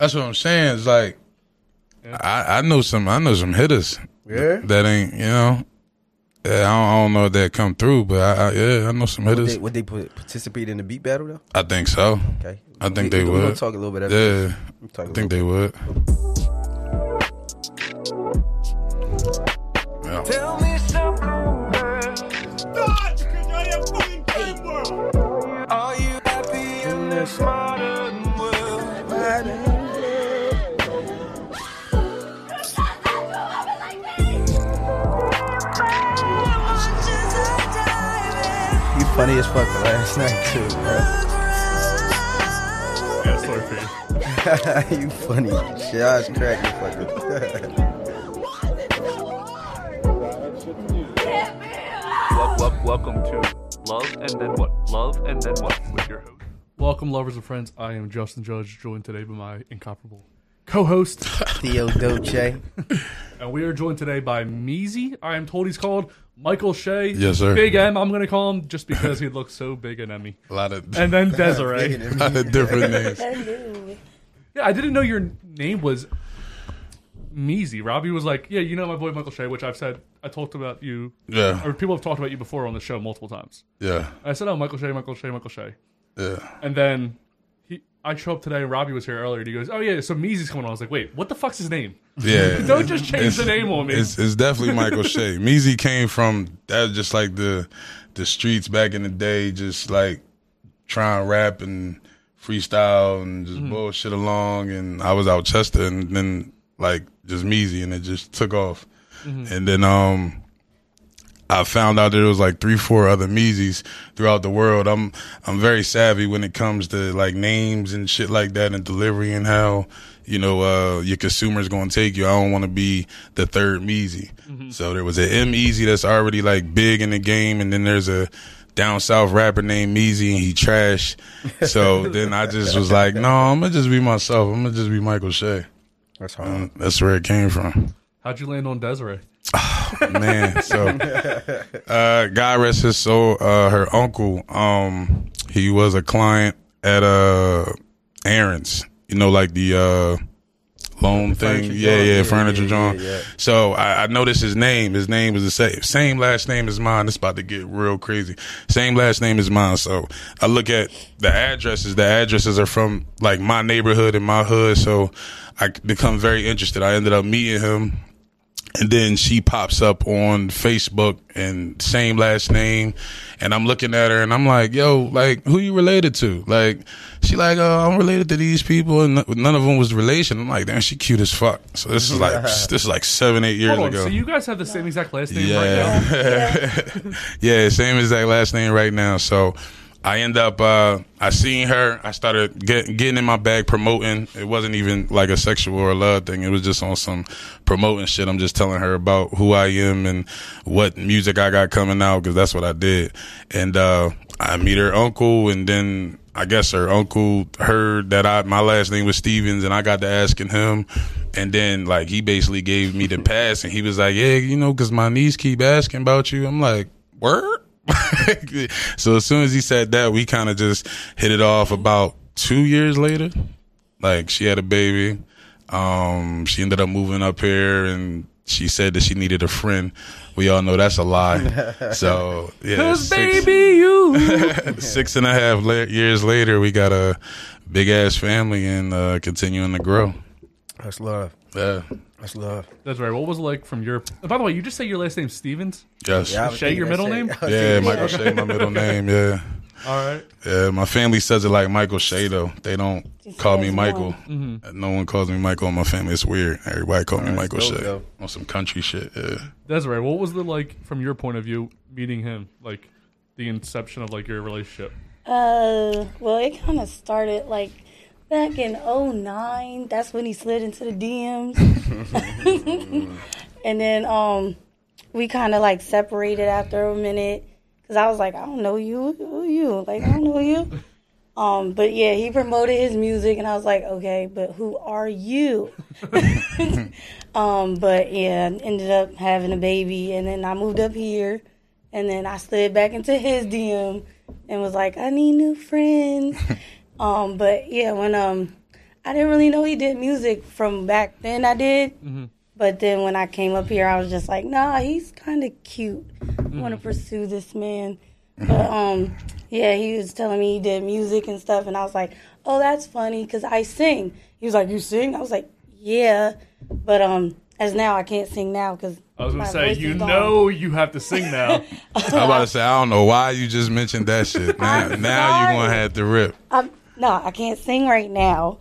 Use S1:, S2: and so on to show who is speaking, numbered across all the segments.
S1: That's what I'm saying. It's like I, I know some I know some hitters
S2: Yeah.
S1: that ain't you know. Yeah, I, don't, I don't know if that come through, but I, I yeah I know some
S2: Would
S1: hitters.
S2: they, would they put, participate in the beat battle though?
S1: I think so.
S2: Okay.
S1: I think
S2: We-
S1: they
S2: we gonna
S1: would.
S2: talk a little bit. After
S1: Yeah,
S2: we talk a
S1: I think
S2: little
S1: they would. Yeah.
S3: Tell me something. Are you happy in this modern world?
S2: bit. You funny as fuck the last night too.
S4: Yeah, sorry for
S2: Bro.
S4: you.
S2: you funny. Shit, I was cracking fucker.
S5: Wel- wel- Welcome to Love and Then What? Love and Then What? With your host.
S4: Welcome, lovers and friends. I am Justin Judge, joined today by my incomparable co-host,
S2: Theo Doce.
S4: and we are joined today by Meezy. I am told he's called Michael Shea.
S1: Yes, sir.
S4: Big M. I'm gonna call him just because he looks so big and Emmy.
S1: A lot of
S4: And then Desiree.
S1: a lot of different names.
S4: yeah, I didn't know your name was Meezy. Robbie was like, "Yeah, you know my boy Michael Shea," which I've said I talked about you,
S1: Yeah,
S4: or people have talked about you before on the show multiple times.
S1: yeah,
S4: I said, "Oh, Michael Shea, Michael Shea, Michael Shea."
S1: yeah.
S4: And then he, I show up today, and Robbie was here earlier, and he goes, "Oh yeah, so Meezy's coming on." I was like, "Wait, what the fuck's his name?
S1: Yeah.
S4: Don't just change the name on me."
S1: It's, it's definitely Michael Shea. Meezy came from that was just like the the streets back in the day, just like trying rap and freestyle and just bullshit along. And I was out Chester, and then like just Meezy, and it just took off. And then um, I found out there was like three, four other Meezys throughout the world. I'm I'm very savvy when it comes to like names and shit like that and delivery and how you know uh, your consumer's gonna take you. I don't want to be the third Meezy.
S2: Mm-hmm.
S1: So there was a M Easy that's already like big in the game, and then there's a down south rapper named Meezy, and he trash. So then I just was like, no, I'm gonna just be myself. I'm gonna just be Michael Shea. Um,
S2: That's hard.
S1: That's where it came from
S4: How'd you land on Desiree?
S1: man. So, uh, God rest his soul. Uh, her uncle, um, he was a client at uh, Aaron's. You know, like the uh, loan thing.
S2: furniture
S1: Yeah,
S2: joint.
S1: yeah,
S2: Yeah,
S1: furniture
S2: yeah,
S1: joint.
S2: yeah, yeah.
S1: So I, I noticed his name. His name was the same, same last name as mine. It's about to get real crazy. Same last name as mine. So I look at the addresses. The addresses are from like my neighborhood and my hood. So I become very interested. I ended up meeting him and then she pops up on Facebook and same last name. And I'm looking at her and I'm like, yo, like, who you related to? Like, she like, oh, I'm related to these people. And n- none of them was relation. I'm like, damn, she cute as fuck. So this is like, this is like seven, eight years
S4: Hold on,
S1: ago.
S4: so you guys have the same exact last name right now?
S1: Yeah. yeah, same exact last name right now. So I end up uh I seen her, I started get, getting in my bag promoting. It wasn't even like a sexual or love thing. It was just on some promoting shit. I'm just telling her about who I am and what music I got coming out cuz that's what I did. And uh I meet her uncle and then I guess her uncle heard that I my last name was Stevens and I got to asking him and then like he basically gave me the pass and he was like, "Yeah, you know, cuz my niece keep asking about you." I'm like, "Word?" so as soon as he said that, we kind of just hit it off about 2 years later. Like she had a baby. Um she ended up moving up here and she said that she needed a friend. We all know that's a lie. So, yeah.
S4: Cause
S1: six-
S4: baby, you.
S1: six and a half la- years later, we got a big ass family and uh, continuing to grow.
S2: That's love.
S1: Yeah.
S2: That's love.
S4: Desiree, what was it like from your? and by the way, you just say your last name Stevens.
S1: Yes.
S2: I
S1: Yeah,
S2: was
S4: Shay, your
S2: thinking that shit.
S4: middle
S2: I was thinking
S1: Michael Shea, my middle name. Yeah.
S4: All right.
S1: Yeah. My family says it like Michael Shea, though. They don't call me
S6: says
S1: Michael. Mm-hmm. No one calls me Michael in my family. It's weird. Everybody call me Michael
S2: dope,
S1: Shea
S2: though.
S1: on some country shit. Yeah.
S4: Desiree, what was the like from your point of view meeting him? Like the inception of like your relationship.
S6: Uh, well, it kind of started like back in '09. That's when he slid into the DMs. and then um, we kind of like separated after a minute because I was like, I don't know you. Who you? Like, I don't know you. Um, but yeah, he promoted his music, and I was like, okay, but who are you? um, but yeah, ended up having a baby, and then I moved up here, and then I slid back into his DM and was like, I need new friends. um, but yeah, when um I didn't really know he did music from back then. I did, but then when I came up here, I was just like, nah, he's kind of cute. I want to pursue this man. But um, yeah, he was telling me he did music and stuff, and I was like, oh, that's funny because I sing. He was like, you sing? I was like, yeah, but um, as now I can't sing now because
S4: I was gonna say, you know, you have to sing now.
S1: I'm about to say, I don't know why you just mentioned that shit. Now,
S6: I'm
S1: now you
S6: sorry.
S1: gonna have to rip.
S6: I'm, no, I can't sing right now.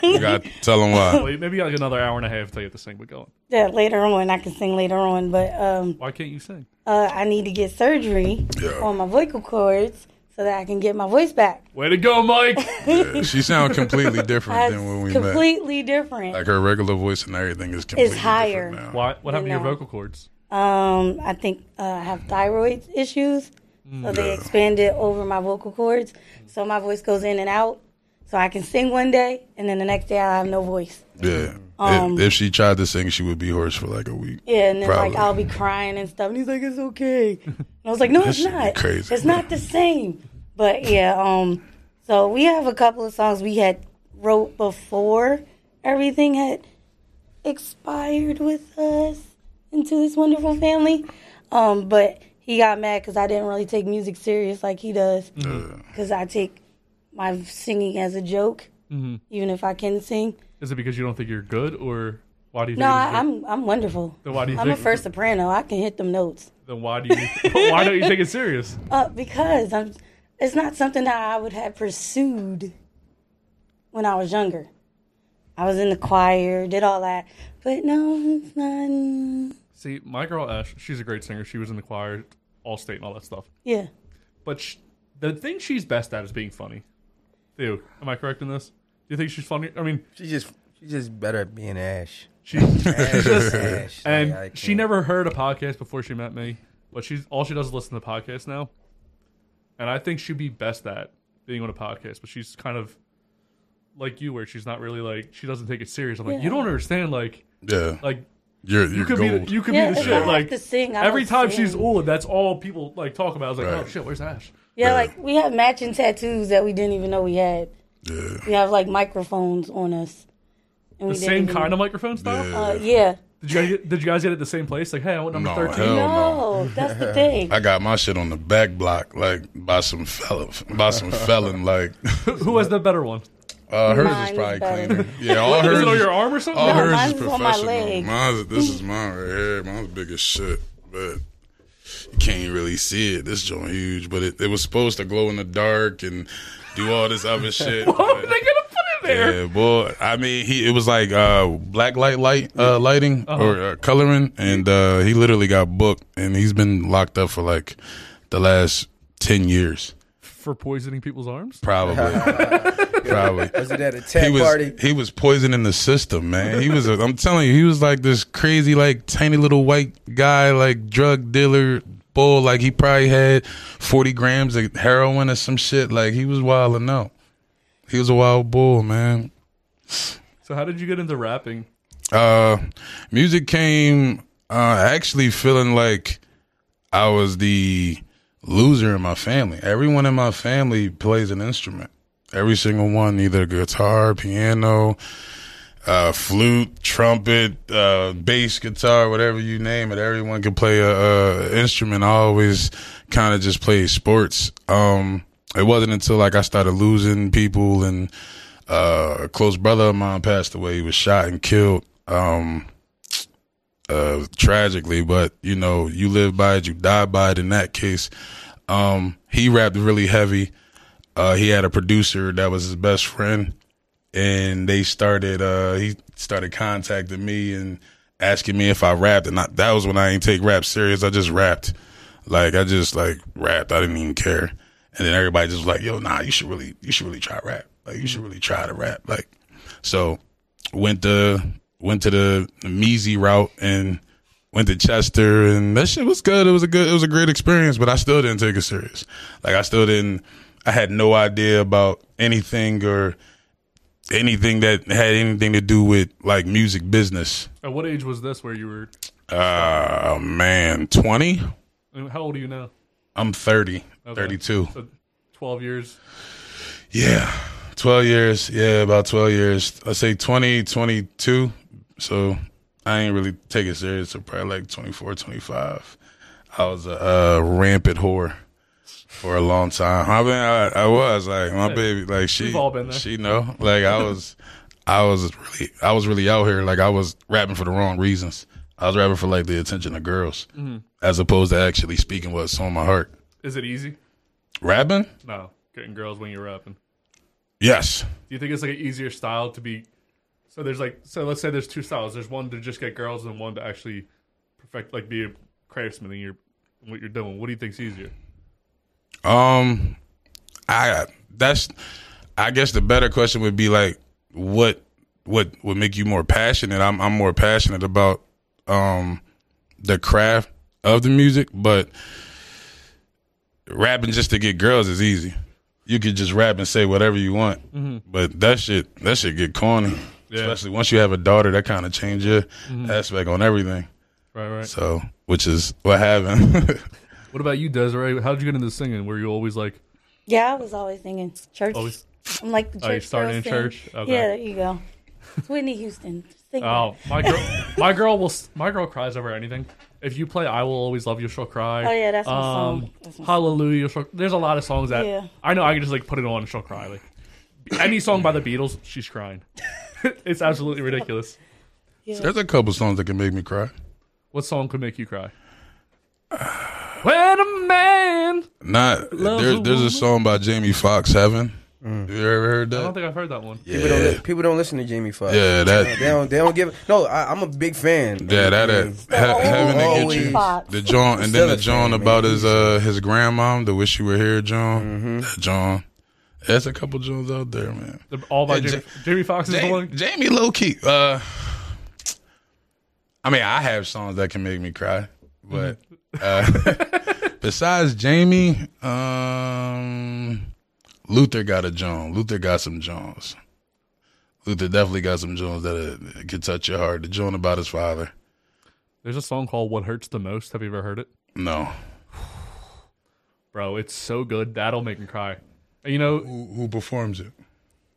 S1: You got to tell them why.
S4: Wait, maybe like another hour and a half till you have to sing. But go on.
S6: Yeah, later on, I can sing later on, but um,
S4: Why can't you sing?
S6: uh, I need to get surgery
S1: Yeah.
S6: on my vocal cords so that I can get my voice back.
S4: Way to go, Mike.
S1: She sound completely different
S6: That's
S1: than when we met.
S6: completely different.
S1: Like her regular voice and everything is completely
S6: higher.
S1: different now.
S4: Why? What happened to your
S6: No.
S4: vocal cords?
S6: Um, I think uh, I have thyroid issues, so they expand it over my vocal cords, so my voice goes in and out. So I can sing one day, and then the next day I have no voice.
S1: Yeah.
S6: Um,
S1: if, if she tried to sing, she would be hoarse for like a week.
S6: Yeah, and then
S1: Probably.
S6: like I'll be crying and stuff. And he's like, "It's okay." And I was like, "No, it's
S1: shit be
S6: not.
S1: crazy.
S6: It's not the same." But yeah, um, so we have a couple of songs we had wrote before everything had expired with us into this wonderful family. Um, but he got mad because I didn't really take music serious like he does. Because I take my singing as a joke,
S4: Mm-hmm.
S6: even if I can sing.
S4: Is it because you don't think you're good, or why do you?
S6: No,
S4: think it's
S6: I,
S4: good?
S6: I'm I'm wonderful.
S4: Then why do you
S6: I'm a
S4: think?
S6: first soprano. I can hit them notes.
S4: Then why do you? why don't you take it serious?
S6: Uh, because I'm, it's not something that I would have pursued when I was younger. I was in the choir, did all that, but no, it's not.
S4: See, my girl Ash, she's a great singer. She was in the choir, all state, and all that stuff.
S6: Yeah,
S4: But sh the thing she's best at is being funny. Theo, am I correct in this? Do you think she's funny? I mean,
S2: She just she's just better at being Ash.
S4: she
S2: Ash,
S4: just
S2: Ash.
S4: and
S2: Like, I
S4: she
S2: can't-
S4: never heard a podcast before she met me, but she's all she does is listen to podcasts now. And I think she'd be best at being on a podcast, but she's kind of like you, where she's not really like she doesn't take it serious. I'm like, you
S6: Yeah.
S4: don't understand, like
S1: Yeah.
S4: like
S1: You're,
S4: you
S1: you're
S4: could be
S1: gold.
S4: the, you could
S6: yeah.
S4: be the
S6: if
S4: shit.
S6: I
S4: Like
S6: have to sing, I
S4: every
S6: don't
S4: time
S6: sing.
S4: she's on, that's all people like talk about. I was like,
S1: Right.
S4: oh shit, where's Ash?
S6: yeah, like we have matching tattoos that we didn't even know we had.
S1: yeah.
S6: We have like microphones on us, and
S4: The
S6: we
S4: same kind of microphone style.
S1: Yeah.
S6: Uh, yeah,
S4: Did you guys get, did you guys get it at the same place? Like, hey, I want number
S1: No,
S4: thirteen.
S1: hell
S6: no,
S1: no.
S6: that's the thing.
S1: I got my shit on the back block, like by some fella, by some felon. Like
S4: Who has the better one?
S1: uh, hers
S6: Mine
S1: is
S6: is
S1: probably
S6: better.
S1: cleaner. Yeah, all hers.
S4: Is it on
S1: is- Oh,
S4: your arm or something?
S1: All
S6: No,
S1: hers
S6: mine's
S1: is
S6: on my
S1: professional.
S6: leg.
S1: Mine's this is mine right here. Mine's big as shit, but you can't really see it. This joint huge, but it, it was supposed to glow in the dark and do all this other shit.
S4: How are
S1: but-
S4: Oh, they gonna put it there?
S1: Yeah, boy. I mean, he it was like uh, black light light uh, lighting or uh, coloring, and uh, he literally got booked, and he's been locked up for like the last ten years,
S4: For poisoning people's arms?
S1: probably. probably.
S2: was it at a
S1: He
S2: tech
S1: was
S2: party?
S1: he was poisoning the system, man. He was a, I'm telling you, he was like this crazy, like tiny little white guy, like drug dealer bull. Like he probably had forty grams of heroin or some shit. Like he was wilding out. He was a wild bull, man.
S4: So how did you get into rapping?
S1: uh music came uh actually feeling like i was the loser in my family everyone in my family plays an instrument every single one either guitar piano uh flute trumpet uh bass guitar whatever you name it everyone can play a, uh instrument i always kind of just played sports um it wasn't until like i started losing people and uh, a close brother of mine passed away. He was shot and killed, um, uh, tragically. But you know, you live by it, you die by it. In that case, um, he rapped really heavy. Uh, he had a producer that was his best friend, and they started. Uh, he started contacting me and asking me if I rapped, and I, that was when I didn't take rap serious. I just rapped, like I just like rapped. I didn't even care. And then everybody just was like, "Yo, nah, you should really, you should really try rap. Like you should really try to rap." Like, so went to went to the Measy route and went to Chester, and that shit was good. It was a good, it was a great experience, but I still didn't take it serious. Like I still didn't. I had no idea about anything or anything that had anything to do with like music business.
S4: At what age was this where you were
S1: Uh man, twenty.
S4: I mean, how old are you now?
S1: I'm 30,
S4: Okay.
S1: 32.
S4: So twelve years.
S1: Yeah, 12 years. Yeah, about 12 years. I say 20, 22. So I ain't really take it serious. So probably like 24, 25. I was a uh, rampant whore for a long time. I mean, I, I was like my baby, like she,
S4: We've all been there.
S1: she know, like I was, I was really, I was really out here. Like I was rapping for the wrong reasons. I was rapping for like the attention of girls,
S4: Mm-hmm.
S1: as opposed to actually speaking what's on my heart.
S4: Is it easy?
S1: Rapping,
S4: No, getting girls when you're rapping.
S1: yes,
S4: Do you think it's like an easier style to be? So there's like so let's say there's two styles. There's one to just get girls and one to actually perfect like be a craftsman in your what you're doing. What do you think's easier?
S1: Um, I that's I guess the better question would be like what what would make you more passionate? I'm I'm more passionate about um the craft of the music, but rapping just to get girls is easy. You could just rap and say whatever you want, but that shit that shit get corny. Especially once you have a daughter, that kind of change your aspect on everything.
S4: Right, right.
S1: So, which is what happened.
S4: What about you, Desiree? How did you get into singing? Were you always like
S6: Yeah, I was always singing church.
S4: always?
S6: I'm like the church
S4: Oh, you started
S6: girl
S4: in
S6: sing.
S4: church? Okay.
S6: Yeah, there you go. It's Whitney Houston. Sing
S4: Oh,
S6: that.
S4: my girl, my girl will. s- My girl cries over anything. If you play "I Will Always Love You," she'll cry.
S6: Oh, yeah, that's
S4: Um,
S6: my song. That's my song.
S4: Hallelujah. She'll, there's a lot of songs that
S6: Yeah.
S4: I know. I can just like put it on and she'll cry. Like any song by the Beatles, she's crying. it's absolutely ridiculous.
S1: There's a couple songs that can make me cry.
S4: What song could make you cry? when a man.
S1: Not
S4: Love
S1: there,
S4: a
S1: there's a
S4: woman.
S1: song by Jamie Foxx, Heaven.
S2: Mm.
S1: You ever heard
S4: I don't
S1: that?
S4: think I've heard that one.
S1: Yeah,
S2: People don't, li- people don't listen to Jamie Foxx.
S1: yeah,
S2: They
S1: that,
S2: don't, they don't give. No, I, I'm a big fan.
S1: yeah, that, that he, Heaven to get
S2: Always.
S1: you. The John, and
S2: Still
S1: then the
S2: a
S1: John
S2: fan,
S1: about
S2: man.
S1: his uh his grandmom, the Wish You Were Here, John.
S2: Mm-hmm.
S1: That John, there's a couple Johns out there, man.
S4: The- all by
S1: Yeah,
S4: Jamie,
S1: Ja-
S4: Jamie Foxx is the
S1: Jamie,
S4: one.
S1: Jamie low key. Uh, I mean, I have songs that can make me cry, but uh, besides Jamie, um, Luther got a Jones. Luther got some Jones. Luther definitely got some Jones that uh, can touch your heart. The Joan about his father.
S4: There's a song called "What Hurts the Most." Have you ever heard it?
S1: No,
S4: Bro, it's so good. That'll make me cry. And you know,
S1: who, who performs it?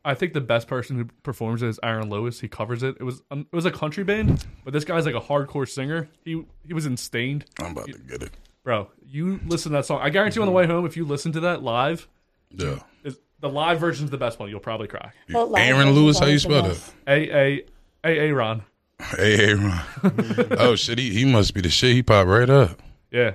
S4: I think the best person who performs it is Aaron Lewis. He covers it. It was um, it was a country band, but this guy's like a hardcore singer. He he was in Stained.
S1: I'm about to get it.
S4: Bro, you listen to that song. I guarantee you on the way home, if you listen to that live,
S1: Yeah,
S4: is the live version's the best one. You'll probably cry.
S6: Well, live
S1: Aaron
S6: version's
S1: Lewis, how you
S6: always the
S1: spell
S6: best.
S1: that?
S4: A A A A Ron.
S1: Hey, hey, Ron. oh shit, he, he must be the shit. He popped right up.
S4: Yeah.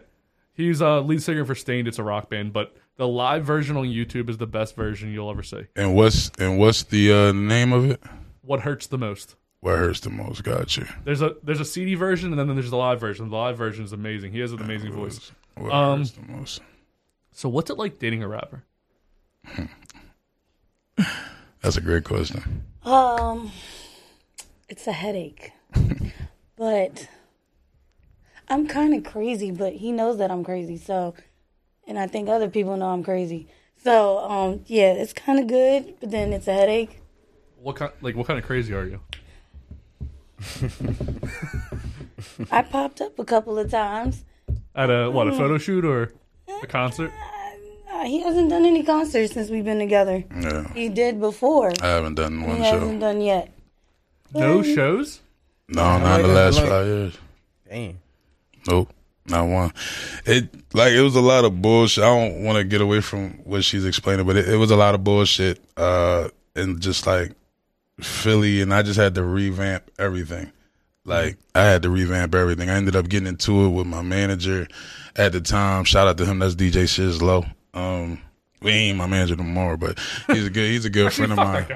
S4: He's a uh, lead singer for Stained. It's a rock band, but the live version on YouTube is the best version you'll ever see.
S1: And what's and what's the uh, name of it?
S4: What hurts the most?
S1: What hurts the most? Got you.
S4: There's a there's a CD version and then there's the live version. The live version is amazing. He has an amazing voice.
S1: What
S4: Um,
S1: hurts the most?
S4: So what's it like dating a rapper?
S1: That's a great question.
S6: Um, it's a headache, but I'm kind of crazy. But he knows that I'm crazy, so, and I think other people know I'm crazy. So, um, yeah, it's kind of good, but then it's a headache.
S4: What kind like what kind of crazy are you?
S6: I popped up a couple of times.
S4: At a what, a photo shoot or a concert?
S6: Uh, he hasn't done any concerts since we've been together.
S1: Yeah,
S6: He did before.
S1: I haven't done
S6: He
S1: one
S6: hasn't
S1: show.
S6: done yet.
S4: No shows?
S1: No, not in the
S2: like-
S1: last
S2: like-
S1: five years.
S2: Damn.
S1: Nope, not one. It like it was a lot of bullshit. I don't want to get away from what she's explaining, but it, it was a lot of bullshit. Uh, and just like Philly, and I just had to revamp everything. Like I had to revamp everything. I ended up getting into it with my manager at the time. Shout out to him. That's DJ Shizlo. Um, we ain't my manager no more, but he's a good he's a good friend of mine.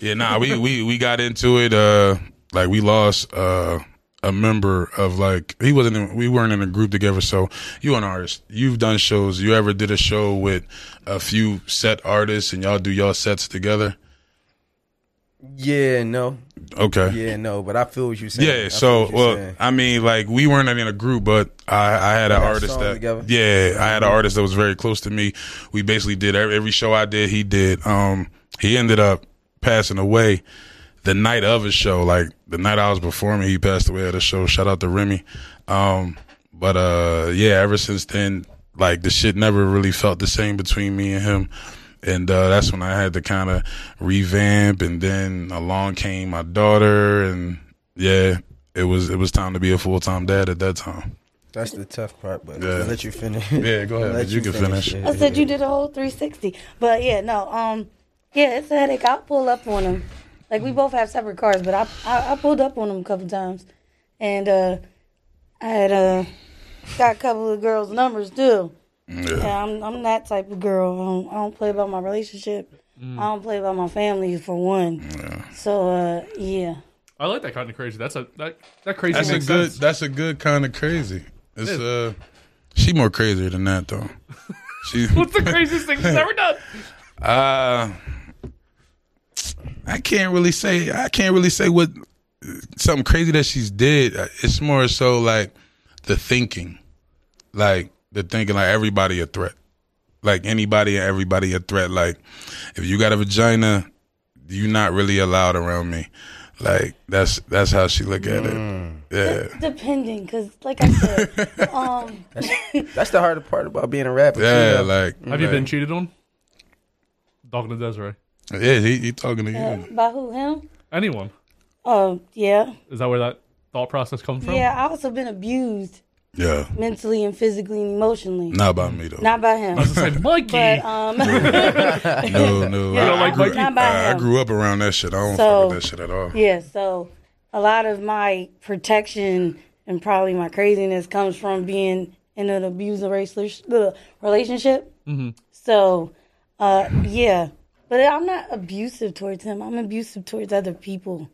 S1: Yeah, nah, we we we got into it. Uh, like we lost uh a member of like he wasn't in, we weren't in a group together. So you an artist, you've done shows. You ever did a show with a few set artists and y'all do y'all sets together?
S2: Yeah, no.
S1: Okay.
S2: Yeah, no. But I feel what you're saying. I
S1: Yeah,
S2: feel
S1: so
S2: what you're
S1: well,
S2: saying.
S1: I mean, like we weren't in a group, but I, I had an
S2: got
S1: artist
S2: songs
S1: that,
S2: together.
S1: yeah, I had an artist that was very close to me. We basically did every, every show I did, he did. Um, he ended up passing away the night of his show, like the night I was performing, he passed away at a show. Shout out to Remy. Um, but uh, yeah, ever since then, like the shit never really felt the same between me and him. And uh, that's when I had to kind of revamp, and then along came my daughter, and yeah, it was it was time to be a full time dad at that time.
S2: That's the tough part, but
S1: Yeah.
S2: I'll let you finish.
S1: Yeah, go ahead,
S2: Let
S1: but you can finish.
S2: it.
S6: I said you did a whole 360. But yeah, no. Um, yeah, it's a headache. I'll pull up on him. Like we both have separate cars, but I I, I pulled up on him a couple times, and uh, I had uh, got a couple of girls' numbers too.
S1: Yeah,
S6: Yeah, I'm I'm that type of girl. I don't, I don't play about my relationship. I don't play about my family for one. So uh, yeah,
S4: I like that kind of crazy. That's a that that crazy
S1: that's a
S4: makes
S1: good
S4: sense.
S1: that's a good kind of crazy. It's
S4: is.
S1: uh, she more crazier than that though. She
S4: What's the craziest thing she's ever done?
S1: Uh, I can't really say. I can't really say what something crazy that she's did. It's more so like the thinking, like the thinking, like everybody a threat, like anybody and everybody a threat. Like if you got a vagina, you're not really allowed around me. Like that's that's how she look at it. Yeah.
S6: depending, cause like I said, um,
S2: That's the harder part about being a rapper.
S1: Yeah,
S2: too, though.
S1: like
S4: Have you been cheated on? Talking to Desiree.
S1: Yeah, he, he talking to you.
S6: by who him?
S4: Anyone?
S6: Oh yeah,
S4: Is that where that thought process comes from?
S6: yeah. I also been abused
S1: Yeah,
S6: mentally and physically and emotionally.
S1: not about me though.
S6: Not by him.
S4: I said, Mikey.
S6: But um,
S1: No, no. I,
S4: like
S1: I grew,
S4: Mikey? Not
S6: by
S1: I, I
S6: him.
S1: grew up around that shit. I don't
S6: So-
S1: fuck with that shit at all.
S6: yeah, so a lot of my protection and probably my craziness comes from being in an abusive race- uh, relationship. So, uh, yeah, but I'm not abusive towards him. I'm abusive towards other people.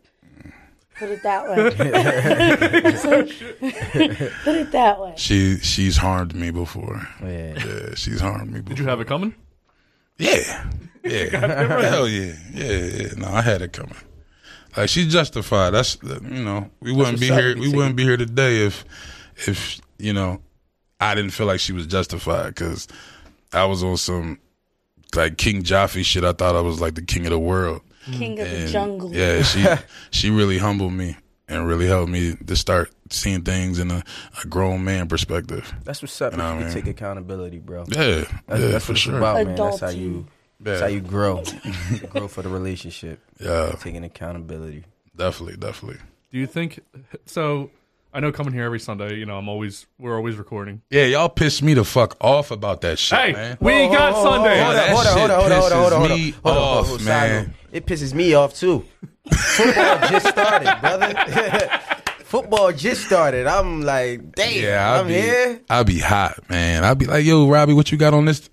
S6: Put it that way. Put it that way.
S1: She she's harmed me before.
S2: Yeah.
S1: Yeah, she's harmed me. Before.
S4: Did you have it coming?
S1: Yeah, yeah. Hell yeah, yeah, yeah. No, I had it coming. Like she's justified. That's you know we wouldn't be here.
S2: society
S1: We
S2: too.
S1: wouldn't be here today if if you know I didn't feel like she was justified because I was on some like King Joffy shit. I thought I was like the king of the world.
S6: King of the
S1: And,
S6: jungle.
S1: Yeah, she she really humbled me and really helped me to start seeing things in a, a grown man perspective.
S2: That's what's up.
S1: Nah,
S2: if you
S1: man.
S2: can take accountability, bro.
S1: Yeah,
S2: That's,
S1: yeah,
S2: that's
S1: for
S2: what
S1: sure.
S2: it's about, man. That's how
S6: Adulting.
S2: you.
S1: yeah,
S2: That's how you grow. You grow for the relationship.
S1: yeah,
S2: Taking accountability.
S1: definitely, definitely.
S4: Do you think so? I know coming here every Sunday, you know, I'm always we're always recording.
S1: Yeah, y'all pissed me the fuck off about that shit,
S4: Hey,
S1: man.
S4: we got Sunday.
S1: hold on. Oh, that shit pisses me off,
S2: side
S1: man.
S2: note. It pisses me off too. Football just started, brother. Football just started. I'm like, damn,
S1: Yeah, I'll
S2: I'm
S1: be,
S2: here.
S1: I'll be hot, man. I'll be like, yo, Robbie, what you got on this?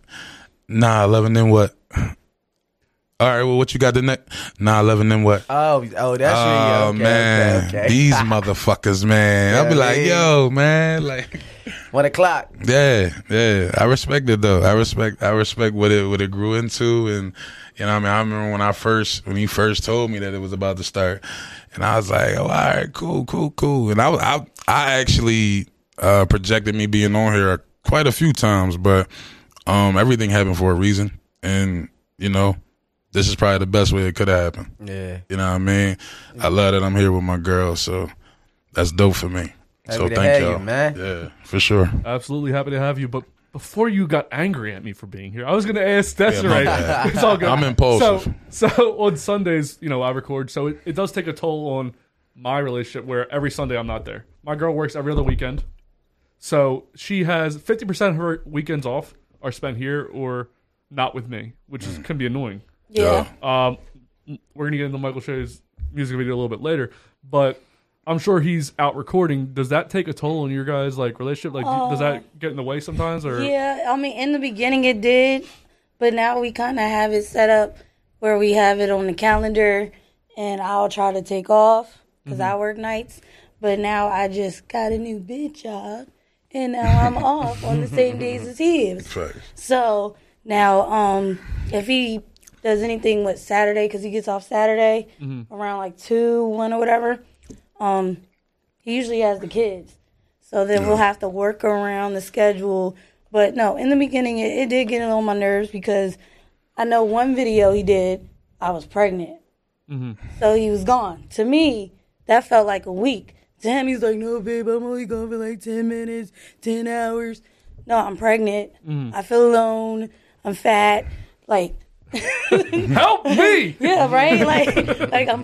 S1: Nah, eleven. Then what? All right, well, what you got the next? Nah, eleven. Then what?
S2: Oh, oh, that's you. Yeah,
S1: oh
S2: okay,
S1: man,
S2: okay, okay.
S1: these motherfuckers, man. I'll be
S2: Yeah,
S1: like,
S2: man.
S1: yo, man, like,
S2: One o'clock.
S1: yeah, yeah. I respect it though. I respect, I respect what it what it grew into, and you know, what I mean, I remember when I first when he first told me that it was about to start, and I was like, oh, all right, cool, cool, cool. And I was- I I actually uh, projected me being on here quite a few times, but um, everything happened for a reason, and you know, this is probably the best way it could have happened.
S2: Yeah.
S1: You know what I mean? I love that I'm here with my girl, so that's dope for me. so
S2: Happy to
S1: thank
S2: have
S1: y'all.
S2: you, man.
S1: Yeah, for sure.
S4: Absolutely happy to have you. But before you got angry at me for being here, I was going to ask Desiree.
S1: my bad.
S4: it's all good.
S1: I'm impulsive.
S4: So, so on Sundays, you know, I record. So it, it does take a toll on my relationship where every Sunday I'm not there. My girl works every other weekend. So she has 50% of her weekends off are spent here or not with me, which is, can be annoying.
S6: Yeah.
S4: Um, we're gonna get into Michael Shea's music video a little bit later, but I'm sure he's out recording. Does that take a toll on your guys' like relationship? Like, do- does that get in the way sometimes? Or
S6: Yeah, I mean, in the beginning it did, but now we kind of have it set up where we have it on the calendar, and I'll try to take off because I work nights. But now I just got a new bitch job, and now I'm off on the same days as he is.
S1: Facts.
S6: So now, um, if he does anything with Saturday, because he gets off Saturday around like two, one, or whatever, um, he usually has the kids. So then we'll have to work around the schedule. But no, in the beginning, it, it did get on my nerves because I know one video he did, I was pregnant. So he was gone. To me, that felt like a week. To him, he's like, no, babe, I'm only gone for like 10 minutes, 10 hours. No, I'm pregnant. I feel alone. I'm fat. Like,
S4: Help me!
S6: Yeah, right. Like, like I'm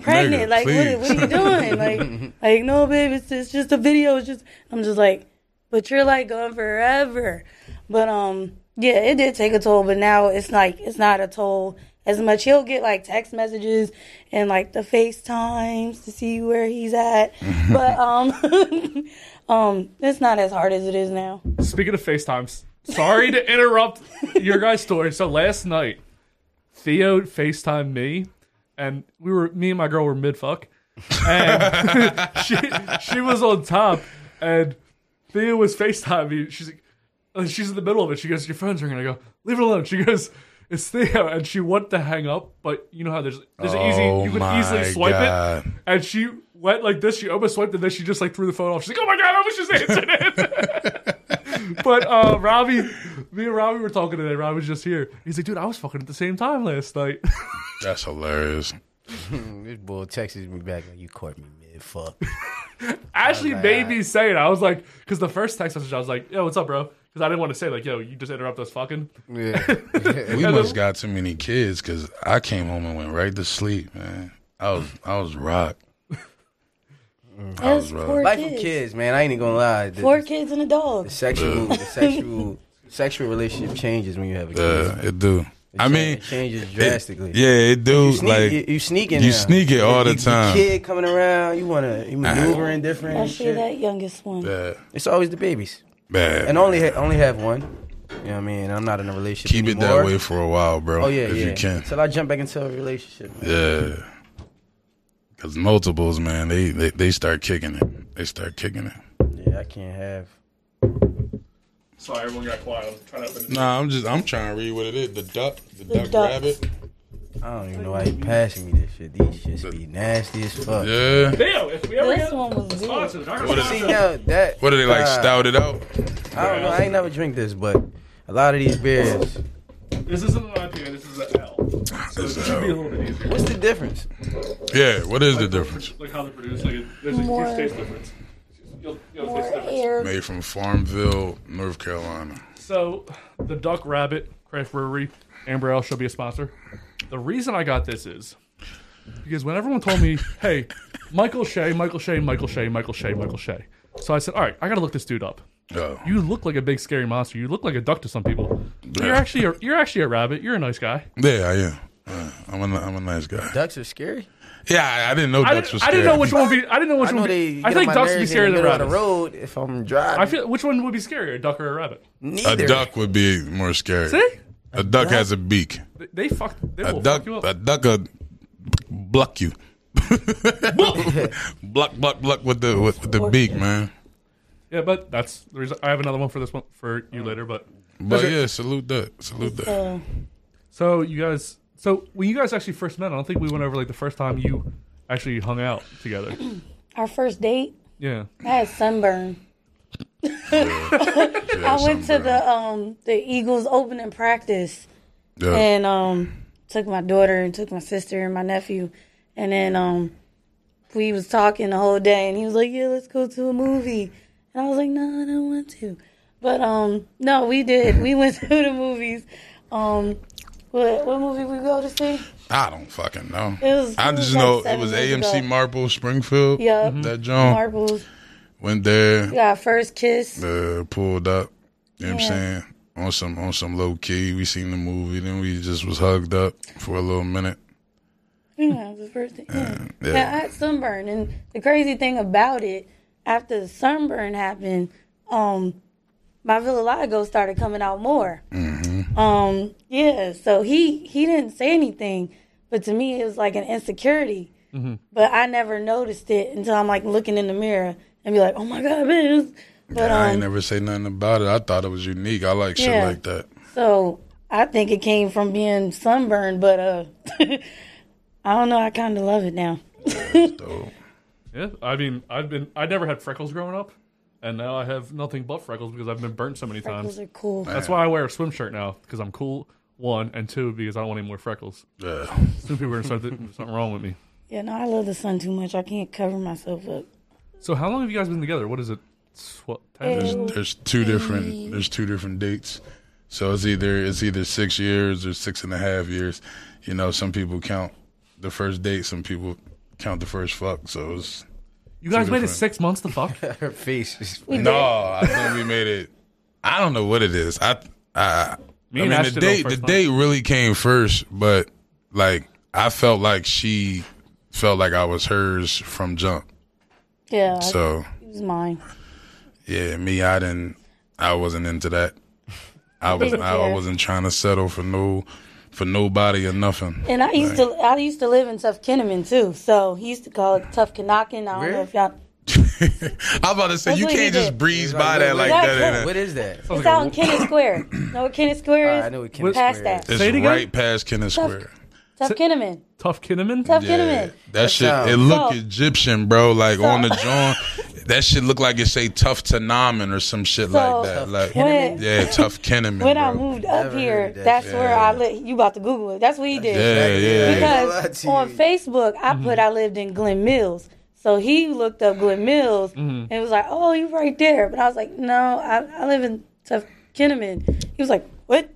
S1: Nigga,
S6: pregnant. like, what, what are you doing? Like, like no, babe. It's, it's just a video. It's just. I'm just like, but you're like gone forever. But um, yeah, it did take a toll. But now it's like it's not a toll as much. He'll get like text messages and like the FaceTimes to see where he's at. But um, um, it's not as hard as it is now.
S4: Speaking of FaceTimes, sorry to interrupt your guys' story. So last night, Theo FaceTimed me, and we were me and my girl were mid fuck, and she she was on top, and Theo was FaceTiming me. She's like, and she's in the middle of it. She goes, "Your phone's ringing." I go, "Leave it alone." She goes. It's Theo, and she wanted to hang up, but you know how there's there's an easy
S1: Oh
S4: you can easily
S1: my
S4: swipe
S1: God.
S4: it, and she went like this. She almost swiped, and then she just like threw the phone off. She's like, "Oh my god, I was just answering it." But uh, Robbie, me and Robbie were talking today. Robbie was just here. He's like, dude, I was fucking at the same time last night.
S1: That's hilarious.
S2: This boy texted me back like you caught me mid fuck.
S4: Ashley
S1: Oh,
S4: made me say it. I was like, because the first text message, I was like, yo, what's up, bro? Because I didn't want to say like, yo, you just interrupt us fucking.
S2: Yeah.
S1: We must got too many kids because I came home and went right to sleep, man. I was I was rocked. I
S6: That's
S1: was
S6: poor
S1: rocked.
S2: Life
S6: kids.
S2: of kids, man. I ain't even gonna lie. The,
S6: Four kids and a dog.
S2: the sexual, the sexual, sexual relationship changes when you have a kid.
S1: Uh, it do. I
S2: It
S1: mean,
S2: changes
S1: it-
S2: drastically.
S1: yeah, it do.
S2: You sneak,
S1: like
S2: you, you sneaking.
S1: you
S2: now.
S1: sneak it all the time.
S2: kid coming around, you wanna you maneuvering different. and
S6: Especially
S2: shit.
S6: that youngest one.
S1: yeah,
S2: It's always the babies,
S1: bad.
S2: and only ha- only have one. You know what I mean? I'm not in a relationship.
S1: keep it
S2: anymore.
S1: that way for a while, bro.
S2: Oh yeah,
S1: if
S2: yeah.
S1: you can.
S2: Till I jump back into a relationship.
S1: Yeah. Cause multiples, man, they, they they start kicking it. They start kicking it.
S2: Yeah, I can't have.
S4: Sorry, everyone got quiet. I'm trying to open
S1: Nah, I'm just I'm trying to read what it is. The duck, the, duck
S6: duck.
S1: rabbit.
S2: I don't even know why you passing me this shit. These shits be nasty as fuck.
S1: Yeah.
S4: Theo, if we ever
S6: This
S4: get Oh,
S6: one was good.
S4: sponsors, I
S1: What
S4: gotta
S1: is-
S2: See now that
S1: What do they like?
S2: uh,
S1: stout it out.
S2: I don't know. I ain't never drink this, but a lot of these beers.
S4: This isn't an IPA. This is an L. So it
S1: It's a
S4: should be a
S1: L.
S4: little bit easier.
S2: What's the difference?
S1: Yeah. What is the difference?
S4: Like how they're produced. Like there's a
S6: More-
S4: huge taste difference. You'll, you'll
S6: More
S4: taste the difference.
S6: air.
S1: Made from Farmville, North Carolina.
S4: So, the Duck Rabbit Craft Brewery, Amber Ale should be a sponsor. The reason I got this is because when everyone told me, hey, Michael Shea, Michael Shea, Michael Shea, Michael Shea, Michael Shea. So I said, all right, I got to look this dude up.
S1: Oh,
S4: You look like a big scary monster. You look like a duck to some people. You're
S1: Yeah.
S4: actually a, you're actually a rabbit. You're a nice guy.
S1: yeah, I am. Uh, I'm a I'm a nice guy.
S2: Ducks are scary.
S1: Yeah, I, I didn't know
S4: I
S1: ducks
S4: didn't,
S1: was
S4: I didn't
S1: scary.
S4: know which one would be. I didn't know which
S2: I
S4: one.
S2: know
S4: Would
S2: they.
S4: be,
S2: Get
S4: I think
S2: on my
S4: ducks would be
S2: nerves in the
S4: scarier than
S2: middle of the
S4: rabbits.
S2: road if I'm driving.
S4: I feel which one would be scarier, a duck or a rabbit?
S1: A
S2: Neither.
S1: duck would be more scary.
S4: See,
S1: A duck has a beak.
S4: they, they fuck. They
S1: A
S4: will
S1: duck.
S4: fuck you up.
S1: A duck would block you. block, block, block with the with, with the beak, man.
S4: Yeah, but that's the reason. I have another one for this one for
S1: Uh.
S4: you later. But
S1: But yeah, salute that. Salute that.
S6: So,
S4: so you guys, so when you guys actually first met, I don't think we went over like the first time you actually hung out together.
S6: our first date.
S4: Yeah,
S6: I had sunburn. I went to the um the Eagles opening practice
S1: Yeah.
S6: and um took my daughter and took my sister and my nephew and then um we was talking the whole day and he was like, Yeah, let's go to a movie and I was like, No, I don't want to. But um no, we did. We went to the movies. Um what what movie we go to see?
S1: I don't fucking know.
S6: It was-
S1: I
S6: it was
S1: just
S6: like
S1: know it
S6: seven
S1: was
S6: years
S1: AMC
S6: ago.
S1: Marble Springfield.
S6: Yup.
S1: That joint
S6: Marbles.
S1: went there,
S6: We got our first kiss.
S1: uh, pulled up. You know what I'm
S6: Yeah.
S1: saying? On some on some low key, we seen the movie, then we just was hugged up for a little minute.
S6: Yeah, it was the first thing. Yeah.
S1: yeah.
S6: Yeah, I had sunburn, and the crazy thing about it, after the sunburn happened, um, my vitiligo started coming out more. Um, yeah, so he he didn't say anything, but to me it was like an insecurity. But I never noticed it until I'm like looking in the mirror and be like, oh my god, bitch. But
S1: I ain't
S6: um,
S1: never say nothing about it. I thought it was unique. I like shit
S6: Yeah.
S1: like that.
S6: so I think it came from being sunburned, but uh, I don't know. I kind of love it now.
S1: So
S4: yeah. I mean, I've been I never had freckles growing up, and now I have nothing but freckles because I've been burnt so many
S6: Those
S4: times.
S6: are cool.
S4: That's why I wear a swim shirt now because I'm cool. One and two because I don't want any more freckles.
S1: yeah.
S4: Some people are gonna start thinking there's something wrong with me.
S6: Yeah, no, I love the sun too much. I can't cover myself up.
S4: So how long have you guys been together? What is it? What ten?
S6: Um,
S1: There's two different there's two different dates. So it's either it's either six years or six and a half years. You know, some people count the first date, some people count the first fuck. So it's
S4: You guys
S1: Two
S4: made it
S1: different-
S4: six months to fuck.
S2: Her face.
S6: We
S1: no,
S6: did.
S1: I think we made it. I don't know what it is. I I,
S4: Me
S1: I
S4: and
S1: mean
S4: Ash
S1: the
S4: did it on
S1: date the
S4: first
S1: date really came first, but like I felt like she felt like I was hers from jump.
S6: Yeah,
S1: So
S6: it was mine.
S1: yeah, me I didn't I wasn't into that. I was
S6: Didn't
S1: I
S6: care.
S1: wasn't trying to settle for no for nobody or nothing.
S6: And I used to I used to live in Tough Kinnaman too, so he used to call it Tough Kanakin. I don't know if y'all.
S1: I'm about to say
S6: That's
S1: you
S6: what he
S1: can't just
S6: did.
S1: breeze
S2: Like,
S1: by
S2: what-
S1: that
S2: what-
S1: like that.
S2: What
S1: and-
S2: is that? Oh,
S6: It's out in Kennett Square. Know what Kennett Square is?
S2: I know what Kennett
S6: Past
S2: Square is.
S6: that.
S1: It's
S4: Say it again.
S1: right past Kenneth Square.
S6: Tough Kinnaman.
S4: Tough Kinnaman.
S6: Tough
S1: Yeah,
S6: Kinnaman.
S1: that shit
S2: sounds-
S1: it look
S6: So-
S1: Egyptian, bro. Like on the
S6: So-
S1: joint, that shit look like it say tough Tanaman or some shit like that.
S6: Tough
S1: Like
S6: Kinnaman?
S1: yeah, tough Kinnaman.
S6: When I
S1: bro.
S6: moved up
S2: Never
S6: here,
S2: heard that
S6: that's
S2: shit.
S6: where I lived. You about to Google it. That's what he did.
S1: yeah, yeah, yeah.
S6: Because on Facebook, I put I lived in Glen Mills. So he looked up Glen Mills and was like, oh, you right there. But I was like, no, I, I live in Tough Kinnaman. He was like, what?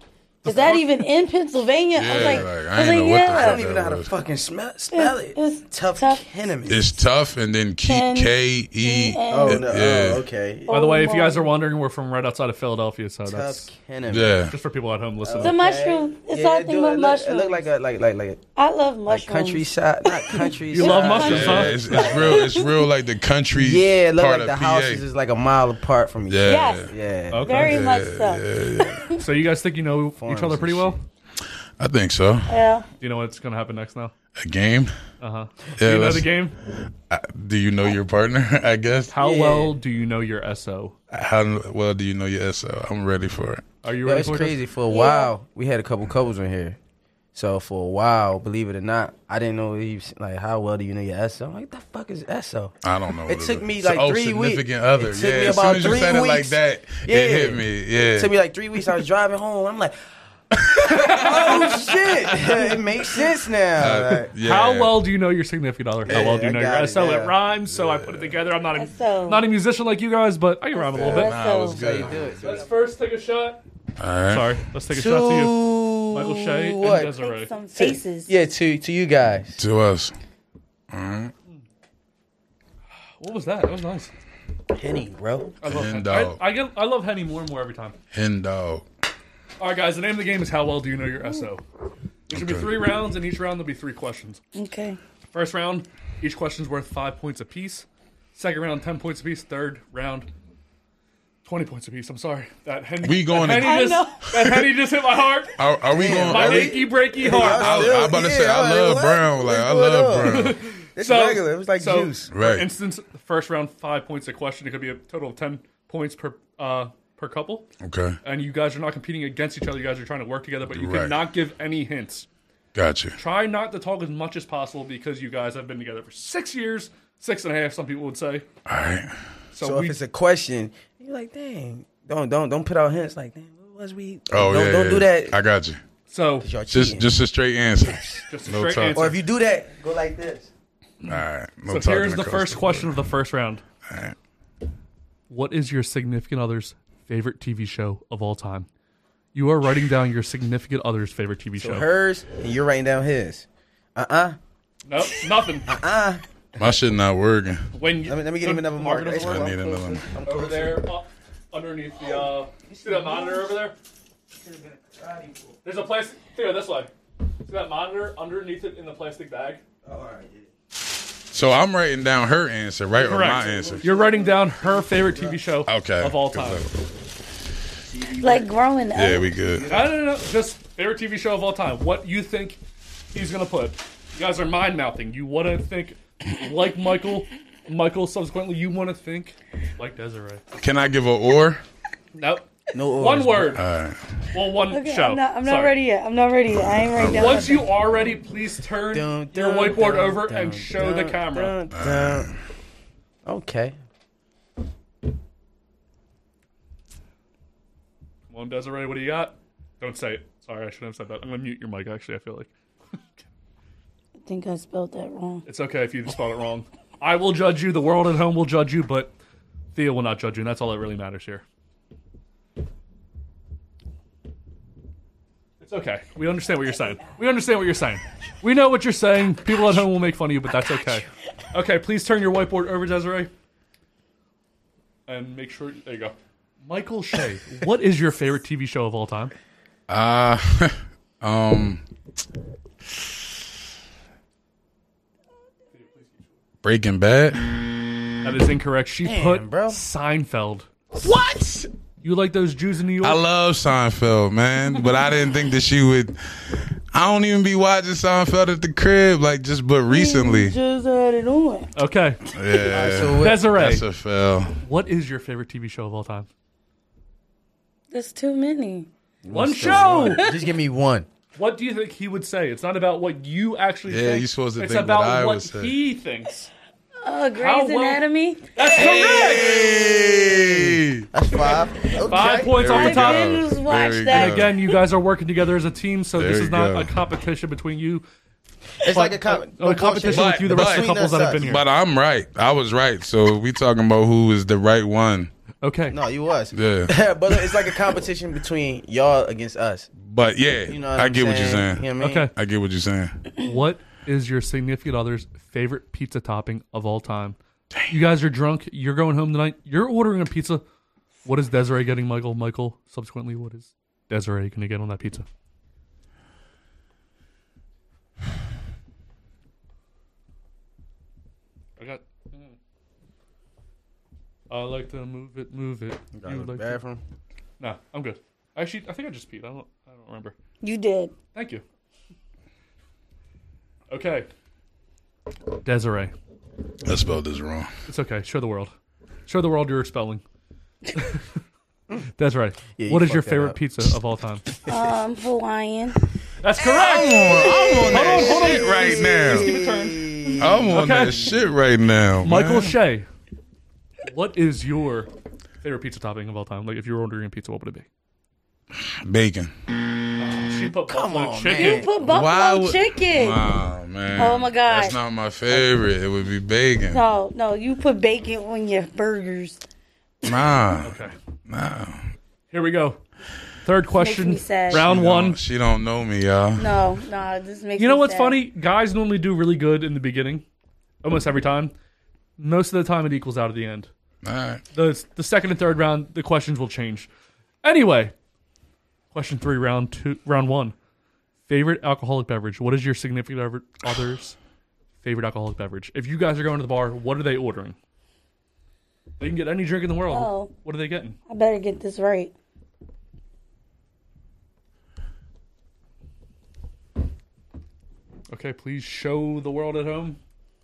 S6: Is that even in Pennsylvania? I was
S1: Yeah,
S6: like,
S1: like, I
S6: I was
S1: ain't
S6: like,
S1: know what the
S2: I don't
S1: fuck
S6: yeah.
S1: that
S2: even know how to
S1: was.
S2: fucking smell, spell it.
S6: It was
S2: tough,
S6: tough-
S2: Kinnaman.
S1: It's tough, and then K
S6: Ken-
S1: K E.
S6: Ken-
S2: oh no.
S1: yeah.
S2: Oh, okay.
S4: By the way, if you guys
S6: my.
S4: are wondering, we're from right outside of Philadelphia, so
S2: Tough
S4: that's
S2: Kinnaman.
S1: Yeah,
S4: just for people at home listening.
S6: The mushroom. It's all
S2: it
S6: thing
S2: do.
S6: about
S2: it look, It
S6: mushrooms.
S2: look like a like like like
S6: I love
S2: a
S6: mushrooms.
S2: countryside, not countryside.
S4: You love mushrooms,
S1: yeah.
S4: huh?
S1: It's, it's real. It's real. Like the country.
S2: Yeah, it look
S1: part
S2: like
S1: of
S2: the
S1: PA.
S2: houses is like a mile apart from each
S1: Yeah.
S6: Yes.
S2: other. Yeah.
S4: Okay.
S6: Very much so.
S4: So you guys think you know each
S2: Farms
S4: other
S2: and
S4: pretty well?
S1: I think so.
S6: Yeah.
S4: Do you know what's gonna happen next now?
S1: A game.
S4: Uh huh.
S1: Yeah,
S4: Do you know
S1: let's-
S4: the game?
S1: Do you know your partner? I guess.
S4: How
S2: Yeah.
S4: well do you know your SO?
S1: How well do you know your SO? I'm ready for it.
S4: Are you
S2: Yo,
S4: ready
S2: it's
S4: for
S2: crazy.
S4: it?
S2: For a while, we had a couple couples in here. So for a while, believe it or not, I didn't know he was, like how well do you know your ESO? I'm like, the fuck is ESO?
S1: I don't know. what
S2: It took
S1: is.
S2: me
S1: So-
S2: like
S1: oh,
S2: three weeks.
S1: significant other.
S2: It took
S1: yeah,
S2: me
S1: as
S2: about
S1: soon as you
S2: three
S1: said it like
S2: weeks.
S1: that,
S2: Yeah.
S1: it hit me. Yeah.
S2: It took me like three weeks. I was driving home. I'm like, oh shit, it makes sense now. Like,
S1: yeah.
S4: How well do you know your significant other? How well do
S2: I
S4: you know
S2: got
S4: your
S2: it,
S4: SO? It
S2: yeah.
S4: rhymes, so I put it together. I'm not a,
S6: SO.
S4: not a musician like you guys, but I can rhyme a little bit.
S1: Nah, it was
S6: So-
S1: good.
S2: you do it. So
S4: Let's first take a shot.
S1: All right.
S4: Sorry, let's take a shot to you,
S2: to
S4: Michael Shea
S2: what?
S4: and Desiree.
S6: Some faces.
S2: Yeah, to to you guys.
S1: To us.
S4: What was that? That was nice.
S2: Penny, bro.
S4: I
S1: Hen
S4: love Henny. I,
S1: dog.
S4: I get I love Henny more and more every time.
S1: Hen dog.
S4: All right, guys. The name of the game is How Well Do You Know Your SO. There should be
S1: Okay.
S4: three rounds, and each round there'll be three questions.
S6: Okay.
S4: First round, each question's worth five points apiece. Second round, ten points apiece. Third round, twenty points apiece. I'm sorry. That Henny.
S1: We going
S4: that
S1: to- Oh,
S4: Henny
S6: I know.
S4: just, That Henny just hit my heart.
S1: Are, are we going?
S4: My
S1: Are we,
S4: achy breaky heart.
S1: I, I was about to say
S2: Yeah,
S1: I
S2: like,
S1: love
S2: what?
S1: Brown. Like
S2: What's
S1: I
S2: going
S1: love
S2: on?
S1: Brown.
S2: It's
S4: So-
S2: regular. It was like
S4: so-
S2: juice.
S4: For
S1: Right.
S4: instance, the first round, five points a question. It could be a total of ten points per uh, per couple.
S1: Okay.
S4: And you guys are not competing against each other. You guys are trying to work together, but you
S1: Right.
S4: cannot give any hints.
S1: Got you.
S4: try not to talk as much as possible because you guys have been together for six years, six and a half, some people would say.
S1: All right.
S4: So,
S2: So
S4: we,
S2: if it's a question, you're like, dang, don't don't don't put out hints like, damn, what was we?
S1: Oh
S2: don't,
S1: yeah.
S2: don't
S1: yeah.
S2: do that.
S1: I got you.
S4: so
S2: Y'all
S1: Just
S2: cheating.
S1: just a straight answer.
S4: just a
S1: No
S4: straight
S1: talk.
S4: answer.
S2: or if you do that, go like this.
S1: All right. No
S4: so
S1: talking
S4: here's the
S1: across
S4: first
S1: board.
S4: question of the first round.
S1: All right.
S4: What is your significant other's favorite TV show of all time? You are writing down your significant other's favorite TV
S2: So
S4: show.
S2: hers, and you're writing down his. Uh uh
S4: nope, nothing.
S1: My shit not working.
S4: When
S2: Uh-uh.
S4: you,
S2: Let me- let me get him another
S4: mark it
S2: marker.
S4: over
S1: I
S4: there.
S1: need another one.
S4: over there, up, underneath the uh, you see that monitor over there? There's a plastic. Here, this way. See that monitor underneath it in the plastic bag?
S1: So I'm writing down her answer, right, or Oh, my answer?
S4: You're writing down her favorite TV show
S1: Okay.
S4: of all
S1: Good
S4: time.
S1: luck.
S6: Like growing up.
S1: Yeah, we good.
S4: I don't know. Just favorite TV show of all time. What you think he's gonna put? You guys are mind mouthing. You want to think like Michael. Michael. Subsequently, you want to think like Desiree.
S1: Can I give a or?
S4: Nope.
S2: No oars,
S4: One word.
S1: All right.
S4: well, one
S6: Okay,
S4: show.
S6: I'm not, I'm not
S4: Sorry.
S6: ready yet. I'm not ready yet. I ain't ready down.
S4: Once you are ready, please turn
S2: Dun,
S4: your
S2: dun,
S4: whiteboard
S2: dun,
S4: over
S2: dun,
S4: and show the
S2: dun,
S4: camera.
S2: dun, dun. Okay.
S4: Come on, Desiree. What do you got? Don't say it. Sorry, I shouldn't have said that. I'm gonna mute your mic. Actually, I feel like.
S6: I think I spelled that wrong.
S4: It's okay if you spelled it wrong. I will judge you. The world at home will judge you, but Thea will not judge you, and that's all that really matters here. It's okay. We understand what you're saying. We understand what you're saying. We know what you're saying. People at home will make fun of you, but that's okay. Okay, please turn your whiteboard over, Desiree. And make sure. There you go. Michael Shea, what is your favorite TV show of all time?
S1: Uh, um, Breaking Bad.
S4: That is incorrect. She put
S2: bro.
S4: Seinfeld.
S1: What?
S4: You like those Jews in New York?
S1: I love Seinfeld, man, but I didn't think that she would. I don't even be watching Seinfeld at the crib, like just but recently.
S6: Just had it on.
S4: okay.
S1: Yeah,
S2: So what-
S4: Desiree,
S1: that's a fail.
S4: what is your favorite TV show of all time?
S6: That's too many.
S4: One show.
S2: Just give me one.
S4: What do you think he would say? It's not about what you actually
S1: Yeah,
S4: think.
S1: you're supposed to
S4: it's
S1: think
S4: about
S1: what I
S4: what
S1: would say.
S4: he thinks.
S6: Oh,
S4: How
S6: Grey's
S4: well-
S6: Anatomy.
S4: That's correct.
S1: Hey!
S2: That's five. Okay.
S4: Five points
S1: There
S4: off
S1: we
S4: the
S1: go.
S4: top.
S6: There Just watch
S1: we
S6: that.
S1: go.
S4: Again, you guys are working together as a team, so
S1: There
S4: this is
S1: you
S4: not
S1: go.
S4: a competition between you.
S2: It's like a, com-
S4: a competition with you, the rest of the
S2: Between
S4: couples
S2: us,
S4: that have
S2: us.
S4: been here.
S1: But I'm right. I was right. So we talking about who is the right one.
S4: Okay.
S2: No, you was.
S1: Yeah.
S2: but look, it's like a competition between y'all against us.
S1: But yeah,
S2: You know what
S1: I
S2: I'm
S1: get what you're
S2: saying?
S1: saying.
S2: You know what I mean?
S4: Okay.
S1: I get what you're saying.
S4: What is your significant other's favorite pizza topping of all time? You guys are drunk. You're going home tonight. You're ordering a pizza. What is Desiree getting, Michael? Michael, subsequently, what is Desiree going to get on that pizza? I got. uh, I like to move it, move it.
S2: Gotta go to the bathroom.
S4: Nah, I'm good. Actually, I think I just peed. I don't. I don't remember.
S6: You did.
S4: Thank you. Okay. Desiree.
S1: I spelled this wrong.
S4: It's okay. Show the world. Show the world you're expelling. Desiree.
S2: Yeah, you
S4: what is your
S2: fucked that
S4: favorite
S2: up.
S4: pizza of all time?
S6: Um, Hawaiian.
S4: That's correct.
S2: Oh!
S1: I'm on that
S4: hold on.
S1: shit right now. I'm on
S4: Okay.
S1: that shit right now.
S4: Michael
S1: man.
S4: Shea. What is your favorite pizza topping of all time? Like if you were ordering a pizza, what would it be?
S1: Bacon.
S4: She put
S2: Come
S4: buffalo
S2: on,
S4: chicken.
S6: You
S2: man.
S6: put
S1: Why
S6: buffalo
S1: would-
S6: chicken.
S1: Oh man.
S6: Oh, my God.
S1: That's not my favorite. It would be bacon.
S6: No, no, you put bacon on your burgers.
S1: Nah.
S4: Okay.
S1: Nah.
S4: Here we go. Third question.
S6: me sad.
S4: Round
S1: She
S4: one.
S1: don't- She don't know me, y'all.
S6: No, no, this makes
S4: You know
S6: me
S4: what's
S6: sad.
S4: funny? Guys normally do really good in the beginning, almost every time. Most of the time, it equals out at the end.
S1: All right.
S4: The the second and third round, the questions will change. Anyway, question three, round two, round one. Favorite alcoholic beverage? What is your significant other- other's favorite alcoholic beverage? If you guys are going to the bar, what are they ordering? They can get any drink in the world.
S6: Oh.
S4: What are they getting?
S6: I better get this right.
S4: Okay, please show the world at home.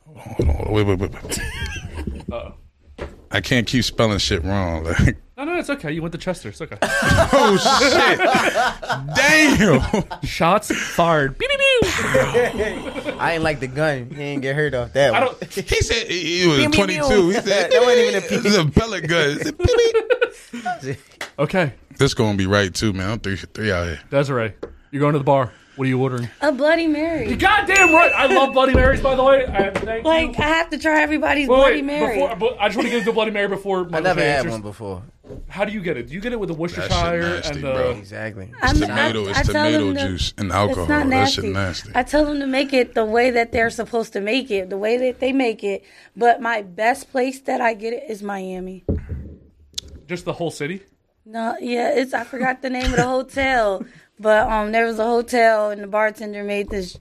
S1: Hold on. Wait, wait, wait, wait.
S4: Uh-oh.
S1: I can't keep spelling shit wrong. Like,
S4: No, no, it's okay. You went to Chester. It's okay.
S1: oh shit! Damn.
S4: Shots fired. Beep, beep, beep.
S2: I ain't like the gun. He ain't get hurt off that
S4: I
S2: one.
S4: don't.
S1: He said he, he was
S2: Pew, pew,
S1: 22. He
S2: pew.
S1: said
S2: That wasn't even a
S1: It was a pellet gun. He said, pew, pew.
S4: Okay,
S1: this gonna be right too, man. I'm three, three out here.
S4: Desiree, you're going to the bar. What are you ordering?
S6: A Bloody Mary.
S4: Goddamn right! I love Bloody Marys, by the way. I thank you.
S6: Like I have to try everybody's
S4: Wait,
S6: Bloody
S4: wait,
S6: Mary.
S4: Before, but I just want to get into Bloody Mary before.
S2: I
S4: Michael
S2: never
S4: Shea
S2: had
S4: answers.
S2: one before.
S4: How do you get it? Do you get it with the Worcestershire
S1: nasty,
S4: and uh,
S1: bro.
S4: the?
S2: Exactly.
S6: I'm- I-
S1: Tomato
S6: I
S1: is
S6: tell
S1: tomato
S6: them to-
S1: juice and alcohol.
S6: It's not
S1: That
S6: nasty.
S1: shit nasty.
S6: I tell them to make it the way that they're supposed to make it, the way that they make it. But my best place that I get it is Miami.
S4: Just the whole city.
S6: No, yeah, it's I forgot the name of the hotel, but um, there was a hotel and the bartender made this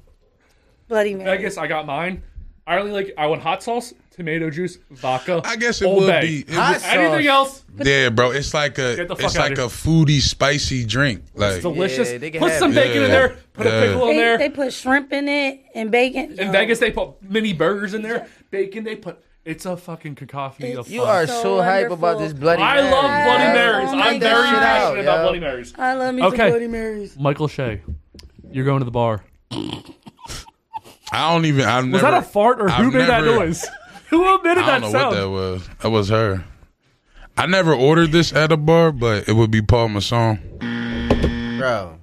S6: Bloody Mary.
S4: I guess I got mine. I only like I want hot sauce, tomato juice, vodka.
S1: I guess it
S4: Old
S1: would
S4: Bay.
S1: be. It
S2: Hot
S1: would-
S4: Anything
S2: sauce.
S4: else?
S1: yeah, bro. It's like a
S4: Get the fuck
S1: it's
S4: outta
S1: like
S4: here.
S1: a foodie spicy drink. Like
S4: Delicious.
S2: they can
S4: put
S2: have
S4: some
S2: it.
S4: bacon in
S1: Yeah.
S4: there. Put
S1: Yeah.
S4: a pickle in
S6: They,
S4: there.
S6: they put shrimp in it and bacon.
S4: in
S6: Yo,
S4: Vegas, they put mini burgers in there. Bacon. They put. It's a fucking cacophony
S6: It's-
S4: of
S2: You
S4: fun.
S2: are
S6: So
S2: so, hype about
S6: wonderful.
S2: this Bloody
S4: I
S2: Mary.
S4: love Bloody
S6: Yes.
S4: Marys.
S6: Oh my
S4: I'm very
S6: God.
S4: passionate about
S2: Yo.
S4: Bloody Marys.
S6: I love me
S4: Okay.
S6: some Bloody Marys.
S4: Michael Shea, you're going to the bar.
S1: I don't even. I
S4: Was that a fart or who
S1: I've
S4: made that
S1: never-
S4: noise? who emitted
S1: I
S4: that
S1: don't know
S4: sound?
S1: what that was. That was her. I never ordered this at a bar, but it would be Paul Masson.
S2: Bro,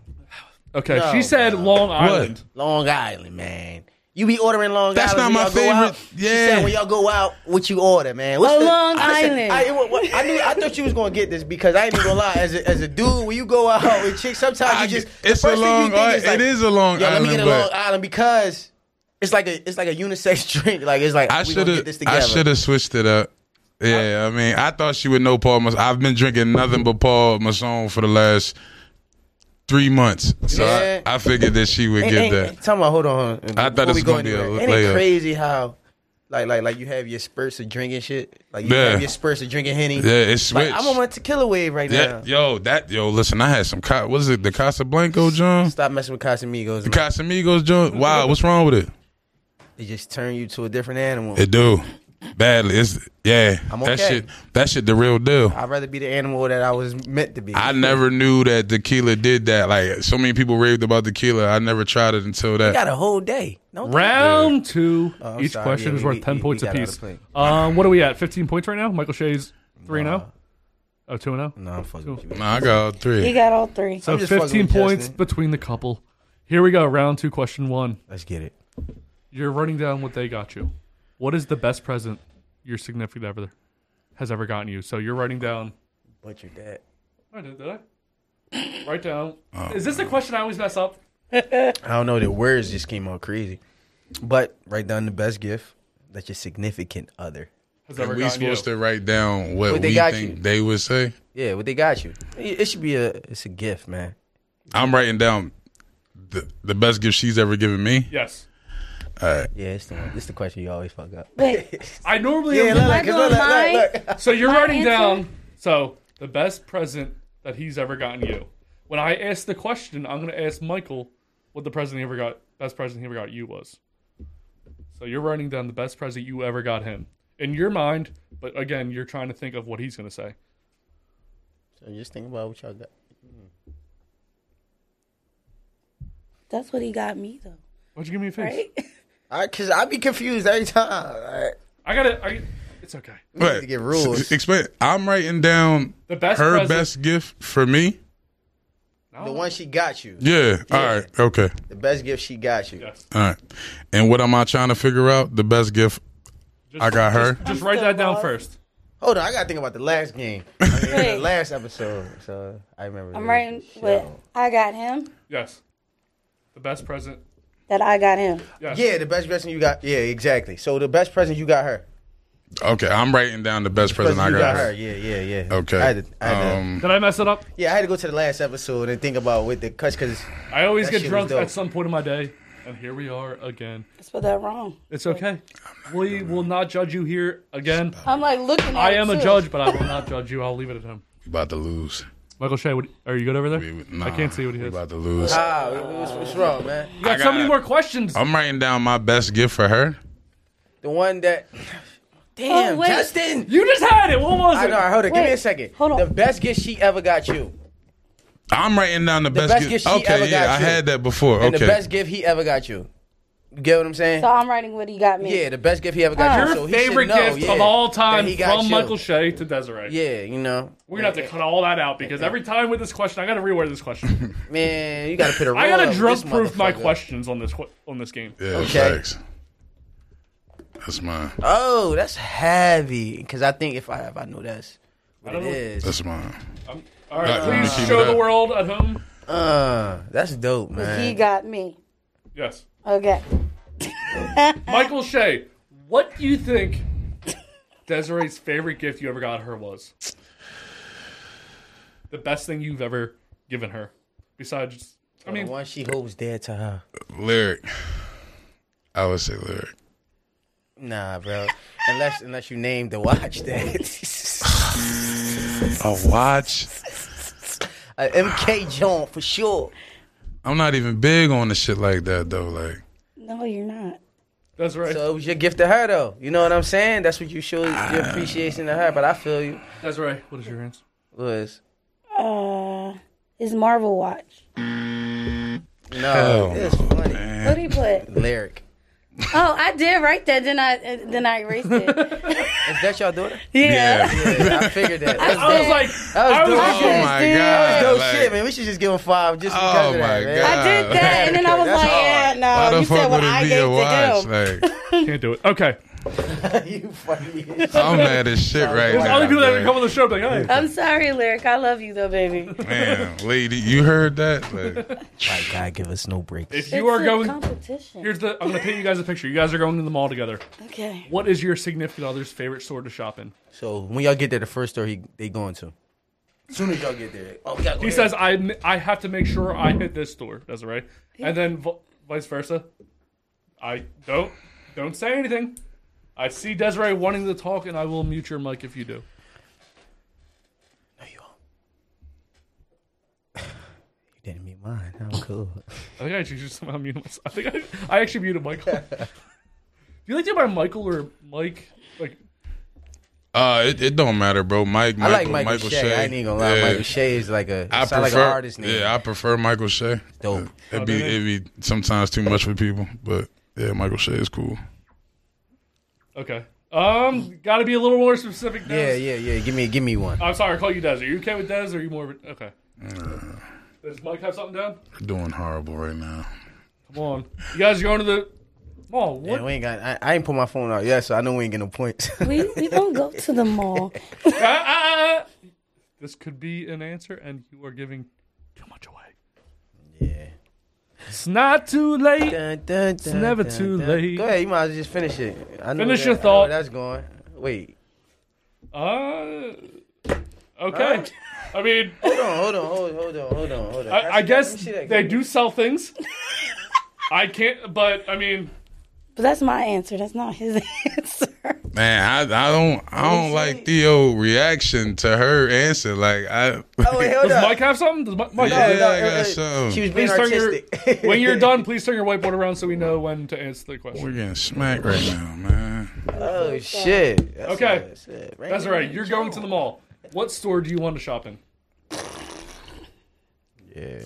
S4: Okay,
S2: No,
S4: she said Long Island.
S2: Long Island, man. You be ordering Long
S1: That's not
S2: Island. when
S1: my
S2: y'all go out.
S1: favorite.
S2: She said
S1: Yeah.
S2: when y'all go out, what you order, man? What's
S6: A Oh, Long Island.
S2: I, what- what- I knew. I thought you was gonna get this because I ain't even gonna lie. As a, as a dude, when you go out with chicks, sometimes
S1: I
S2: you just
S1: get-
S2: the
S1: it's
S2: first
S1: a
S2: thing you
S1: long.
S2: think
S1: I-
S2: is like,
S1: it is a long
S2: Yo, let
S1: island.
S2: me get a
S1: but
S2: Long Island because it's like a it's like a unisex drink. Like it's like
S1: I
S2: we
S1: should
S2: gonna get this
S1: have. I
S2: together.
S1: should have switched it up. Yeah, I, mean, I thought she would know Paul. Mas- I've been drinking nothing but Paul Masson for the last three months, so
S2: Yeah.
S1: I, I figured that she would
S2: Ain't-
S1: get
S2: ain't-
S1: that.
S2: Tell me, hold on. hold on.
S1: I thought
S2: Before
S1: this
S2: we
S1: was
S2: go
S1: gonna be a
S2: anywhere.
S1: l-
S2: Ain't it
S1: layup.
S2: crazy how like like like you have your spurts of drinking shit. Like you
S1: Yeah.
S2: have your spurts of drinking henny.
S1: Yeah, it switched.
S2: Like, I'm on my tequila wave right
S1: yeah,
S2: now.
S1: yo, that yo, listen, I had some. Ca- what is it? The Casablanco joint,
S2: Stop messing with Casamigos.
S1: the
S2: man.
S1: Casamigos joint. Wow, what's wrong with it?
S2: They just turn you to a different animal.
S1: It do badly. It's yeah.
S2: I'm
S1: That
S2: okay.
S1: shit. That shit. The real deal.
S2: I'd rather be the animal that I was meant to be.
S1: I never knew that tequila did that. Like so many people raved about tequila. I never tried it until that.
S2: You got a whole day. No
S4: Round two.
S2: Oh, I'm
S4: Each
S2: sorry.
S4: question
S2: Yeah,
S4: is
S2: we-
S4: worth
S2: we-
S4: 10
S2: we
S4: points
S2: got out of
S4: apiece.
S2: play.
S4: Um, what are we at? 15 points right now? Michael Shea's 3 and 0? Oh, 2 and 0?
S2: No, I'm fucking with you.
S1: Nah, I got all three.
S6: You got all three.
S4: So
S2: I'm just fucking
S4: 15
S2: with Justin.
S4: points between the couple. Here we go. Round two, question one.
S2: Let's get it.
S4: You're running down what they got you. What is the best present your significant other has ever gotten you? So you're writing down.
S2: Butchered that.
S4: I did, did I? Write down. Is this the question I always mess up?
S2: I don't know. The words just came out crazy. But write down the best gift that your significant other.
S4: Has
S1: Are
S4: ever
S1: we
S4: gotten you?
S1: supposed to write down what,
S2: What they
S1: we
S2: got
S1: think
S2: you.
S1: they would say?
S2: Yeah, what they got you. It it should be a. It's a gift, man.
S1: I'm writing down the, the best gift she's ever given me.
S4: Yes.
S2: Yeah, it's the one. It's the question you always fuck up.
S6: Wait,
S4: I normally
S2: Yeah,
S4: am-
S2: look,
S6: I
S2: look,
S6: doing
S2: look, look,
S6: mine?
S2: look, look.
S4: So you're
S6: My
S4: writing
S6: answer?
S4: down. So the best present that he's ever gotten you. When I ask the question, I'm going to ask Michael what the present he ever got, best present he ever got you was. So you're writing down the best present you ever got him in your mind, but again, you're trying to think of what he's going to say.
S2: So just think about what y'all got.
S6: that's what he got me though,
S4: Why'd you give me a face?
S6: right?
S2: I, Cause I be confused every time. Like,
S4: I got it. It's okay.
S1: But
S2: to get rules.
S1: s- explain. I'm writing down
S4: The best
S1: her
S4: present-
S1: best gift for me.
S2: the one she got you.
S1: Yeah. All right. Okay.
S2: The best gift she got you.
S4: Yes.
S1: All right. And what am I trying to figure out? The best gift
S4: Just,
S1: I got her.
S4: Just write that down first.
S2: Hold on, I gotta think about the last game. I mean, the
S6: Wait.
S2: last episode. So I remember.
S6: I'm
S2: the
S6: writing
S2: show.
S6: what I got him
S4: Yes. The best present.
S6: that I got him.
S4: Yes.
S2: Yeah, the best present you got. Yeah, exactly. So the best present you got her.
S1: Okay. I'm writing down the best present I
S2: you
S1: got, her.
S2: Yeah, yeah, yeah.
S1: Okay.
S2: I had to, I had to-
S1: um,
S4: Did I mess it up?
S2: yeah, I had to go to the last episode and think about what the cuts because
S4: I always
S2: That
S4: get
S2: shit was
S4: drunk
S2: dope.
S4: at some point in my day, and here we are again.
S6: I spelled that wrong.
S4: It's okay.
S2: Oh
S4: We will not judge you here again.
S6: I'm like looking. At
S4: I
S6: it,
S4: am a
S6: too.
S4: judge, but I will not judge you. I'll leave it at him.
S1: we about to lose.
S4: Michael Shea, what, are you good over there?
S1: We- we- nah,
S4: I can't see what he
S1: we
S4: is.
S1: About to lose.
S2: ah, what's, what's wrong, man?
S4: You got,
S1: I
S4: so many
S1: got-
S4: more questions.
S1: I'm writing down my best gift for her.
S2: The one that.
S6: Oh
S2: Damn,
S6: wait,
S2: Justin.
S4: you just had it. What was
S2: I
S4: it?
S2: know. I heard it. Give me a
S6: Wait,
S2: second.
S6: hold on.
S2: The best gift she ever got you,
S1: I'm writing down the, best,
S2: best
S1: gift.
S2: gift she
S1: okay,
S2: ever
S1: yeah,
S2: got
S1: I
S2: you.
S1: had that before.
S2: and
S1: okay,
S2: the best gift he ever got you. You get what I'm saying?
S6: so I'm writing what he got me.
S2: yeah, the best gift he ever got
S4: Your
S2: you. So he should
S4: favorite
S2: know,
S4: gift
S2: yeah,
S4: of all time
S2: that he got
S4: from
S2: you.
S4: Michael Shea to Desiree.
S2: Yeah, you know.
S4: We're going to have to cut all that out because every time with this question, I got to reword this question.
S2: Man, you gotta put a roll
S4: I got
S2: up
S4: to
S2: with
S4: drunk
S2: this
S4: proof my
S2: motherfucker.
S4: questions on this qu- on this game.
S1: yeah,
S2: okay.
S1: facts. That's mine.
S2: Oh, that's heavy. Because I think if I if I know that's what
S4: I
S2: it
S4: don't know.
S2: is.
S1: That's mine.
S4: All right,
S1: All right,
S4: please
S1: let me keep
S4: show
S1: it
S4: the
S1: up.
S4: world at home.
S2: Uh, that's dope,
S6: What he
S2: man.
S6: got me.
S4: Yes.
S6: Okay,
S4: Michael Shea, what do you think Desiree's favorite gift you ever got her was? The best thing you've ever given her, besides, I
S2: I mean,
S4: mean,
S2: the one she holds dead to her.
S1: Lyric. I would say lyric.
S2: Nah, bro. Unless unless you name the watch that.
S1: A watch.
S2: Uh, MK John for sure.
S1: I'm not even big on the shit like that though. Like
S6: no, you're not.
S4: Desiree,
S2: So it was your gift to her though. You know what I'm saying? That's what you showed your
S1: Ah.
S2: appreciation to her. But I feel you
S4: Desiree, what is your answer?
S2: was
S6: Uh, his Marvel watch.
S2: no.
S1: Hell
S2: it's funny
S6: What he put?
S2: lyric.
S6: Oh, I did write that. Then I uh, then I erased it.
S2: Is that your daughter?
S6: Yeah.
S1: yeah.
S2: Yeah, I figured that. That's
S4: I was like,
S2: That
S4: I
S2: was
S4: was
S2: dope.
S1: Oh
S4: like,
S1: my
S6: Dude,
S1: god.
S2: dope
S1: like,
S2: shit, man. We should just give him five just
S1: Oh
S2: because of that,
S1: my
S2: man.
S1: God.
S6: I did that, and then I was
S2: That's
S6: like,
S2: hard.
S6: yeah,
S1: Why
S6: no,
S1: the
S6: you
S1: fuck
S6: said what
S1: would it
S6: I
S1: be
S6: gave
S1: a watch?
S6: to them.
S1: Like,
S4: Can't do it. Okay.
S2: you funny.
S1: I'm mad as shit right
S4: There's
S1: now.
S4: other people that
S1: like,
S4: come on the show be like, hey.
S6: I'm sorry, Lyric. I love you though, baby.
S1: man, lady, you heard that? Like,
S2: My God, give us no breaks.
S4: If you
S6: It's
S4: are
S6: a
S4: going,
S6: competition.
S4: here's the. I'm gonna paint you guys a picture. You guys are going to the mall together.
S6: okay.
S4: What is your significant other's favorite store to shop in?
S2: So when y'all get there, the first store he, they going to. As soon as y'all get there, oh, we gotta go
S4: He
S2: there.
S4: says, I m- I have to make sure I hit this store. That's right. And then v- vice versa. I don't don't say anything. I see Desiree wanting to talk, and I will mute your mic if you do.
S2: No, you won't. you didn't meet mine. I'm cool.
S4: I think I actually just somehow muted myself. I think I, I actually muted Michael. do you like to buy Michael or Mike? Like
S1: uh, it, it don't matter, bro. Mike,
S2: I
S1: Michael,
S2: like Michael, Shea. I ain't even gonna lie.
S1: Yeah.
S2: Michael Shea is like a.
S1: I prefer,
S2: sound like an artist name.
S1: yeah, I prefer Michael Shea.
S2: Dope.
S1: It'd be, it'd be sometimes too much for people, but yeah, Michael Shea is cool.
S4: okay. Um, got to be a little more specific. Des.
S2: Yeah, yeah, yeah. Give me, give me one.
S4: I'm sorry, I call you Des. Are you okay with Des? Or are you more of a, okay?
S2: Uh.
S4: Does Mike have something down?
S1: We're doing horrible right now.
S4: Come on, you guys are going to the mall. What?
S2: Man, we ain't got. I, I ain't put my phone out yet, so I know we ain't getting no points.
S6: We we don't go to the mall.
S4: Ah, ah, ah. This could be an answer, and you are giving too much away.
S2: yeah.
S4: It's not too late.
S2: Dun, dun, dun,
S4: never too late.
S2: Go ahead. You might as well just finish it. I know
S4: Finish
S2: that-
S4: your
S2: I know
S4: thought.
S2: where that's going. Wait.
S4: Uh, okay. I mean,
S2: Hold on. Hold on. Hold, hold on. Hold on. Hold on.
S4: I, I guess
S2: see that.
S4: they do sell things. I can't, but I mean,
S6: But that's my answer. That's not his answer.
S1: Man, I, I don't I don't like Theo reaction to her answer. Like I
S2: Oh, wait, hold
S4: does
S2: on.
S4: Mike have something? Does Mi- Mike?
S1: Yeah,
S2: No, no,
S1: I got
S2: uh, uh,
S1: some.
S2: She was being
S4: Please turn your-
S2: artistic.
S4: When you're done, please turn your whiteboard around so we know when to answer the question.
S1: we're getting smacked right now, man.
S2: oh shit. That's
S4: Okay.
S2: it, That's, it.
S4: That's all right. You're going to the mall. What store do you want to shop in?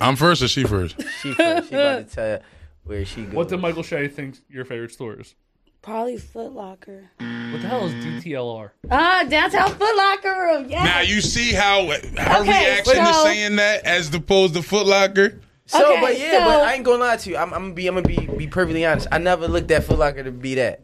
S1: I'm first or she first?
S2: She first. She about to tell where she goes.
S4: What did Michael Shea think your favorite store is?
S6: Probably Foot Locker.
S4: What the hell is DTLR?
S6: Ah, downtown Foot Locker room. Yeah.
S1: Now you see how her reaction to
S6: so-
S1: saying that as opposed to Foot Locker?
S2: So,
S6: Okay,
S2: but yeah, but
S6: so-
S2: I ain't gonna lie to you. I'm, I'm gonna be, I'm gonna be, be perfectly honest. I never looked at Foot Locker to be that.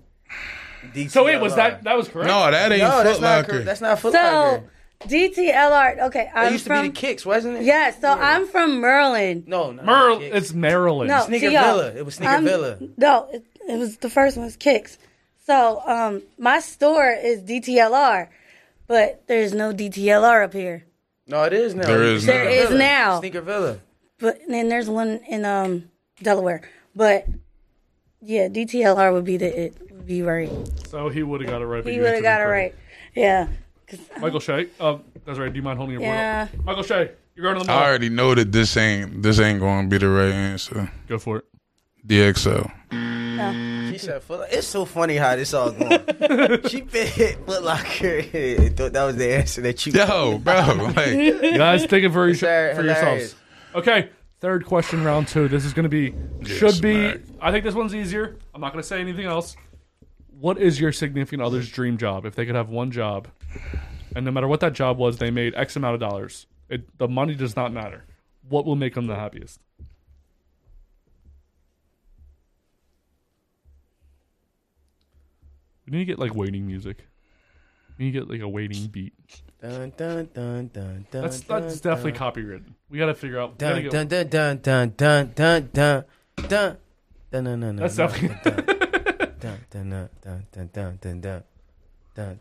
S4: So wait, was
S2: DTLR.
S4: that that was correct?
S1: No, that ain't
S2: No,
S1: Foot
S2: that's not.
S1: Locker.
S2: Cor- that's not Foot
S6: so
S2: Locker.
S6: DTLR. Okay,
S2: It
S6: I'm
S2: used to
S6: from.
S2: be the Kicks, wasn't it?
S6: yeah, so I'm from Maryland.
S2: No, no.
S4: Merle,
S2: Kicks.
S4: it's Maryland.
S6: No,
S2: Sneaker
S6: T.O.
S2: Villa. It was Sneaker
S6: I'm-
S2: Villa.
S6: No, it, it was the first one was Kicks. So um, my store is DTLR, but there's no DTLR up here.
S2: No, it is now.
S1: There is There now.
S6: is now.
S2: Sneaker Villa.
S6: But and then there's one in um Delaware. But yeah, DTLR would be the it would be right.
S4: So he would have got it right. but
S6: He
S4: you
S6: would
S4: answered
S6: have got it
S4: correctly.
S6: right. Yeah.
S4: Michael Shea. Um, that's right. Do you mind holding your
S6: Yeah.
S4: board? Up? Michael Shea, you're going to the mall.
S1: I already know that this ain't this ain't gonna be the right answer.
S4: Go for it.
S1: DXL.
S2: She said Foot Locker. It's so funny how this all going. she picked Foot Locker and thought that was the answer that you.
S1: Yo, bro, like
S4: You guys, think it for, each-
S2: Hilarious.
S4: for yourselves. Okay, third question, round two. This is going to be should be.
S1: smack.
S4: I think this one's easier. I'm not going to say anything else. What is your significant other's dream job if they could have one job, and no matter what that job was, they made X amount of dollars. It, the money does not matter. What will make them the happiest? We need to get like waiting music. We need to get like a waiting beat.
S2: Dun, dun, dun, dun, dun,
S4: That's
S2: dun,
S4: that's definitely copyrighted. We got to figure out. we gotta
S2: Dun
S4: get-
S2: dun dun dun dun dun dun dun dun dun dun dun
S4: That's
S2: dun
S4: definitely.
S2: dun dun dun dun dun dun dun dun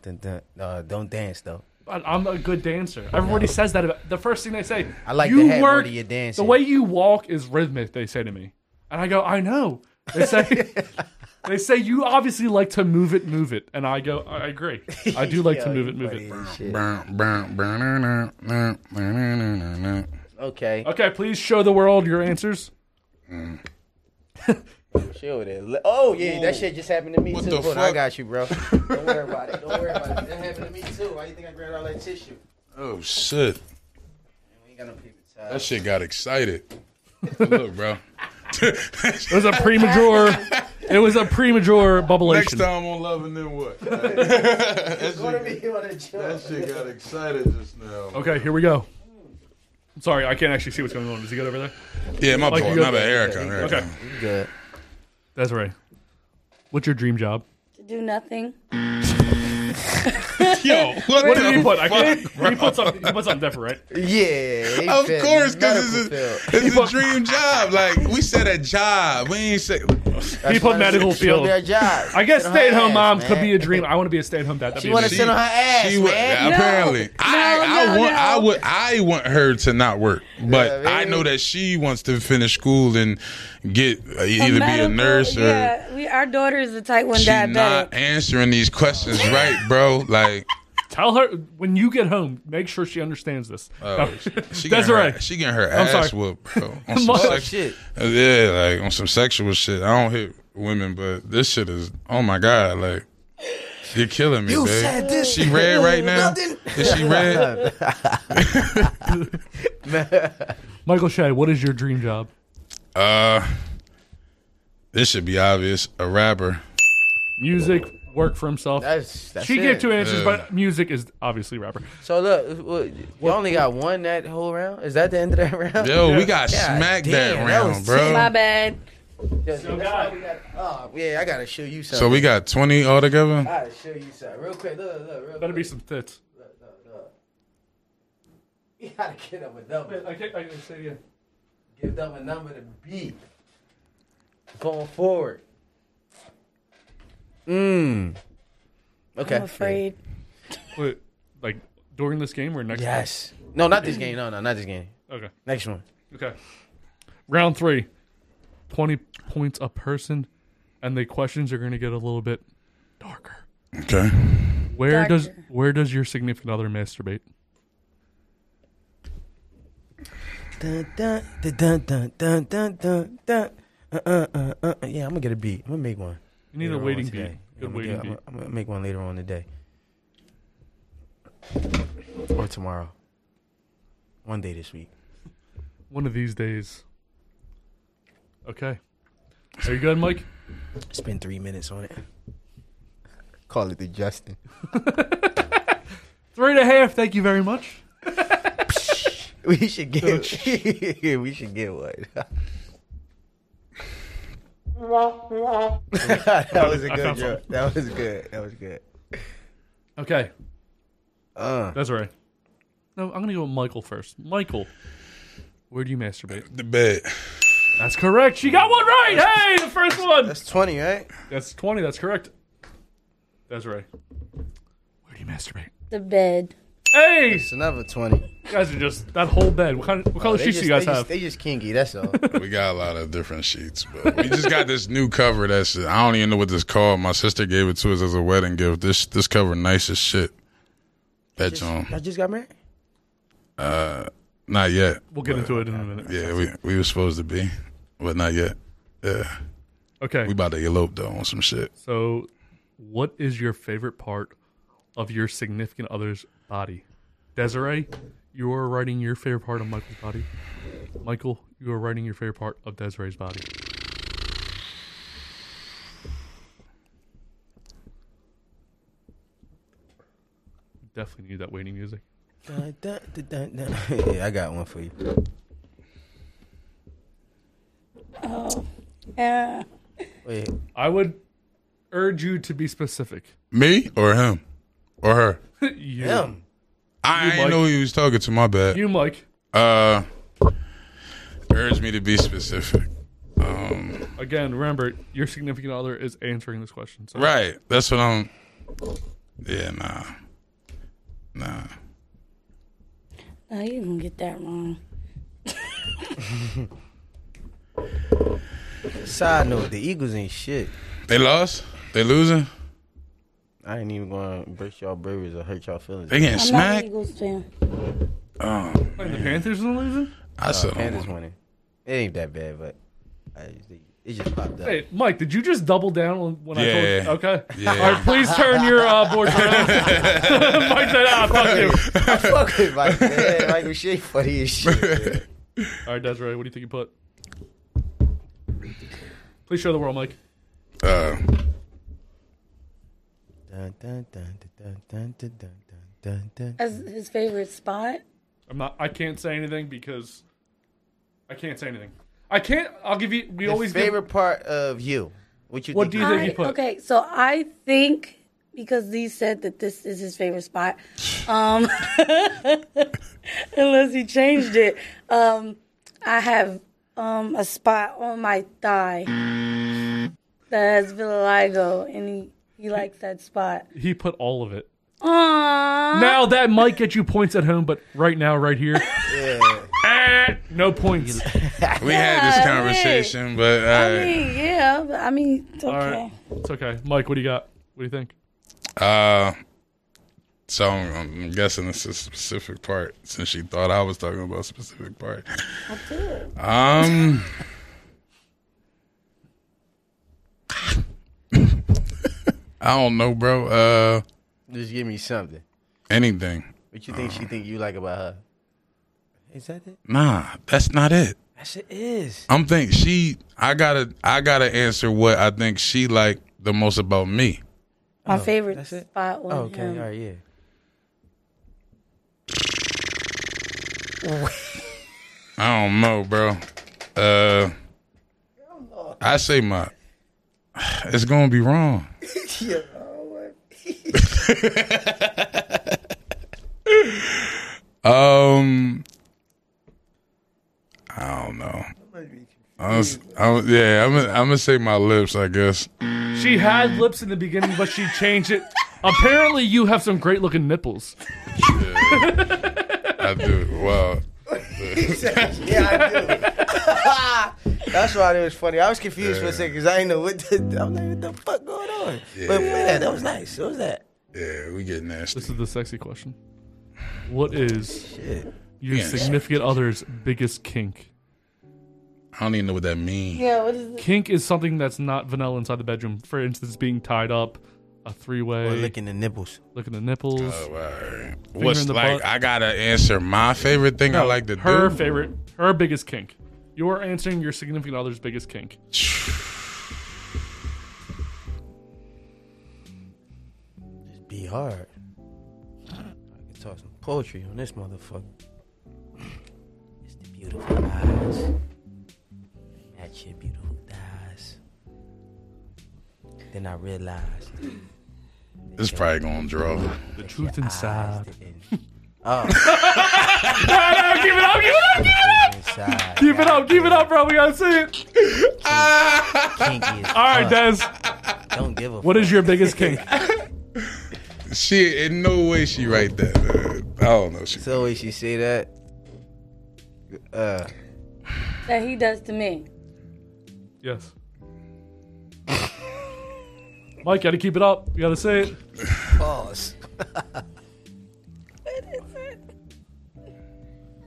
S2: dun dun dun. Uh, don't dance though.
S4: I- I'm a good dancer. Everybody says that. About, the first thing they say,
S2: I like
S4: you
S2: the head
S4: work.
S2: work, of your
S4: the
S2: dancing.
S4: way you walk is rhythmic. They say to me, and I go, I know. They say, they say you obviously like to move it, move it, and I go, I agree. I do like to move it, move it.
S1: burn, burn, burn, burn, burn, burn, burn, burn.
S2: Okay,
S4: Okay, please show the world your answers.
S2: chill with it. Le- Oh yeah, that shit just happened to me
S1: What
S2: too.
S1: the
S2: Hold on, I
S1: fuck?
S2: got you, bro. Don't worry about it. Don't worry about it. That happened to me too. Why you think I grabbed all that tissue?
S1: Oh shit.
S2: We ain't got no paper
S1: That
S2: towel.
S1: shit got excited. Look, bro.
S4: It was a premature. it was a premature
S1: Next
S4: bubbleation.
S1: time on Love and Then What? That shit got excited just now.
S4: Okay, here we go. I'm sorry, I can't actually see what's going on. Is he good over there?
S1: Yeah, my
S4: Like
S1: boy,
S4: you-
S1: not bad. Erica.
S4: Okay.
S1: Erica.
S2: Good.
S4: Desiree, what's your dream job?
S6: to do nothing.
S1: Yo, what,
S4: What
S1: the
S4: did he put? I
S1: fuck?
S4: can't. He put something. He put something different, right?
S2: Yeah, he
S1: Of
S2: fit
S1: course, because
S2: the medical
S1: it's a,
S2: field.
S1: it's a dream job. Like we said, a job. We ain't say.
S4: He put medical field.
S2: Their job.
S4: I guess
S2: Sit on
S4: stay at
S2: her
S4: home
S2: ass,
S4: mom could
S2: man.
S4: be a dream. I want to be a stay at home dad. That'd
S2: She
S4: be
S2: wanna
S4: amazing.
S2: sit on her ass,
S1: She would,
S2: man.
S1: apparently. I,
S6: No,
S1: I
S6: no,
S1: want
S6: no.
S1: I would I want her to not work, but
S2: Yeah,
S1: I
S2: man.
S1: know that she wants to finish school and get uh, either be a
S6: medical-
S1: nurse or
S6: yeah, we our daughter is a type one
S1: she
S6: diabetic.
S1: not answering these questions right, bro. Like
S4: Tell her when you get home. Make sure she understands this.
S2: Oh,
S4: No.
S1: oh, she getting
S4: Desiree,
S1: her, she getting her
S4: Oh, I'm
S1: ass
S4: sorry.
S1: whooped, bro. On some
S4: Mother-
S1: sex-
S2: Shit.
S1: Uh, Yeah, like on some sexual shit. I don't hit women, but this shit is oh my god, like you're killing me,
S2: You
S1: babe.
S2: said this.
S1: She red right now.
S2: Nothing.
S1: Is she red?
S4: Michael Shea, what is your dream job?
S1: Uh, this should be obvious. A rapper.
S4: Music, work for himself.
S2: That's, that's
S4: she
S2: it.
S4: gave two answers,
S1: Yeah.
S4: but music is obviously rapper.
S2: So look, what- we only got one that whole round. Is that the end of that round?
S1: Yo, we
S4: Yeah.
S1: got
S2: God
S1: smacked that
S2: damn, that
S1: round,
S2: was
S1: bro.
S6: My bad.
S2: Yeah, that's why we got- oh, yeah, I gotta show you something.
S1: So we got twenty altogether.
S2: I gotta show you something real quick. Look, look, look, real
S4: Better
S2: quick.
S4: be some tits.
S2: Look, look, look. You gotta get up a number.
S4: I can't. I can say yeah.
S2: Give them a number to beat. Going forward.
S1: Hmm.
S2: Mmm. Okay.
S6: I'm afraid.
S4: Wait, like during this game or next?
S2: Yes. No, not this game. No, no, not this game.
S4: Okay.
S2: Next one.
S4: Okay. Round three. 20 points a person, and the questions are going to get a little bit darker.
S1: Okay.
S4: Where does
S6: Darker.
S4: where does your significant other masturbate?
S2: Dun, dun, dun, dun, dun, dun, dun, dun. Uh, uh, uh, uh, uh. Yeah, I'm gonna get a beat. I'm gonna make one.
S4: You need
S2: later
S4: a
S2: on
S4: waiting
S2: today.
S4: beat. Good
S2: I'm gonna get-
S4: waiting
S2: I'm
S4: beat.
S2: gonna- I'm gonna make one later on today. Or tomorrow. One day this week.
S4: One of these days. Okay. Are you good, Mike?
S2: Spend three minutes on it. Call it the Justin.
S4: Three and a half. Thank you very much.
S2: We should get we should get one. that was a
S4: I
S2: good
S4: found
S2: joke. That was good. That was good.
S4: Okay.
S2: Uh,
S4: That's all right. No, I'm going to go with Michael first. Michael, where do you masturbate?
S1: The bed.
S4: That's correct. She got one right. Hey, the first one.
S2: that's twenty, right?
S4: That's 20. That's correct. That's right. Where do you masturbate?
S6: The bed.
S4: Hey,
S2: It's another twenty.
S4: you guys are just that whole bed. What kind of what color
S2: Oh, They
S4: sheets
S2: just-
S4: do you guys
S2: they just-
S4: have?
S2: they just kinky. That's all.
S1: We got a lot of different sheets, but we just got this new cover. That's I don't even know what this called. My sister gave it to us as a wedding gift. This this cover nice as shit. That joint.
S2: I just got married.
S1: Not yet.
S4: We'll get into it in a minute.
S1: Yeah, we we were supposed to be, but not yet. Yeah,
S4: Okay.
S1: we about to elope though on some shit.
S4: So, what is your favorite part of your significant other's body? Desiree, you are writing your favorite part of Michael's body. Michael, you are writing your favorite part of Desiree's body. Definitely need that waiting music.
S2: Dun, dun, dun, dun, dun. yeah, I got one for you.
S6: Yeah.
S2: Wait,
S4: I would urge you to be specific.
S1: Me or him or her?
S4: you,
S2: him.
S1: I
S4: You,
S1: didn't
S4: Mike.
S1: know who he was talking to. My bad.
S4: you, Mike.
S1: Uh, urge me to be specific. Um,
S4: Again, remember your significant other is answering this question. So
S1: right. That's what I'm. Yeah, nah, nah.
S6: No, you gonna get that wrong.
S2: Side note: The Eagles ain't shit.
S1: They lost. They losing.
S2: I ain't even gonna break y'all barriers or hurt y'all feelings.
S1: They getting
S6: I'm not an
S1: smacked.
S6: Eagles fan.
S1: Oh,
S4: Wait, the Panthers are losing.
S1: I said,
S2: Panthers
S1: oh,
S2: winning. It ain't that bad, but I just, think- it just popped up.
S4: Hey, Mike, did you just double down on when I
S1: Yeah.
S4: told you? Okay.
S1: Yeah.
S4: All right, please turn your uh, board around. Mike said, ah, fuck you.
S2: I fuck with Michael. Yeah, Michael Shea funny as shit. man.
S4: All right, Desiree, what do you think you put? Please show the world, Mike.
S1: uh,
S2: Dun, dun, dun, dun, dun, dun, dun, dun, dun, dun.
S6: That's his favorite spot.
S4: I'm not, I can't say anything because I can't say anything. I can't, I'll give you, we
S2: The
S4: always
S2: favorite part of you. What you
S4: What
S2: think?
S4: do you think he
S6: I-
S4: put?
S6: Okay, so I think because Lee said that this is his favorite spot, um, unless he changed it, um, I have um, a spot on my thigh that has vitiligo, and he, he likes that spot.
S4: He put all of it.
S6: Aww.
S4: Now that might get you points at home, but right now, right here,
S2: Yeah.
S4: eh, no points.
S1: We had this
S6: Yeah, I
S1: conversation, but uh,
S6: I mean, yeah, but I mean, it's
S4: All
S6: okay.
S4: right, it's okay. Mike, what do you got? What do you think?
S1: Uh, so I'm, I'm guessing this is a specific part since she thought I was talking about a specific part. Um. I don't know, bro. Uh,
S2: Just give me something.
S1: anything?
S2: What you think she think you like about her? Is that it?
S1: Nah, that's not it.
S2: That shit is.
S1: I'm think she. I gotta. I gotta answer what I think she like the most about me.
S4: Oh,
S6: My favorite
S2: that's it?
S6: spot was
S2: Okay,
S6: him.
S2: all right, yeah.
S1: I don't know, bro. Uh, I say my. It's gonna be wrong. um, I don't know. I was, I was, yeah, I'm gonna, I'm gonna say my lips, I guess.
S4: She had lips in the beginning, but she changed it. Apparently, you have some great looking nipples.
S1: I do. Wow.
S2: yeah, I do. That's why it was funny. I was confused for a second because I didn't know what the, I'm like, what the fuck going on? But yeah, that was nice. What was that?
S1: Yeah, we get nasty.
S4: This is the sexy question. What is your
S1: Yeah.
S4: significant other's biggest kink?
S1: I don't even know what that means.
S6: Yeah, what is it?
S4: Kink is something that's not vanilla inside the bedroom. For instance, being tied up, a three way,
S2: Or
S4: licking.
S2: licking the nipples.
S4: the nipples.
S1: Oh, all right. What's
S4: in the
S1: like?
S4: butt.
S1: I gotta answer my favorite thing. I like to
S4: her
S1: do.
S4: favorite, her biggest kink. You're answering your significant other's biggest kink.
S2: Just be hard. I can talk some poetry on this motherfucker. It's the beautiful eyes. Match your beautiful thighs. Then I realized
S1: It's probably gonna draw.
S4: The truth
S2: eyes
S4: inside.
S2: didn't
S4: No, no, give it up, give it up,
S2: inside.
S4: keep it up, keep it up, bro. We gotta see it.
S2: Kinky as
S4: All right,
S2: fuck.
S4: Des.
S2: Don't give a
S4: What is your biggest kink?
S1: She in no way she right that. man. I don't know. She
S2: So when she say that, uh,
S6: that he does to me?
S4: Yes. Mike, gotta keep it up. You gotta say it.
S2: pause.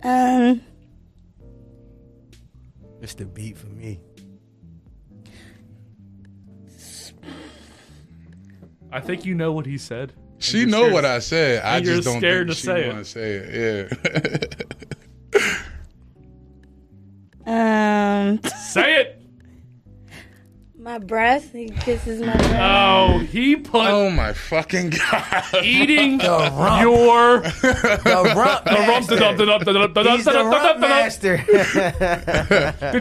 S6: Um,
S2: It's the beat for me.
S4: I think you know what he said. and
S1: she
S4: you're
S1: know
S4: scared.
S1: what I said. I
S4: and you're
S1: just don't
S4: scared
S1: think
S4: to
S1: she
S4: say it.
S1: want to say it. Yeah.
S6: um,
S4: Say it.
S6: my breast. He kisses my breast.
S4: Oh, he put
S1: oh my fucking god.
S4: eating your
S2: The rump, the
S4: Dum, dum, dum, dum, dum, dum, dum,
S2: He's the
S4: dum, dum,
S2: rump
S4: dum, dum.
S2: master.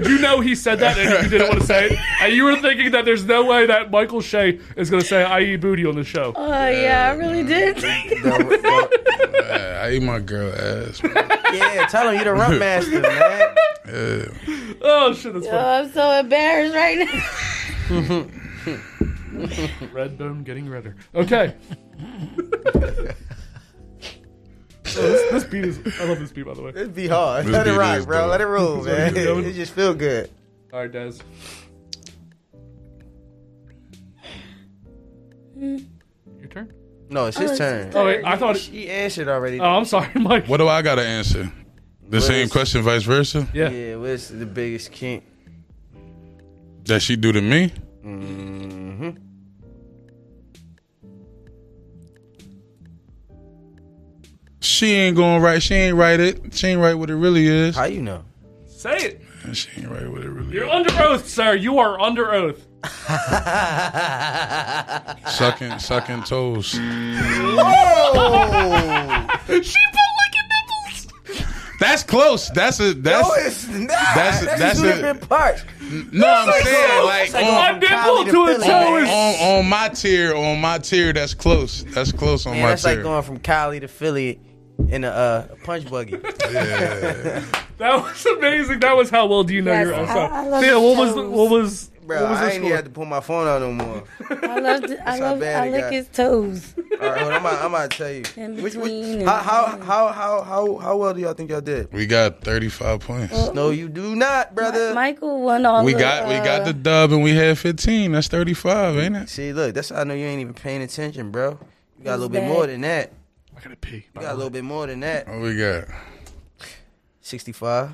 S4: Did you know he said that and you didn't want to say it? And you were thinking that there's no way that Michael Shea is going to say I eat booty on the show.
S6: Oh yeah, I really did.
S1: Yeah, I eat my girl ass. man.
S2: yeah, tell him you the rump master, man.
S1: Yeah.
S4: Oh, shit, that's
S6: oh,
S4: funny.
S6: I'm so embarrassed right now.
S4: Red bone getting redder. Okay. Oh, this, this beat is. I love this beat, by the way.
S2: It'd be hard.
S1: This
S2: Let it
S1: beat
S2: rock,
S1: is
S2: bro.
S1: dope.
S2: Let it roll, man.
S4: dope.
S2: It just feel good.
S4: All right, Des. Your turn.
S2: No, it's
S6: Oh,
S2: his
S6: it's
S2: turn.
S6: his
S4: Oh, wait, I thought.
S2: She answered already.
S4: Oh, I'm sorry, Mike.
S1: What do I gotta answer? The same
S2: is-
S1: question, vice versa,
S4: Yeah.
S2: Yeah, what's the biggest kink?
S1: that she do to me.
S2: Mm-hmm.
S1: She ain't going right. She ain't right it. She ain't right what it really is.
S2: How you know?
S4: Say it.
S1: She ain't right what it really
S4: You're
S1: is.
S4: under oath, sir. You are under oath.
S2: Oh!
S1: Sucking, sucking toes.
S2: Oh,
S1: That That's close. That's a that's
S2: no, it's not. That's,
S1: that's- that's
S2: two
S1: a-
S2: different parts.
S1: no. I'm
S2: like
S1: saying
S2: close.
S1: like,
S2: That's like oh,
S1: on,
S4: My nipple
S2: Probably the
S4: to a
S2: Philly
S4: toe
S1: on,
S4: is.
S1: on my tier, on my tier, that's close. That's close on
S2: Man,
S1: my
S2: that's
S1: tier.
S2: like going from Cali to Philly in a, uh, a punch buggy.
S4: That was amazing. That was how well do you know
S6: Yes,
S4: your own
S6: I-
S4: song?
S6: I love
S4: Thea, what was
S6: shows.
S4: the, what was
S2: Bro,
S4: what was the
S2: I ain't even
S4: score?
S2: had to pull my phone out no more.
S6: I love, the, I
S2: how
S6: love,
S2: bad
S6: I
S2: it
S6: lick
S2: got.
S6: his toes.
S2: All right, hold on, I'm about- I'm about to tell you.
S6: In
S2: Which- which-
S6: between and-
S2: how, how how how how how well do y'all think y'all did?
S1: we got 35 points.
S2: No, you do not, brother.
S6: Michael won all.
S1: we
S6: the, uh,
S1: got we got the dub and we had 15. That's 35, ain't it?
S2: See, look, that's how I know you ain't even paying attention, bro. You got a little
S6: Who's
S2: bit
S6: that?
S2: more than that.
S4: I gotta pee.
S2: You got a little bit more than that.
S1: What we got?
S2: Sixty-five.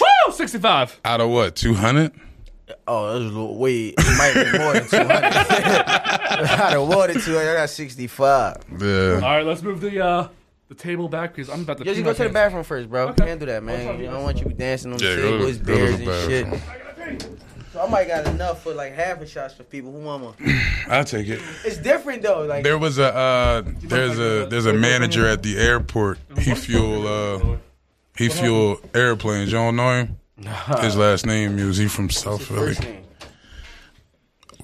S4: Woo! Sixty-five.
S1: Out of what? 200?
S2: Oh, that was a little way it might be more than two hundred. I don't want it to. I got sixty-five.
S1: Yeah.
S4: All right, let's move the uh the table back because I'm about to.
S2: Yo,
S4: pee
S2: you go
S4: my
S2: to the
S4: pants.
S2: bathroom first, bro.
S4: Okay.
S2: Can't do that,
S4: I'll tell
S2: man.
S4: you
S2: I don't want you dancing on the
S1: Yeah, go to-
S2: table, it's
S1: go to the
S2: beers and shit.
S1: bathroom.
S2: So I might got enough for like half a shots for people who want one.
S1: I'll take it.
S2: It's different though. Like
S1: There was a uh, there's a there's a manager at the airport. He fuel uh, he fuel airplanes. You don't know him? His last name Muse. He from South Philly.
S2: first name.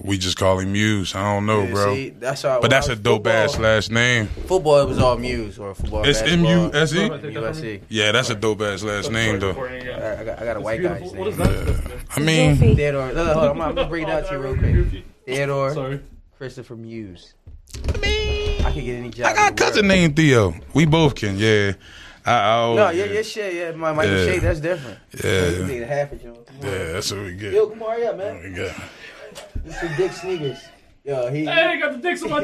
S1: We just call him Muse. I don't know,
S2: Yeah, see,
S1: bro.
S2: that's how.
S1: But that's a dope
S2: football,
S1: ass last name.
S2: Football it was all Muse or football.
S1: It's M U S E.
S4: Sorry, take that from me.
S2: USC.
S1: Yeah, that's a dope ass last name though.
S4: Recording again.
S2: I got, I got a white
S4: Beautiful.
S2: guy's
S4: What is
S2: name.
S4: that?
S1: I mean,
S2: Theodore. Look, hold on, I'm gonna- I'm gonna bring it out to you real quick. Theodore
S4: Sorry.
S2: Christopher Muse. I can get any job.
S1: I got a
S2: in the world.
S1: cousin named Theo. We both can. Yeah. I, I always,
S2: No, yeah, yeah, shit, yeah. My Michael
S1: Yeah.
S2: Shea, that's different. You
S1: yeah,
S2: need a half a joint. Come on.
S1: yeah. That's what we get.
S2: Yo, come hurry up,
S1: We
S2: man.
S1: got
S2: This is Dick Sneakers. Yo, he
S4: Hey, I got the dicks on my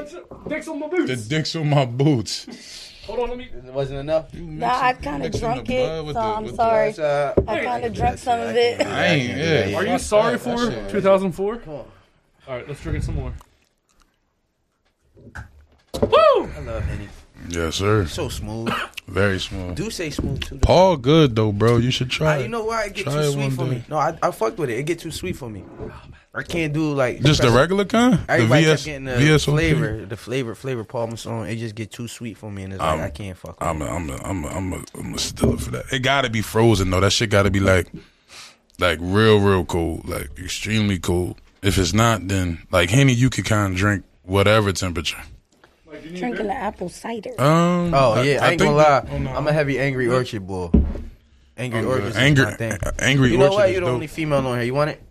S4: dicks on my
S1: the
S4: boots.
S1: dicks on my boots.
S4: Hold on, let me.
S2: it wasn't enough.
S6: Nah, I kind of
S1: Mixing
S6: drunk
S1: the blood
S6: it,
S1: with
S6: so
S1: the-
S6: I'm
S1: with the-
S6: sorry.
S2: That's, uh,
S6: I kind of drunk some of it.
S1: I ain't. Yeah.
S4: Are you sorry for 2004? Come
S2: on.
S4: All right, let's drink it some more.
S2: I love Henny.
S1: Yes, sir.
S2: So smooth.
S1: Very small.
S2: Do say smooth too. though.
S1: All good though, bro. You should try.
S2: Ah, you
S1: it.
S2: know why it get
S1: Try
S2: too
S1: it
S2: sweet
S1: one day.
S2: for
S1: Oh,
S2: me? No, I, I fucked with it. It get too sweet for me. I can't do like
S1: Just the
S2: press-
S1: regular kind. The
S2: Everybody
S1: VS,
S2: kept getting the
S1: VSOP?
S2: flavor, the flavor, flavor parmesan. It just get too sweet for me, and it's
S1: Um,
S2: like I can't fuck. With
S1: I'm a, I'm a, I'm a, I'm a, I'm a stiller for that. It gotta be frozen though. That shit gotta be like, like real, real cold, like extremely cold. If it's not, then like Henny, you could kind of drink whatever temperature.
S6: Drinking the apple cider.
S1: Um.
S2: it. oh yeah, I, ain't
S1: think-
S2: gonna lie. I'm a heavy angry orchard boy. Angry orchard, is
S1: Angry,
S2: my thing.
S1: angry.
S2: You know
S1: Orchard
S2: what?
S1: is
S2: You're the
S1: dope.
S2: only female on here. You want it?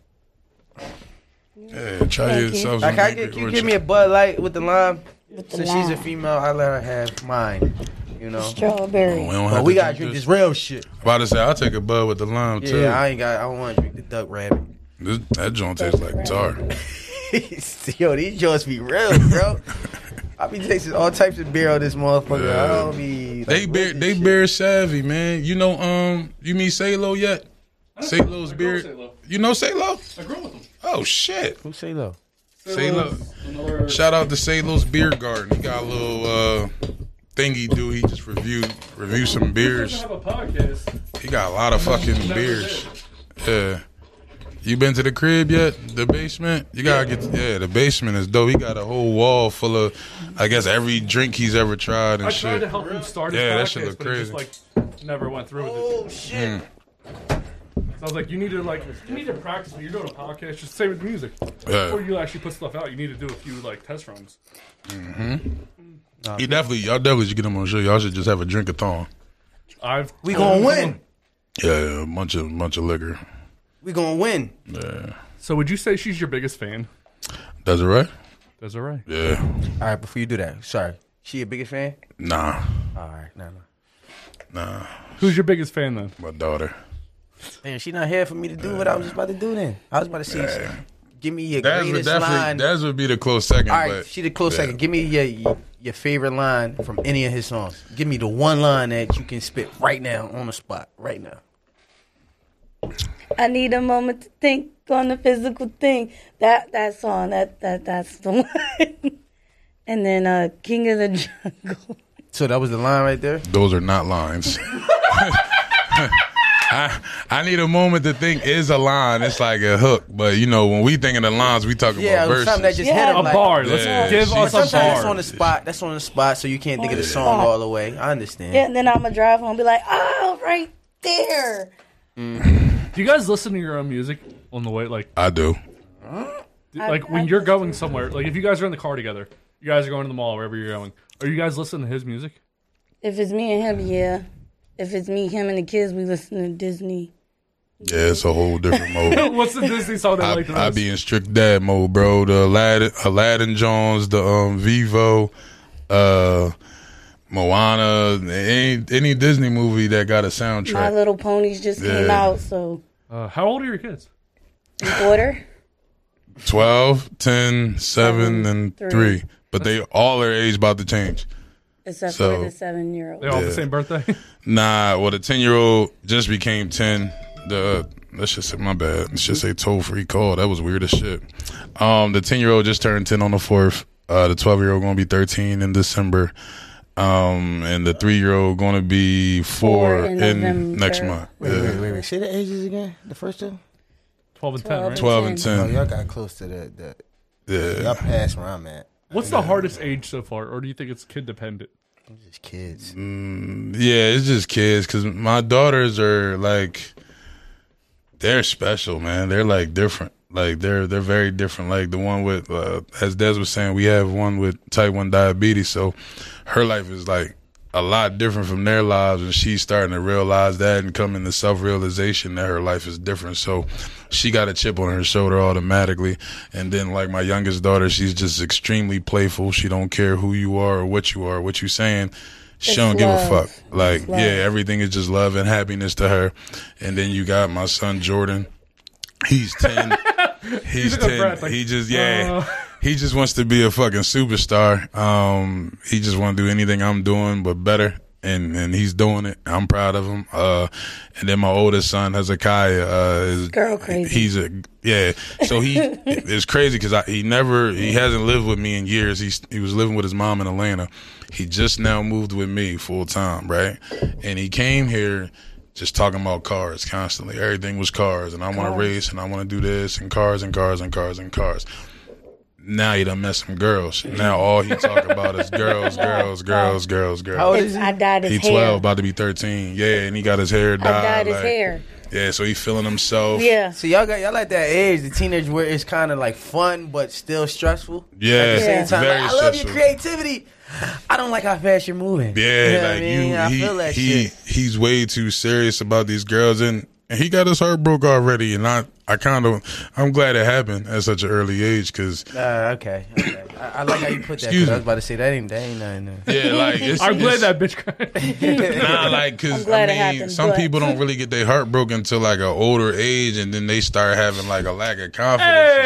S1: Yeah, try
S6: Thank you.
S1: yourself.
S2: Like,
S1: some
S2: I
S1: Angry
S2: get, can you
S1: Orchard.
S2: give me a Bud Light with the lime?
S6: With the
S2: Since
S6: lime.
S2: she's a female, I let her have mine. You know,
S6: Strawberry.
S1: We don't have
S2: but we
S1: to
S2: gotta drink
S1: this.
S2: this real shit.
S1: About to say, I'll take a bud with the lime too.
S2: Yeah, I ain't got. I don't want to drink the duck rabbit.
S1: This- that joint tastes like tar.
S2: Yo, these joints be real, bro. I be tasting all types of beer on this motherfucker. I don't be. Like,
S1: They
S2: with
S1: beer,
S2: this
S1: they
S2: shit.
S1: beer savvy, man. You know, um, you mean Salo yet? Salo's beer.
S4: Salo.
S1: You know Salo?
S4: I grew up with them.
S1: Oh shit!
S2: Who say though?
S1: Salo.
S4: Another-
S1: Shout out to Salo's Beer Garden. He got a little uh thing he do. He just review review some beers.
S4: have a podcast.
S1: He got a lot of fucking beers. Yeah. You been to the crib yet? The basement? You gotta get yeah. The basement is dope. He got a whole wall full of, I guess every drink he's ever tried and
S4: I
S1: shit.
S4: tried to help him start his
S1: Yeah, that shit
S4: podcast,
S1: look
S4: but he just like never went through with it.
S2: Oh shit!
S4: So I was like, you need to like, you need to practice when you're doing a podcast. Just same with music.
S1: Uh.
S4: Before
S1: yeah.
S4: you actually put stuff out, you need to do a few like test runs.
S1: He definitely, y'all definitely should get him on the show. Y'all should just have a drink a thong.
S4: I've
S2: We gonna win.
S1: Yeah, a bunch of bunch of liquor.
S2: We gonna win.
S1: Yeah,
S4: So would you say she's your biggest fan?
S1: that's right.
S4: That's all right.
S1: Yeah,
S2: All right, before you do that, sorry. She a biggest fan?
S1: nah,
S2: All right, no, no.
S1: nah.
S4: Who's your biggest fan then?
S1: My daughter.
S2: Man, she not here for me to do what I was just about to do. Then I was about to say, give me your
S1: That's would
S2: greatest
S1: definitely
S2: line.
S1: that's would be the close second.
S2: All right,
S1: but
S2: she the close
S1: yeah.
S2: second. Give me your- your your favorite line from any of his songs. Give me the one line that you can spit right now on the spot, right now.
S6: I need a moment to think on the physical thing. That that song. That that that's the one. and then uh, King of the Jungle.
S2: So that was the line right there.
S1: Those are not lines. I, I need a moment to think is a line. It's like a hook, but you know when we thinking of lines, we talking about
S2: Yeah, it was
S1: verses.
S2: something that just hit
S6: Yeah.
S2: him
S4: A
S2: like,
S4: bar. Let's
S1: Yeah,
S4: give
S1: she-
S4: us
S2: Sometimes
S4: a
S2: that's
S4: bar.
S2: on the spot. That's on the spot, so you can't think of the
S6: Yeah.
S2: song all the way. I understand.
S6: Yeah, and then I'ma drive home and be like, oh right there.
S4: Do you guys listen to your own music on the way? Like,
S1: I do.
S4: d- like when you're going somewhere. Like if you guys are in the car together, you guys are going to the mall, wherever you're going. Are you guys listening to his music?
S6: If it's me and him, yeah. If it's me, him, and the kids, we listen to Disney.
S1: Yeah, it's a whole different mode.
S4: What's the Disney song that
S1: I,
S4: like the
S1: I
S4: most?
S1: be in strict dad mode, bro. The Aladdin, Aladdin Jones, the um, Vivo, uh, Moana, any any Disney movie that got a
S6: My
S1: soundtrack.
S6: Little Ponies just came
S1: Yeah.
S6: out, so
S4: Uh, how old are your kids?
S6: in order.
S1: 12, 10, 7, and
S6: Three.
S1: 3. But they all are age about to change.
S6: Except
S1: So-
S6: for the seven year old.
S4: They all have the
S1: Yeah.
S4: same birthday.
S1: Nah, well, the 10 year old just became 10. The Let's just say, my bad. Let's just say toll free call. That was weird as shit. Um, the 10 year old just turned 10 on the 4th. Uh, the 12 year old going to be 13 in December. Um, and the 3 year old going to be 4
S6: Four
S1: in,
S6: in November.
S1: next month.
S7: Wait,
S1: Yeah. Mm.
S7: wait, wait, wait. Say the ages again. The first two.
S4: Twelve and ten, right?
S1: 12 and
S7: Oh,
S1: 10.
S7: y'all got close to the the. Y'all
S1: Yeah.
S7: passed where I'm at.
S4: What's the hardest age so far, or do you think it's kid dependent?
S7: Just kids.
S1: Mm. Yeah, it's just kids because my daughters are like, they're special, man. They're like different. Like they're they're very different. Like the one with, uh, as Des was saying, we have one with type one diabetes, so her life is like a lot different from their lives, and she's starting to realize that and come into self realization that her life is different. So she got a chip on her shoulder automatically. And then like my youngest daughter, she's just extremely playful. She don't care who you are or what you are, what you saying. She
S6: It's
S1: don't give a
S6: love.
S1: fuck. Like,
S6: love.
S1: yeah, everything is just love and happiness to her. And then you got my son Jordan. He's ten. He's
S4: took a
S1: ten.
S4: breath, like, uh.
S1: he just yeah. He just wants to be a fucking superstar. Um, he just want to do anything I'm doing, but better. And and he's doing it. I'm proud of him. Uh, and then my oldest son Hezekiah uh, is
S6: Girl crazy.
S1: He's a yeah. So he it's crazy because he never he hasn't lived with me in years. He's he was living with his mom in Atlanta. He just now moved with me full time, right? And he came here just talking about cars constantly. Everything was cars, and I want to race, and I want to do this, and cars, and cars, and cars, and cars. Now he done met some girls. Now all he talk about is girls, girls, girls, girls,
S2: How
S1: girls.
S2: old is he?
S6: I dyed his
S1: He
S6: hair.
S1: twelve, about to be thirteen. Yeah, and he got his hair
S6: I
S1: dyed.
S6: dyed his
S1: like-
S6: hair.
S1: Yeah, so he feeling himself.
S6: Yeah.
S2: So y'all got y'all like that age, the teenage where it's kind of like fun but still stressful.
S1: Yeah,
S2: At the same time,
S1: very
S2: like, I love your
S1: stressful.
S2: creativity. I don't like how fast you're moving.
S1: Yeah,
S2: You know what
S1: like
S2: I mean?
S1: you,
S2: I
S1: he,
S2: feel that
S1: he
S2: shit.
S1: he's way too serious about these girls, and, and he got his heart broke already. And I, I kind of, I'm glad it happened at such an early age, cause
S2: Uh, okay. okay. I, I like how you put that.
S1: Excuse
S2: 'cause I
S1: me.
S2: was about to say that ain't that ain't nothing. there.
S1: yeah, like it's,
S4: I'm
S1: it's-
S4: glad that bitch cried.
S1: Nah, like, cause
S6: I'm glad
S1: I
S6: it
S1: mean,
S6: happened,
S1: some
S6: but-
S1: people don't really get their heart broken until like an older age, and then they start having like a lack of confidence. and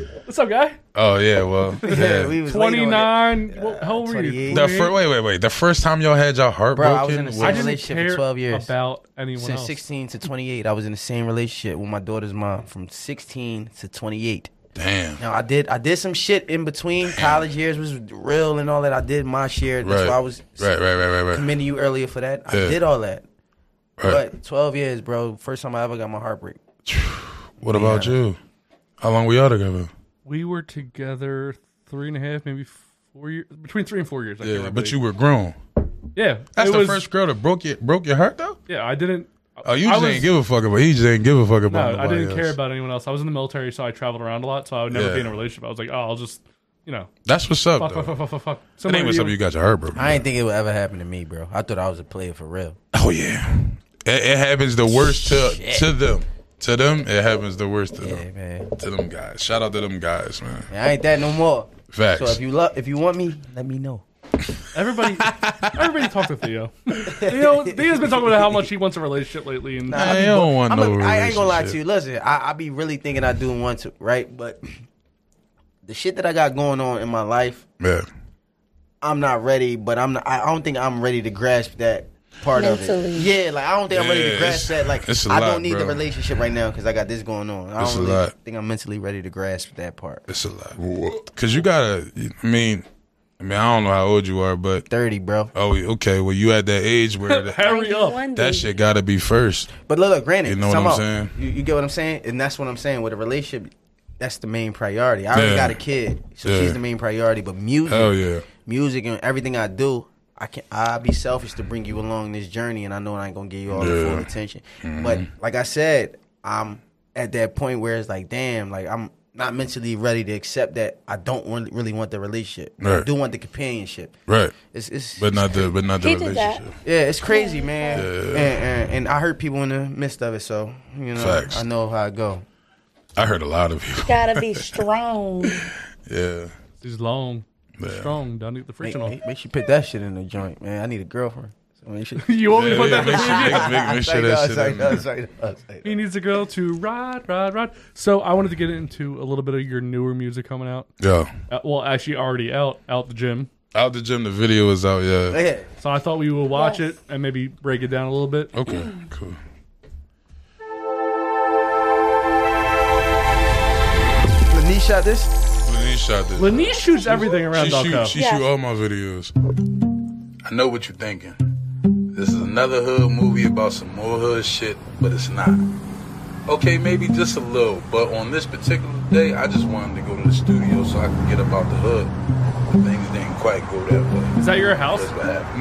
S1: shit.
S4: hey, what's up, guy?
S1: Oh yeah, well, yeah.
S2: We was late on it.
S4: Twenty nine. How old were
S2: 28.
S4: you?
S1: the fir- wait, wait, wait. The first time y'all had y'all heart
S2: Bro, I was
S1: broken,
S2: in the
S4: I
S2: same
S4: didn't
S2: relationship for
S4: care
S2: 12 years.
S4: about anyone
S2: Since
S4: else.
S2: 16 to 28, I was in the same relationship with my daughter's mom from 16 to 28.
S1: damn.
S2: Now I did I did some shit in between. College years was real and all that. I did my share. That's
S1: Right.
S2: why I was
S1: Right, right, right, right, right.
S2: commending you earlier for that. I
S1: Yeah.
S2: did all that.
S1: right.
S2: But 12 years, bro. First time I ever got my heartbreak.
S1: What about you? How long were y'all together?
S4: We were together three and a half, maybe four years, between three and four years. I can't
S1: Yeah,
S4: remember
S1: but
S4: the
S1: you were grown.
S4: age. yeah.
S1: That's
S4: it
S1: the
S4: was-
S1: first girl that broke your broke your heart though.
S4: Yeah, I didn't.
S1: Oh, you
S4: I
S1: just
S4: was-
S1: ain't give a fuck about. He just ain't give a fuck about.
S4: No, I
S1: nobody
S4: didn't care
S1: else.
S4: about anyone else. I was in the military, so I traveled around a lot, so I would never
S1: Yeah.
S4: be in a relationship. I was like, oh, I'll just, you know,
S1: That's what's up.
S4: fuck,
S1: though.
S4: fuck, fuck, fuck, fuck, fuck.
S1: That
S4: Somebody
S1: ain't what's up. You got your heart broken.
S2: I didn't think it would ever happen to me, bro. I thought I was a player for real.
S1: Oh yeah, it, it happens the worst to to them. To them, it happens the worst to
S2: Yeah,
S1: them.
S2: man.
S1: To them guys. Shout out to them guys, man.
S2: I ain't that no more.
S1: Facts.
S2: So if you love, if you want me, let me know.
S4: everybody, everybody talk to Theo. Theo, Theo's been talking about how much he wants a relationship lately, and
S1: I don't want
S2: I'm
S1: no
S2: a, I ain't gonna lie to you.
S1: relationship.
S2: Listen, I, I be really thinking I do want to, right? But the shit that I got going on in my life,
S1: Yeah.
S2: I'm not ready. But I'm not, I I don't think I'm ready to grasp that part
S6: Mentally.
S2: of it. Yeah, like I don't think I'm ready
S1: Yeah,
S2: to grasp
S1: it's-
S2: that. Like
S1: it's a
S2: I
S1: lot,
S2: don't need
S1: bro.
S2: the relationship right now because I got this going on. I
S1: It's
S2: don't
S1: a
S2: really
S1: lot.
S2: think I'm mentally ready to grasp that part.
S1: It's a lot. Cause you gotta. I mean, I mean, I don't know how old you are, but
S2: Thirty, bro.
S1: oh, okay. Well, you at that age where that,
S4: hurry up.
S6: One
S1: that
S6: day.
S1: shit gotta be first.
S2: But look, look granted,
S1: You know what
S2: time
S1: I'm
S2: out.
S1: saying?
S2: You, you get what I'm saying, and that's what I'm saying with a relationship. That's the main priority. I
S1: Yeah.
S2: already got a kid, so
S1: Yeah.
S2: she's the main priority. But music,
S1: Hell yeah.
S2: music, and everything I do, I can I'd be selfish to bring you along this journey, and I know I ain't gonna give you all the full
S1: Yeah. Mm-hmm.
S2: attention. But like I said, I'm at that point where it's like, damn, like I'm not mentally ready to accept that I don't want- really want the relationship. I
S1: Right.
S2: do want the companionship.
S1: Right.
S2: It's it's
S1: But not the but not the
S6: He did that.
S1: relationship.
S2: yeah, it's crazy, man.
S1: Yeah.
S2: And, and, and I hurt people in the midst of it, so you know
S1: Facts.
S2: I know how it go.
S1: I heard a lot of you.
S6: Gotta be strong.
S1: Yeah.
S4: He's long,
S1: Yeah.
S4: strong. Don't need the
S2: Make,
S4: friction on.
S2: make- make sure you put that shit in the joint, man. I need a girlfriend. So make sure.
S4: You only put
S1: Yeah,
S4: that.
S1: make sure- make- make- make sure that shit in
S2: uh,
S1: there.
S4: He needs a girl to ride, ride, ride. So I wanted to get into a little bit of your newer music coming out.
S1: Yo,
S4: Uh, well, actually, already out, out the gym.
S1: out the gym. The video is out. Yeah.
S2: Yeah.
S4: So I thought we would watch
S6: Yes.
S4: it and maybe break it down a little bit.
S1: Okay. Cool.
S2: Lanique shot this.
S1: Lanice shot this.
S4: Lanice shoots everything around
S1: She shoot,
S4: Delco.
S1: she
S6: Yes.
S1: shoot all my videos. I know what you're thinking. This is another hood movie about some more hood shit, but it's not. Okay, maybe just a little, but on this particular day, I just wanted to go to the studio so I could get about the hood. But things didn't quite go that way.
S4: Is that your house?
S1: That's what happened.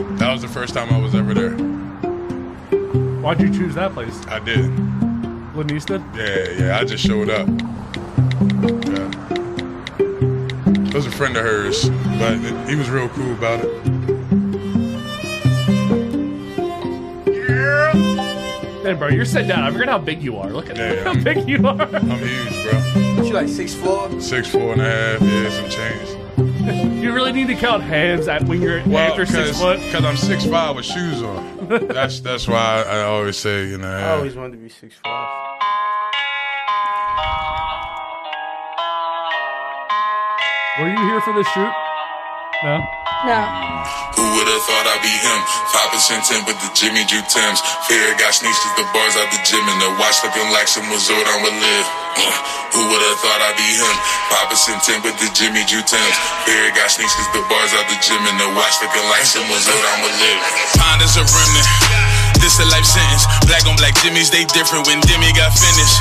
S1: No, that was the first time I was ever there.
S4: Why'd you choose that place?
S1: I did.
S4: Lanice did?
S1: Yeah, yeah, I just showed up. Yeah. It was a friend of hers, but it- he was real cool about it.
S4: Hey, bro, you're sitting down. I forgot how big you are. Look at
S1: Yeah.
S4: look how big you are.
S1: I'm huge, bro.
S2: She like six four.
S1: Six four and a half, yeah, some change.
S4: You really need to count hands at when you're after six foot.
S1: because I'm six five with shoes on. That's that's why I, I always say, you know,
S2: I always wanted to be six five.
S4: Were you here for this shoot? No.
S6: No.
S8: Who would've thought I'd be him? Five percent ten with the Jimmy Drew Tims. Fear got sneaks 'cause the bars out the gym and the watch looking like some resort I would live. Uh, who would've thought I'd be him? Five percent ten with the Jimmy Drew Tims. Fear got sneaks 'cause the bars out the gym and the watch looking like some resort I would live. Pond is a remnant. This a life sentence. Black on black Jimmys, they different when Demi got finished.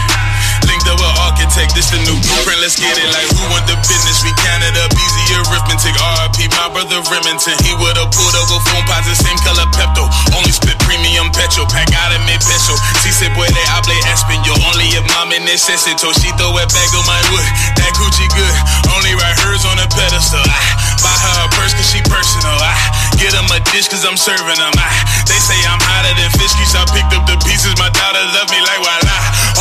S8: Linked up with architect, this the new blueprint. Let's get it like who want the business? We counted up easy arithmetic. RIP, my brother Remington. He would've pulled up with phone pots, the same color Pepto. Only spit premium petrol, pack out of mid petrol. Si se puede, hable español. Only if mom in necesito. She throw it back on my wood. That Gucci good. Only write hers on a pedestal. I buy her a purse cause she personal. I get them a dish cause I'm serving them. I, they say I'm hotter than fish grease. I picked up the pieces. My daughter love me like why